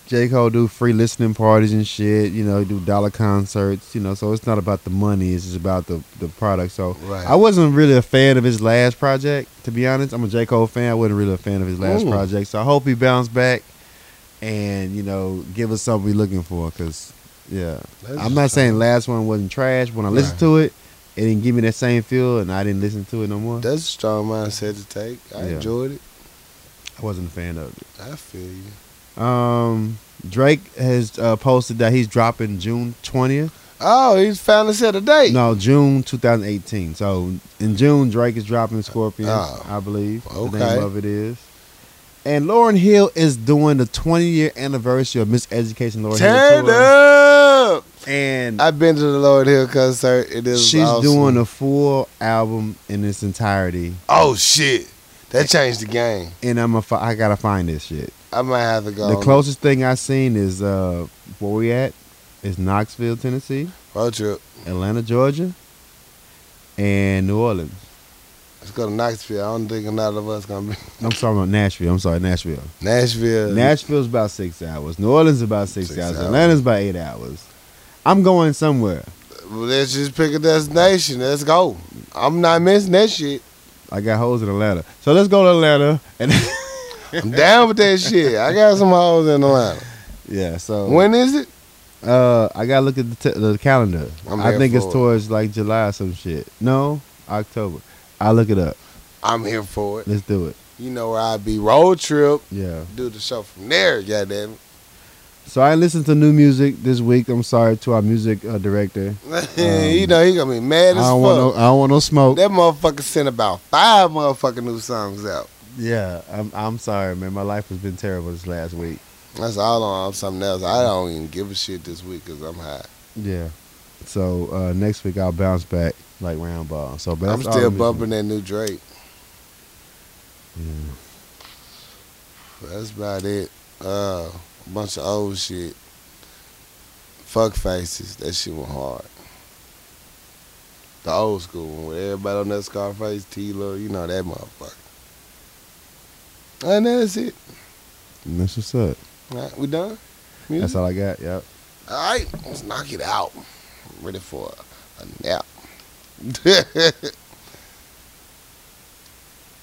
Speaker 1: J Cole do free listening parties and shit. You know, he do dollar concerts. You know, so it's not about the money; it's just about the the product. So
Speaker 2: Right.
Speaker 1: I wasn't really a fan of his last project, to be honest. I'm a J Cole fan. I wasn't really a fan of his last
Speaker 2: Ooh.
Speaker 1: project. So I hope he bounced back and you know give us something we're looking for. Cause yeah,
Speaker 2: That's
Speaker 1: I'm not saying last one wasn't trash. When I listened
Speaker 2: Right.
Speaker 1: to it, it didn't give me that same feel, and I didn't listen to it no more.
Speaker 2: That's a strong mindset to take. I
Speaker 1: Yeah.
Speaker 2: enjoyed it.
Speaker 1: I wasn't a fan of it.
Speaker 2: I feel you.
Speaker 1: Um, Drake has uh, posted that he's dropping June 20th.
Speaker 2: Oh, he's found us here today.
Speaker 1: No, June 2018. So in June, Drake is dropping Scorpions,
Speaker 2: Oh.
Speaker 1: I believe. The
Speaker 2: Okay.
Speaker 1: name of it is. And Lauren Hill is doing the 20 year anniversary of Miss Education Lauren Hill.
Speaker 2: Turn
Speaker 1: Tour. uh,
Speaker 2: up.
Speaker 1: And
Speaker 2: I've been to the Lord Hill concert. It is.
Speaker 1: she's
Speaker 2: awesome.
Speaker 1: doing a full album in its entirety.
Speaker 2: Oh shit! That changed the game.
Speaker 1: And I'm a fi- I gotta find this shit.
Speaker 2: I might have to go.
Speaker 1: The
Speaker 2: on
Speaker 1: closest thing I seen is uh where we at is Knoxville, Tennessee,
Speaker 2: road trip.
Speaker 1: Atlanta, Georgia, and New Orleans.
Speaker 2: Let's go to Knoxville. I don't think another of us gonna be
Speaker 1: I'm sorry about Nashville. I'm sorry, Nashville.
Speaker 2: Nashville.
Speaker 1: Nashville's about six hours. New Orleans about six,
Speaker 2: Uh, Six
Speaker 1: hours.
Speaker 2: hours.
Speaker 1: Atlanta's about eight hours. I'm going somewhere.
Speaker 2: Let's just pick a destination. Let's go. I'm not missing that shit.
Speaker 1: I got hoes in Atlanta, so let's go to Atlanta. And
Speaker 2: I'm down with that shit. I got some hoes in Atlanta.
Speaker 1: yeah, so
Speaker 2: When is it?
Speaker 1: uh, I gotta look at the, t- the calendar.
Speaker 2: I'm
Speaker 1: I
Speaker 2: here
Speaker 1: think it's
Speaker 2: for it.
Speaker 1: towards like July or some shit. No, October. I look it up.
Speaker 2: I'm here for it.
Speaker 1: Let's do it.
Speaker 2: You know where I be road trip.
Speaker 1: Yeah.
Speaker 2: Do the show from there. Goddamn.
Speaker 1: So I listened to new music this week. I'm sorry to our music uh, director.
Speaker 2: it. you know he gonna be
Speaker 1: Um,
Speaker 2: mad
Speaker 1: I
Speaker 2: as fuck.
Speaker 1: don't want no. I don't want no smoke.
Speaker 2: That motherfucker sent about five motherfucking new songs out.
Speaker 1: Yeah, I'm. I'm sorry, man. My life has been terrible this last week.
Speaker 2: That's all on I'm something else. I don't even give a shit this week because I'm high.
Speaker 1: Yeah. So uh, next week I'll bounce back like round ball. So but
Speaker 2: I'm
Speaker 1: that's all
Speaker 2: still
Speaker 1: missing.
Speaker 2: bumping that new Drake. That's about it. Uh, a bunch of old shit. Fuck faces. That shit went hard. The old school one with everybody on that Scarface, T-Lo, you know that motherfucker. And that's it.
Speaker 1: And That's what's up.
Speaker 2: All right, we done? Music?
Speaker 1: That's all I got. Yep.
Speaker 2: All right, let's knock it out. I'm ready for a nap.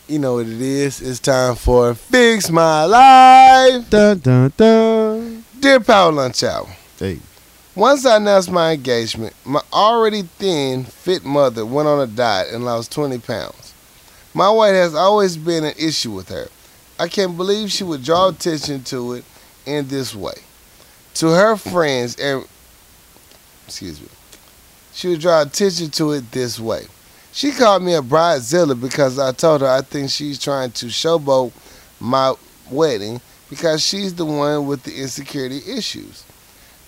Speaker 2: you know what it is. It's time for Fix My Life.
Speaker 1: Dun dun dun.
Speaker 2: Dear Power Lunch Hour,
Speaker 1: Hey.
Speaker 2: once I announced my engagement, my already thin, fit mother went on a diet and lost 20 pounds. My weight has always been an issue with her. I can't believe she would draw attention to it in this way. To her friends and excuse me. She would draw attention to it this way. She called me a bridezilla because I told her I think she's trying to showboat my wedding because she's the one with the insecurity issues.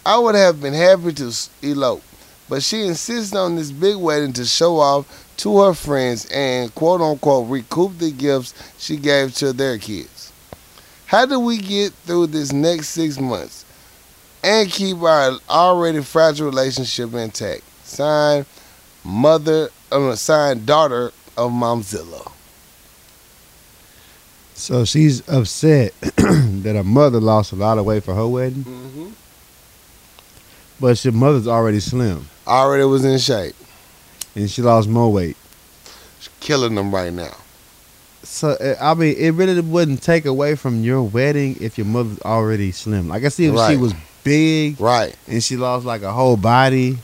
Speaker 2: I would have been happy to s- elope, but she insisted on this big wedding to show off to her friends and quote unquote recoup the gifts she gave to their kids. How do we get through this next six months and keep our already fragile relationship intact? Signed, mother, uh, signed daughter of Momzilla.
Speaker 1: So she's upset that her mother lost a lot of weight for her wedding,
Speaker 2: Mm-hmm.
Speaker 1: but your mother's already slim
Speaker 2: Already was in shape.
Speaker 1: and she lost more weight.
Speaker 2: She's killing them right now.
Speaker 1: So uh, I mean, it really wouldn't take away from your wedding if your mother's already slim. Like I see, if she
Speaker 2: Right.
Speaker 1: was big
Speaker 2: Right,
Speaker 1: and she lost like a whole body,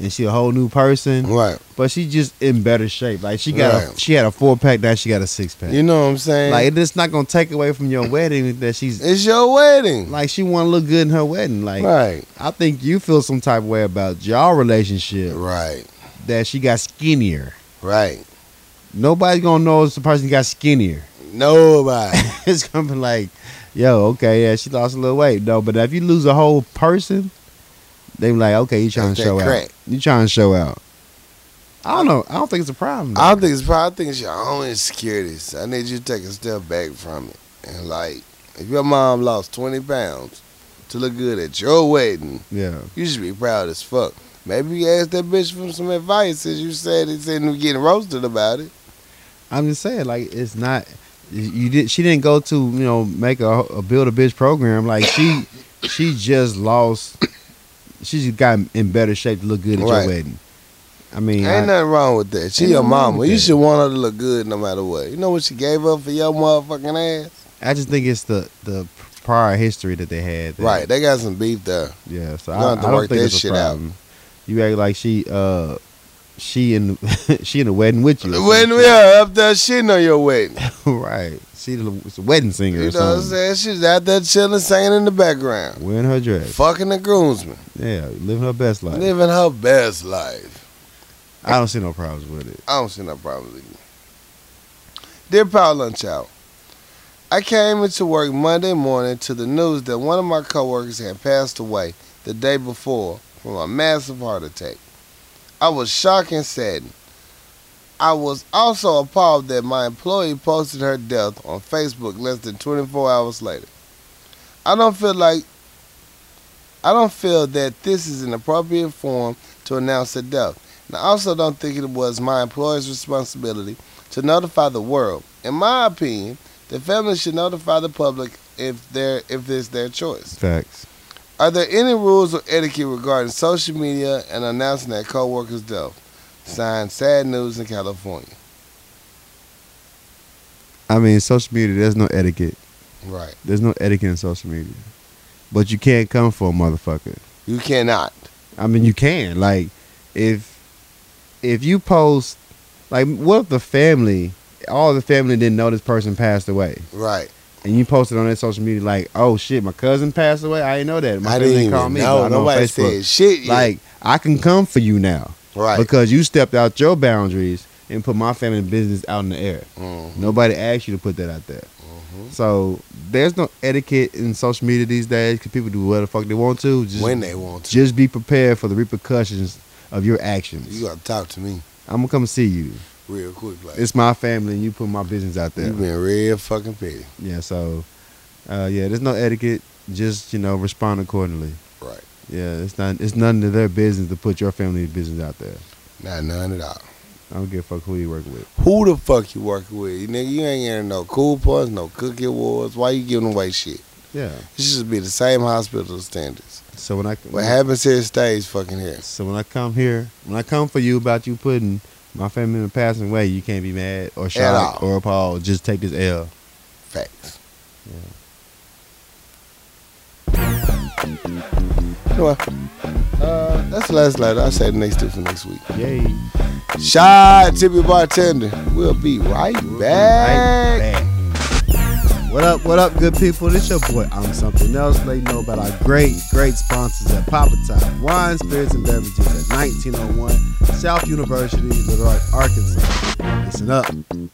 Speaker 1: and she a whole new person.
Speaker 2: right.
Speaker 1: But she just in better shape. Like she got a,
Speaker 2: Right.
Speaker 1: she had a four pack, now she got a six pack.
Speaker 2: You know what I'm saying?
Speaker 1: like it's not gonna take away from your wedding that she's
Speaker 2: It's your wedding.
Speaker 1: like she wanna look good in her wedding. Like
Speaker 2: right.
Speaker 1: I think you feel some type of way about y'all relationship
Speaker 2: Right.
Speaker 1: that she got skinnier.
Speaker 2: Right.
Speaker 1: Nobody's gonna know it's the person got skinnier.
Speaker 2: Nobody.
Speaker 1: it's gonna be like, yo, okay, yeah, she lost a little weight. No, but if you lose a whole person, they be like, okay, you trying
Speaker 2: That's
Speaker 1: to
Speaker 2: that
Speaker 1: show out.
Speaker 2: crack.
Speaker 1: You trying to show out. I don't know. I don't think it's a problem. though.
Speaker 2: I don't think it's probably I think it's your own insecurities. I need you to take a step back from it. And like, if your mom lost twenty pounds to look good at your wedding,
Speaker 1: yeah.
Speaker 2: you should be proud as fuck. Maybe you ask that bitch for some advice since you said it's in getting roasted about it.
Speaker 1: I'm just saying, like, it's not. You did. She didn't go to you know make a, a build a bitch program. Like she, she just lost. She just got in better shape to look good at
Speaker 2: Right.
Speaker 1: your wedding. I mean, I-
Speaker 2: Ain't nothing wrong with that. She
Speaker 1: Ain't
Speaker 2: your
Speaker 1: nothing wrong
Speaker 2: mama.
Speaker 1: with
Speaker 2: You
Speaker 1: that.
Speaker 2: should want her to look good no matter what. You know what she gave up for your motherfucking ass?
Speaker 1: I just think it's the the prior history that they had. that-
Speaker 2: Right. They got some beef there.
Speaker 1: Yeah. So
Speaker 2: You
Speaker 1: I, I
Speaker 2: have to
Speaker 1: don't
Speaker 2: work
Speaker 1: think
Speaker 2: that
Speaker 1: it's a
Speaker 2: shit out.
Speaker 1: problem. You act like she, uh, she in she in the wedding with you. or some
Speaker 2: When
Speaker 1: shit.
Speaker 2: we are up there shitting on your wedding.
Speaker 1: right. She the it's a wedding singer
Speaker 2: You
Speaker 1: or
Speaker 2: know what I'm
Speaker 1: something.
Speaker 2: saying? She's out there chilling, singing in the background.
Speaker 1: Wearing her dress.
Speaker 2: Fucking the groomsman.
Speaker 1: Yeah, living her best life.
Speaker 2: Living her best life.
Speaker 1: I don't see no problems with it.
Speaker 2: I don't see no problems with you. Dear Power Lunch Hour, I came into work Monday morning to the news that one of my coworkers had passed away the day before from a massive heart attack. I was shocked and saddened. I was also appalled that my employee posted her death on Facebook less than 24 hours later. I don't feel like I don't feel that this is an appropriate form to announce a death. And I also don't think it was my employer's responsibility to notify the world. In my opinion, the family should notify the public if they if it's their choice.
Speaker 1: Facts.
Speaker 2: Are there any rules or etiquette regarding social media and announcing that coworker's death? Signed, sad news in California.
Speaker 1: I mean, social media. There's no etiquette.
Speaker 2: Right.
Speaker 1: There's no etiquette in social media. But you can't come for a motherfucker.
Speaker 2: You cannot.
Speaker 1: I mean, you can. Like, if if you post, like, what if the family, all the family didn't know this person passed away,
Speaker 2: Right.
Speaker 1: and you posted on their social media, like, oh shit, my cousin passed away. I didn't know that. My
Speaker 2: I
Speaker 1: family
Speaker 2: didn't even
Speaker 1: call me. but
Speaker 2: know.
Speaker 1: I know on
Speaker 2: Nobody
Speaker 1: Facebook.
Speaker 2: said shit. yet.
Speaker 1: Like, I can come for you now
Speaker 2: right.
Speaker 1: because you stepped out your boundaries and put my family business out in the air.
Speaker 2: Mhm.
Speaker 1: Nobody asked you to put that out there.
Speaker 2: Mm-hmm.
Speaker 1: So there's no etiquette in social media these days because people do whatever the fuck they want to. Just,
Speaker 2: when they want to.
Speaker 1: just be prepared for the repercussions of your actions.
Speaker 2: You gotta talk to me
Speaker 1: I'm gonna come see you.
Speaker 2: real quick. Like
Speaker 1: It's my family, and you put my business out there.
Speaker 2: you been real fucking petty.
Speaker 1: Yeah. So, uh, yeah, there's no etiquette. Just you know, respond accordingly.
Speaker 2: Right.
Speaker 1: Yeah, it's not. It's none of their business to put your family's business out there.
Speaker 2: Not none at all.
Speaker 1: I don't give a fuck who you work with.
Speaker 2: Who the fuck you working with? You nigga, you ain't getting no cool points, no cookie awards. Why you giving away shit?
Speaker 1: Yeah.
Speaker 2: It should be the same hospital standards.
Speaker 1: So when I
Speaker 2: What happens here stays fucking here.
Speaker 1: So when I come here, when I come for you about you putting my family in a passing way, you can't be mad or shocked
Speaker 2: all.
Speaker 1: or appalled. Just take this L.
Speaker 2: Facts. Anyway, uh, that's the last letter. I'll say the next two for next week.
Speaker 1: Yay.
Speaker 2: Shy Tippy Bartender. We'll be right back.
Speaker 1: What up, what up, good people? This your boy, I'm Something Else. Let you know about our great, great sponsors at Papa Top Wine, Spirits, and Beverages at 1901 South University, Little Rock, Arkansas. Listen up.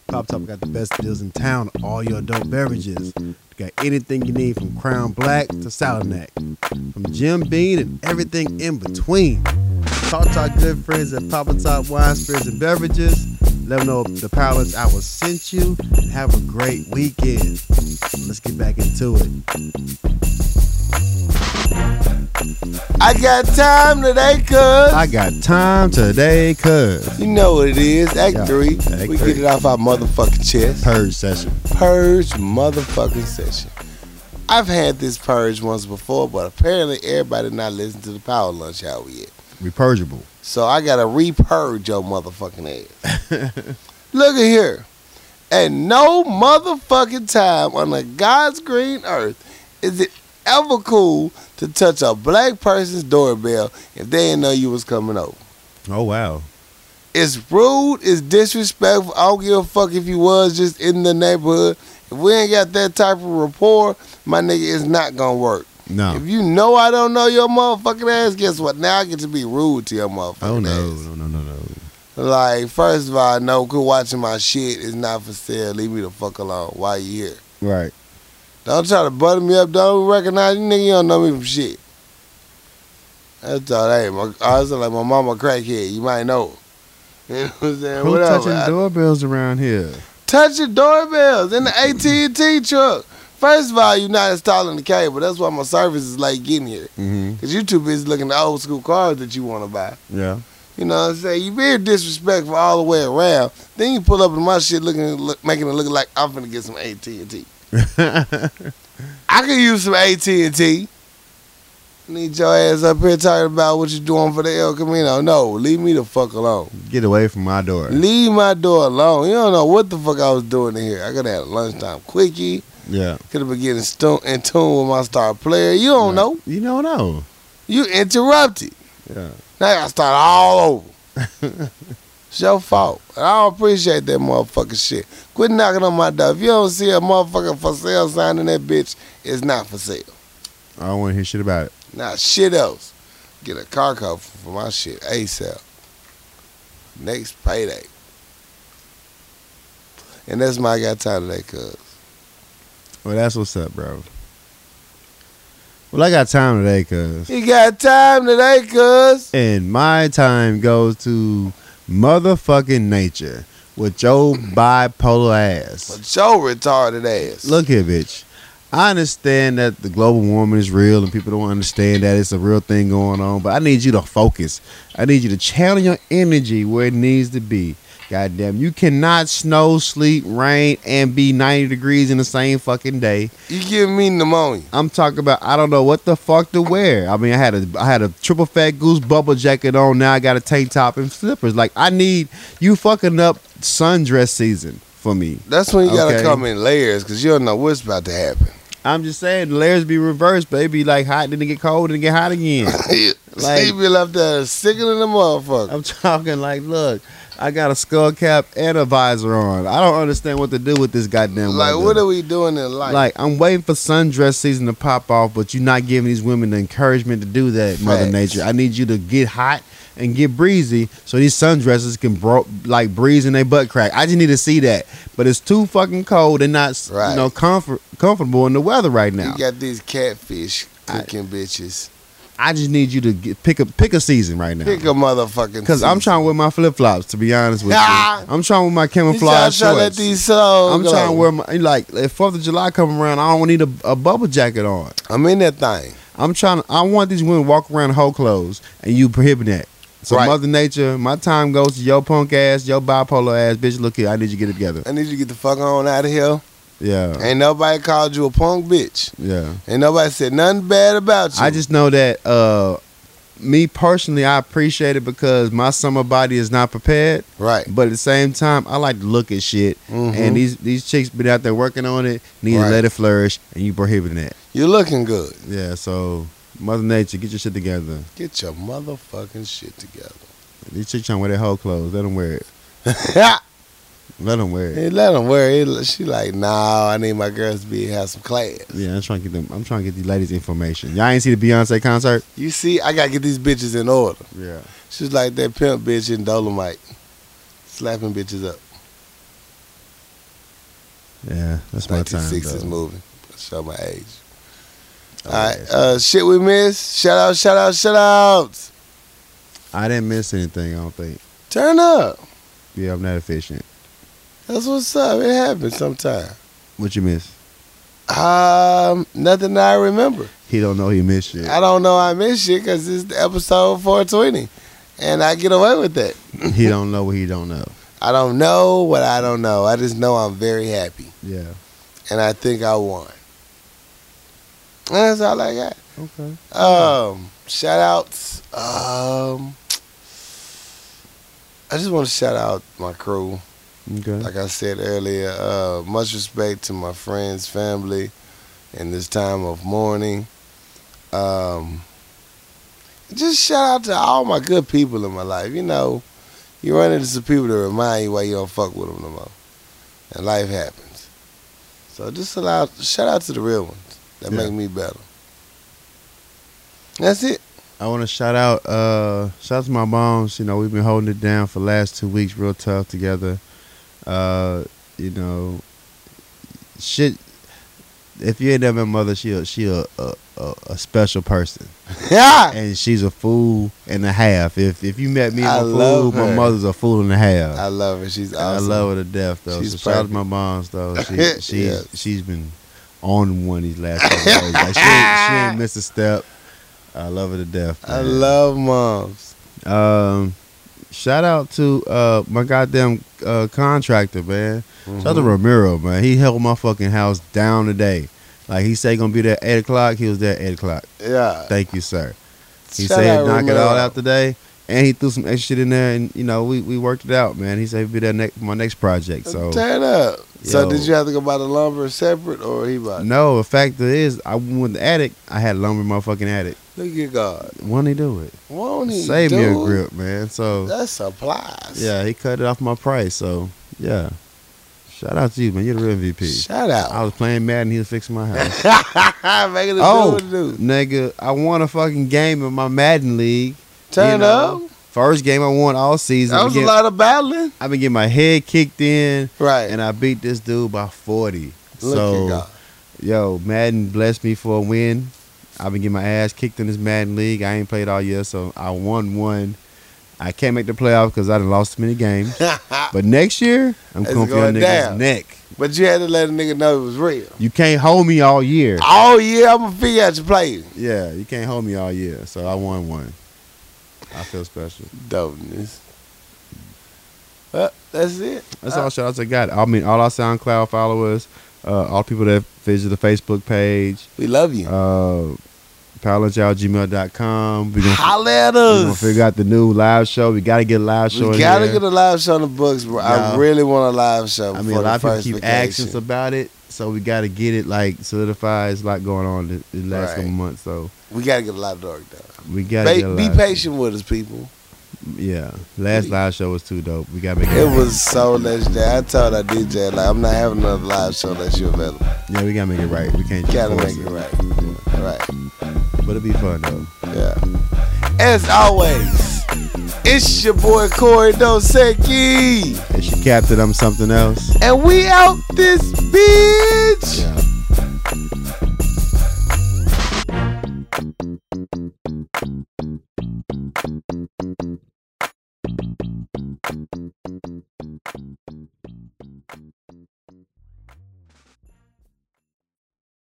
Speaker 1: Pop Top got the best deals in town, all your adult beverages. Got anything you need from Crown Black to Salinac, from Jim Bean and everything in between. Talk to our good friends at Papa Top Wine, Spirits, and Beverages. Let them know the Power Lunch Hour sent you and have a great weekend. Let's get back into it.
Speaker 2: I got time today, cuz.
Speaker 1: I got time today, cuz.
Speaker 2: You know what it is. Act
Speaker 1: Yeah,
Speaker 2: three.
Speaker 1: act
Speaker 2: we
Speaker 1: three.
Speaker 2: get it off our motherfucking chest.
Speaker 1: Purge session.
Speaker 2: Purge motherfucking session. I've had this purge once before, but apparently everybody not listening to the power lunch hour yet.
Speaker 1: We purgeable.
Speaker 2: So I gotta repurge your motherfucking ass. Look at here. At no motherfucking time on the God's green earth is it ever cool to touch a black person's doorbell if they didn't know you was coming over.
Speaker 1: Oh, wow.
Speaker 2: It's rude. It's disrespectful. I don't give a fuck if you was just in the neighborhood. If we ain't got that type of rapport, my nigga, it's not gonna work.
Speaker 1: No.
Speaker 2: If you know I don't know your motherfucking ass, guess what? Now I get to be rude to your motherfucking
Speaker 1: Oh, no.
Speaker 2: ass.
Speaker 1: No, no, no, no.
Speaker 2: Like, first of all, no, quit watching my shit. It's not for sale. Leave me the fuck alone. Why you here?
Speaker 1: Right.
Speaker 2: Don't try to butter me up. Don't recognize you, nigga. You don't know me from shit. That's all. Hey, my, I was like my mama crackhead. You might know. her. You know what I'm saying?
Speaker 1: Who
Speaker 2: Whatever.
Speaker 1: touching
Speaker 2: I-
Speaker 1: doorbells around here?
Speaker 2: Touch your doorbells in the AT&T truck. First of all, you're not installing the cable. That's why my service is late getting here.
Speaker 1: Mm-hmm.
Speaker 2: Because you too busy looking at old school cars that you want to buy.
Speaker 1: Yeah.
Speaker 2: You know what I'm saying? You being disrespectful all the way around. Then you pull up in my shit looking, look, making it look like I'm finna get some AT&T. I could use some AT&T. Need your ass up here talking about what you doing for the El Camino. No, leave me the fuck alone.
Speaker 1: Get away from my door.
Speaker 2: Leave my door alone. You don't know what the fuck I was doing in here. I could have had a lunchtime quickie.
Speaker 1: Yeah.
Speaker 2: Could have been getting stu- in tune with my star player. You don't know.
Speaker 1: You don't know.
Speaker 2: You interrupted.
Speaker 1: Yeah.
Speaker 2: Now I gotta start all over. It's your fault. And I don't appreciate that motherfucking shit. Quit knocking on my door. If you don't see a motherfucking for sale sign in that bitch, it's not for sale.
Speaker 1: I don't want to hear shit about it.
Speaker 2: Now shit else. Get a car cover for my shit ASAP. Next payday. And that's my I got time today, cuz.
Speaker 1: Well, that's what's up, bro. Well, I got time today, cuz.
Speaker 2: You got time today, cuz.
Speaker 1: And my time goes to motherfucking nature with your bipolar ass.
Speaker 2: But your retarded ass.
Speaker 1: Look here, bitch. I understand that the global warming is real and people don't understand that it's a real thing going on, but I need you to focus. I need you to channel your energy where it needs to be. Goddamn, you cannot snow, sleet, rain, and be 90 degrees in the same fucking day.
Speaker 2: You give me pneumonia.
Speaker 1: I'm talking about I don't know what the fuck to wear. I mean, I had a I had a triple fat goose bubble jacket on. Now I got a tank top and slippers. Like I need you fucking up sundress season for me.
Speaker 2: That's when you
Speaker 1: Okay.
Speaker 2: gotta come in layers, cause you don't know what's about to happen.
Speaker 1: I'm just saying layers be reversed, baby. Like hot, then it get cold, then it get hot again. Like-
Speaker 2: Steve be left there sickening the motherfucker.
Speaker 1: I'm talking like, look, I got a skull cap and a visor on. I don't understand what to do with this goddamn.
Speaker 2: Like,
Speaker 1: weather.
Speaker 2: what are we doing in life?
Speaker 1: Like I'm waiting for sundress season to pop off, but you're not giving these women the encouragement to do that, Mother
Speaker 2: Facts.
Speaker 1: Nature. I need you to get hot and get breezy so these sundresses can bro- like breeze in their butt crack. I just need to see that, but it's too fucking cold and not s- you
Speaker 2: Right.
Speaker 1: know comfort comfortable in the weather right now.
Speaker 2: you got these catfish cooking bitches.
Speaker 1: I just need you to get, pick a pick a season right now.
Speaker 2: Pick a motherfucking.
Speaker 1: Cause I'm trying to wear my flip flops. To be honest with you,
Speaker 2: Ah!
Speaker 1: I'm trying with my
Speaker 2: You trying
Speaker 1: camouflage
Speaker 2: to let
Speaker 1: shorts.
Speaker 2: these souls
Speaker 1: I'm
Speaker 2: go.
Speaker 1: trying to wear my like if Fourth of July come around, I don't need a, a bubble jacket on.
Speaker 2: I'm in that thing.
Speaker 1: I'm trying. I want these women to walk around in whole clothes, and you prohibit that. So
Speaker 2: Right.
Speaker 1: Mother Nature, my time goes to your punk ass, your bipolar ass, bitch. Look here, I need you to get it together.
Speaker 2: I need you to get the fuck on out of here.
Speaker 1: Yeah,
Speaker 2: Ain't nobody called you a punk bitch.
Speaker 1: yeah.
Speaker 2: Ain't nobody said nothing bad about you.
Speaker 1: I just know that uh, me personally, I appreciate it because my summer body is not prepared.
Speaker 2: right.
Speaker 1: But at the same time, I like to look at shit,
Speaker 2: Mhm.
Speaker 1: and these these chicks been out there working on it. Need
Speaker 2: Right.
Speaker 1: to let it flourish, and you prohibiting that.
Speaker 2: You're looking good.
Speaker 1: Yeah. So Mother Nature, get your shit together.
Speaker 2: Get your motherfucking shit together.
Speaker 1: These chicks trying to wear their whole clothes. Let them wear it. Let them wear it.
Speaker 2: Hey, let them wear it. She like, nah, I need my girls to be have some class.
Speaker 1: Yeah, I'm trying to get them. I'm trying to get these ladies information. Y'all ain't see the Beyonce concert?
Speaker 2: You see, I gotta get these bitches in order.
Speaker 1: Yeah.
Speaker 2: She's like that pimp bitch in Dolomite, slapping bitches up.
Speaker 1: Yeah, that's my time.
Speaker 2: 1960s
Speaker 1: though.
Speaker 2: movie. Show my age.
Speaker 1: Oh,
Speaker 2: All right,
Speaker 1: yeah.
Speaker 2: uh, shit we missed. Shout out, shout out, shout outs.
Speaker 1: I didn't miss anything. I don't think.
Speaker 2: Turn up.
Speaker 1: Yeah, I'm not efficient.
Speaker 2: That's what's up. It happens sometime.
Speaker 1: What you miss?
Speaker 2: Um, nothing I remember.
Speaker 1: He don't know he missed shit.
Speaker 2: I don't know I missed shit because it's the episode 420, and I get away with that.
Speaker 1: he don't know what he don't know.
Speaker 2: I don't know what I don't know. I just know I'm very happy,
Speaker 1: Yeah.
Speaker 2: and I think I won. And that's all I got.
Speaker 1: Okay.
Speaker 2: Um, shout outs. Um, I just want to shout out my crew.
Speaker 1: Okay.
Speaker 2: Like I said earlier, uh, much respect to my friends, family, in this time of mourning. Um, just shout out to all my good people in my life. You know, you run into some people that remind you why you don't fuck with them no more, and life happens. So just allow shout out to the real ones that
Speaker 1: Yeah.
Speaker 2: make me better. That's it.
Speaker 1: I want to shout out. Uh, shout out to my moms. You know, we've been holding it down for the last two weeks, real tough together. Uh, you know, shit. If you ain't never been mother, she a, she a, a, a, a special person.
Speaker 2: Yeah,
Speaker 1: and she's a fool and a half. If if you met me,
Speaker 2: I
Speaker 1: I'm a fool.
Speaker 2: love
Speaker 1: My
Speaker 2: her.
Speaker 1: mother's a fool and a half.
Speaker 2: I love her. She's
Speaker 1: And I
Speaker 2: awesome.
Speaker 1: love her to death though.
Speaker 2: She's
Speaker 1: so shout out to
Speaker 2: perfect.
Speaker 1: my mom's though. She, she's
Speaker 2: Yes.
Speaker 1: she's been on one these last couple of days. Like she, ain't- she ain't missed a step. I love her to death.
Speaker 2: I
Speaker 1: man.
Speaker 2: love moms.
Speaker 1: Um, shout out to uh my goddamn uh contractor man. Shout out
Speaker 2: Mm-hmm.
Speaker 1: to Ramiro man. He held my fucking house down today. Like he said, he gonna be there at eight o'clock. He was there at eight o'clock.
Speaker 2: Yeah.
Speaker 1: Thank you, sir. He
Speaker 2: Shout
Speaker 1: said
Speaker 2: out
Speaker 1: he'd knock it
Speaker 2: Romero.
Speaker 1: all out today. And he threw some extra shit in there, and you know we, we worked it out, man. He said he'd be there next, my next project. So
Speaker 2: Turn up. So
Speaker 1: Yo.
Speaker 2: did you have to go buy the lumber separate or he bought? it?
Speaker 1: no, the fact is, I went in the attic. I had lumber in my fucking attic.
Speaker 2: Look at God.
Speaker 1: Won't he do it?
Speaker 2: Won't he?
Speaker 1: Save me a
Speaker 2: dude?
Speaker 1: grip, man. So
Speaker 2: That supplies.
Speaker 1: yeah, he cut it off my price. So yeah, shout out to you, man. You're the real MVP.
Speaker 2: Shout out.
Speaker 1: I was playing Madden. He was fixing my house.
Speaker 2: Make it a
Speaker 1: oh,
Speaker 2: dude, dude.
Speaker 1: nigga, I won a fucking game in my Madden league.
Speaker 2: Turn
Speaker 1: you
Speaker 2: up.
Speaker 1: know, First game I won all season.
Speaker 2: That was a
Speaker 1: Again,
Speaker 2: lot of battling.
Speaker 1: I've been getting my head kicked in,
Speaker 2: Right.
Speaker 1: and I beat this dude by forty.
Speaker 2: Look
Speaker 1: so
Speaker 2: at God.
Speaker 1: yo, Madden blessed me for a win. I've been getting my ass kicked in this Madden league. I ain't played all year, so I won one. I can't make the playoff because I done lost too many games. but next year, I'm
Speaker 2: It's
Speaker 1: coming for your
Speaker 2: going
Speaker 1: niggas'
Speaker 2: down.
Speaker 1: neck.
Speaker 2: But you had to let a nigga know it was real.
Speaker 1: You can't hold me all year.
Speaker 2: Oh yeah, I'm gonna figure out your play.
Speaker 1: Yeah, you can't hold me all year. So I won one. I feel special.
Speaker 2: Dopeness. Well, that's it.
Speaker 1: That's all shout outs I got. I mean, all our SoundCloud followers, uh, all people that visit the Facebook page,
Speaker 2: We love you.
Speaker 1: uh, powerlunchoutgmail.com. We're going to
Speaker 2: Holla at
Speaker 1: We're gonna
Speaker 2: us.
Speaker 1: figure out the new live show. We gotta get a live show.
Speaker 2: we
Speaker 1: in
Speaker 2: gotta
Speaker 1: there.
Speaker 2: get a live show on the books, bro. I
Speaker 1: Yeah.
Speaker 2: really want a live show.
Speaker 1: I
Speaker 2: Before
Speaker 1: mean, a
Speaker 2: the
Speaker 1: lot of people
Speaker 2: first
Speaker 1: keep
Speaker 2: vacation.
Speaker 1: asking us about it, so we gotta get it like solidified. It's a lot going on the, the last
Speaker 2: Right.
Speaker 1: couple months, so
Speaker 2: We gotta get a live dark though.
Speaker 1: we gotta get a
Speaker 2: Ba- be
Speaker 1: live show.
Speaker 2: patient with us, people.
Speaker 1: Yeah, last live show was too dope. We gotta make it.
Speaker 2: It was so legendary. I told our DJ like I'm not having another live show unless you're available.
Speaker 1: yeah, we gotta make it right. We can't just
Speaker 2: Gotta
Speaker 1: force
Speaker 2: make it
Speaker 1: it.
Speaker 2: right. Right.
Speaker 1: But it'll be fun though.
Speaker 2: Yeah. As always, it's your boy Corey Dosecki,
Speaker 1: It's your captain. I'm something else.
Speaker 2: and we out this bitch.
Speaker 1: Yeah.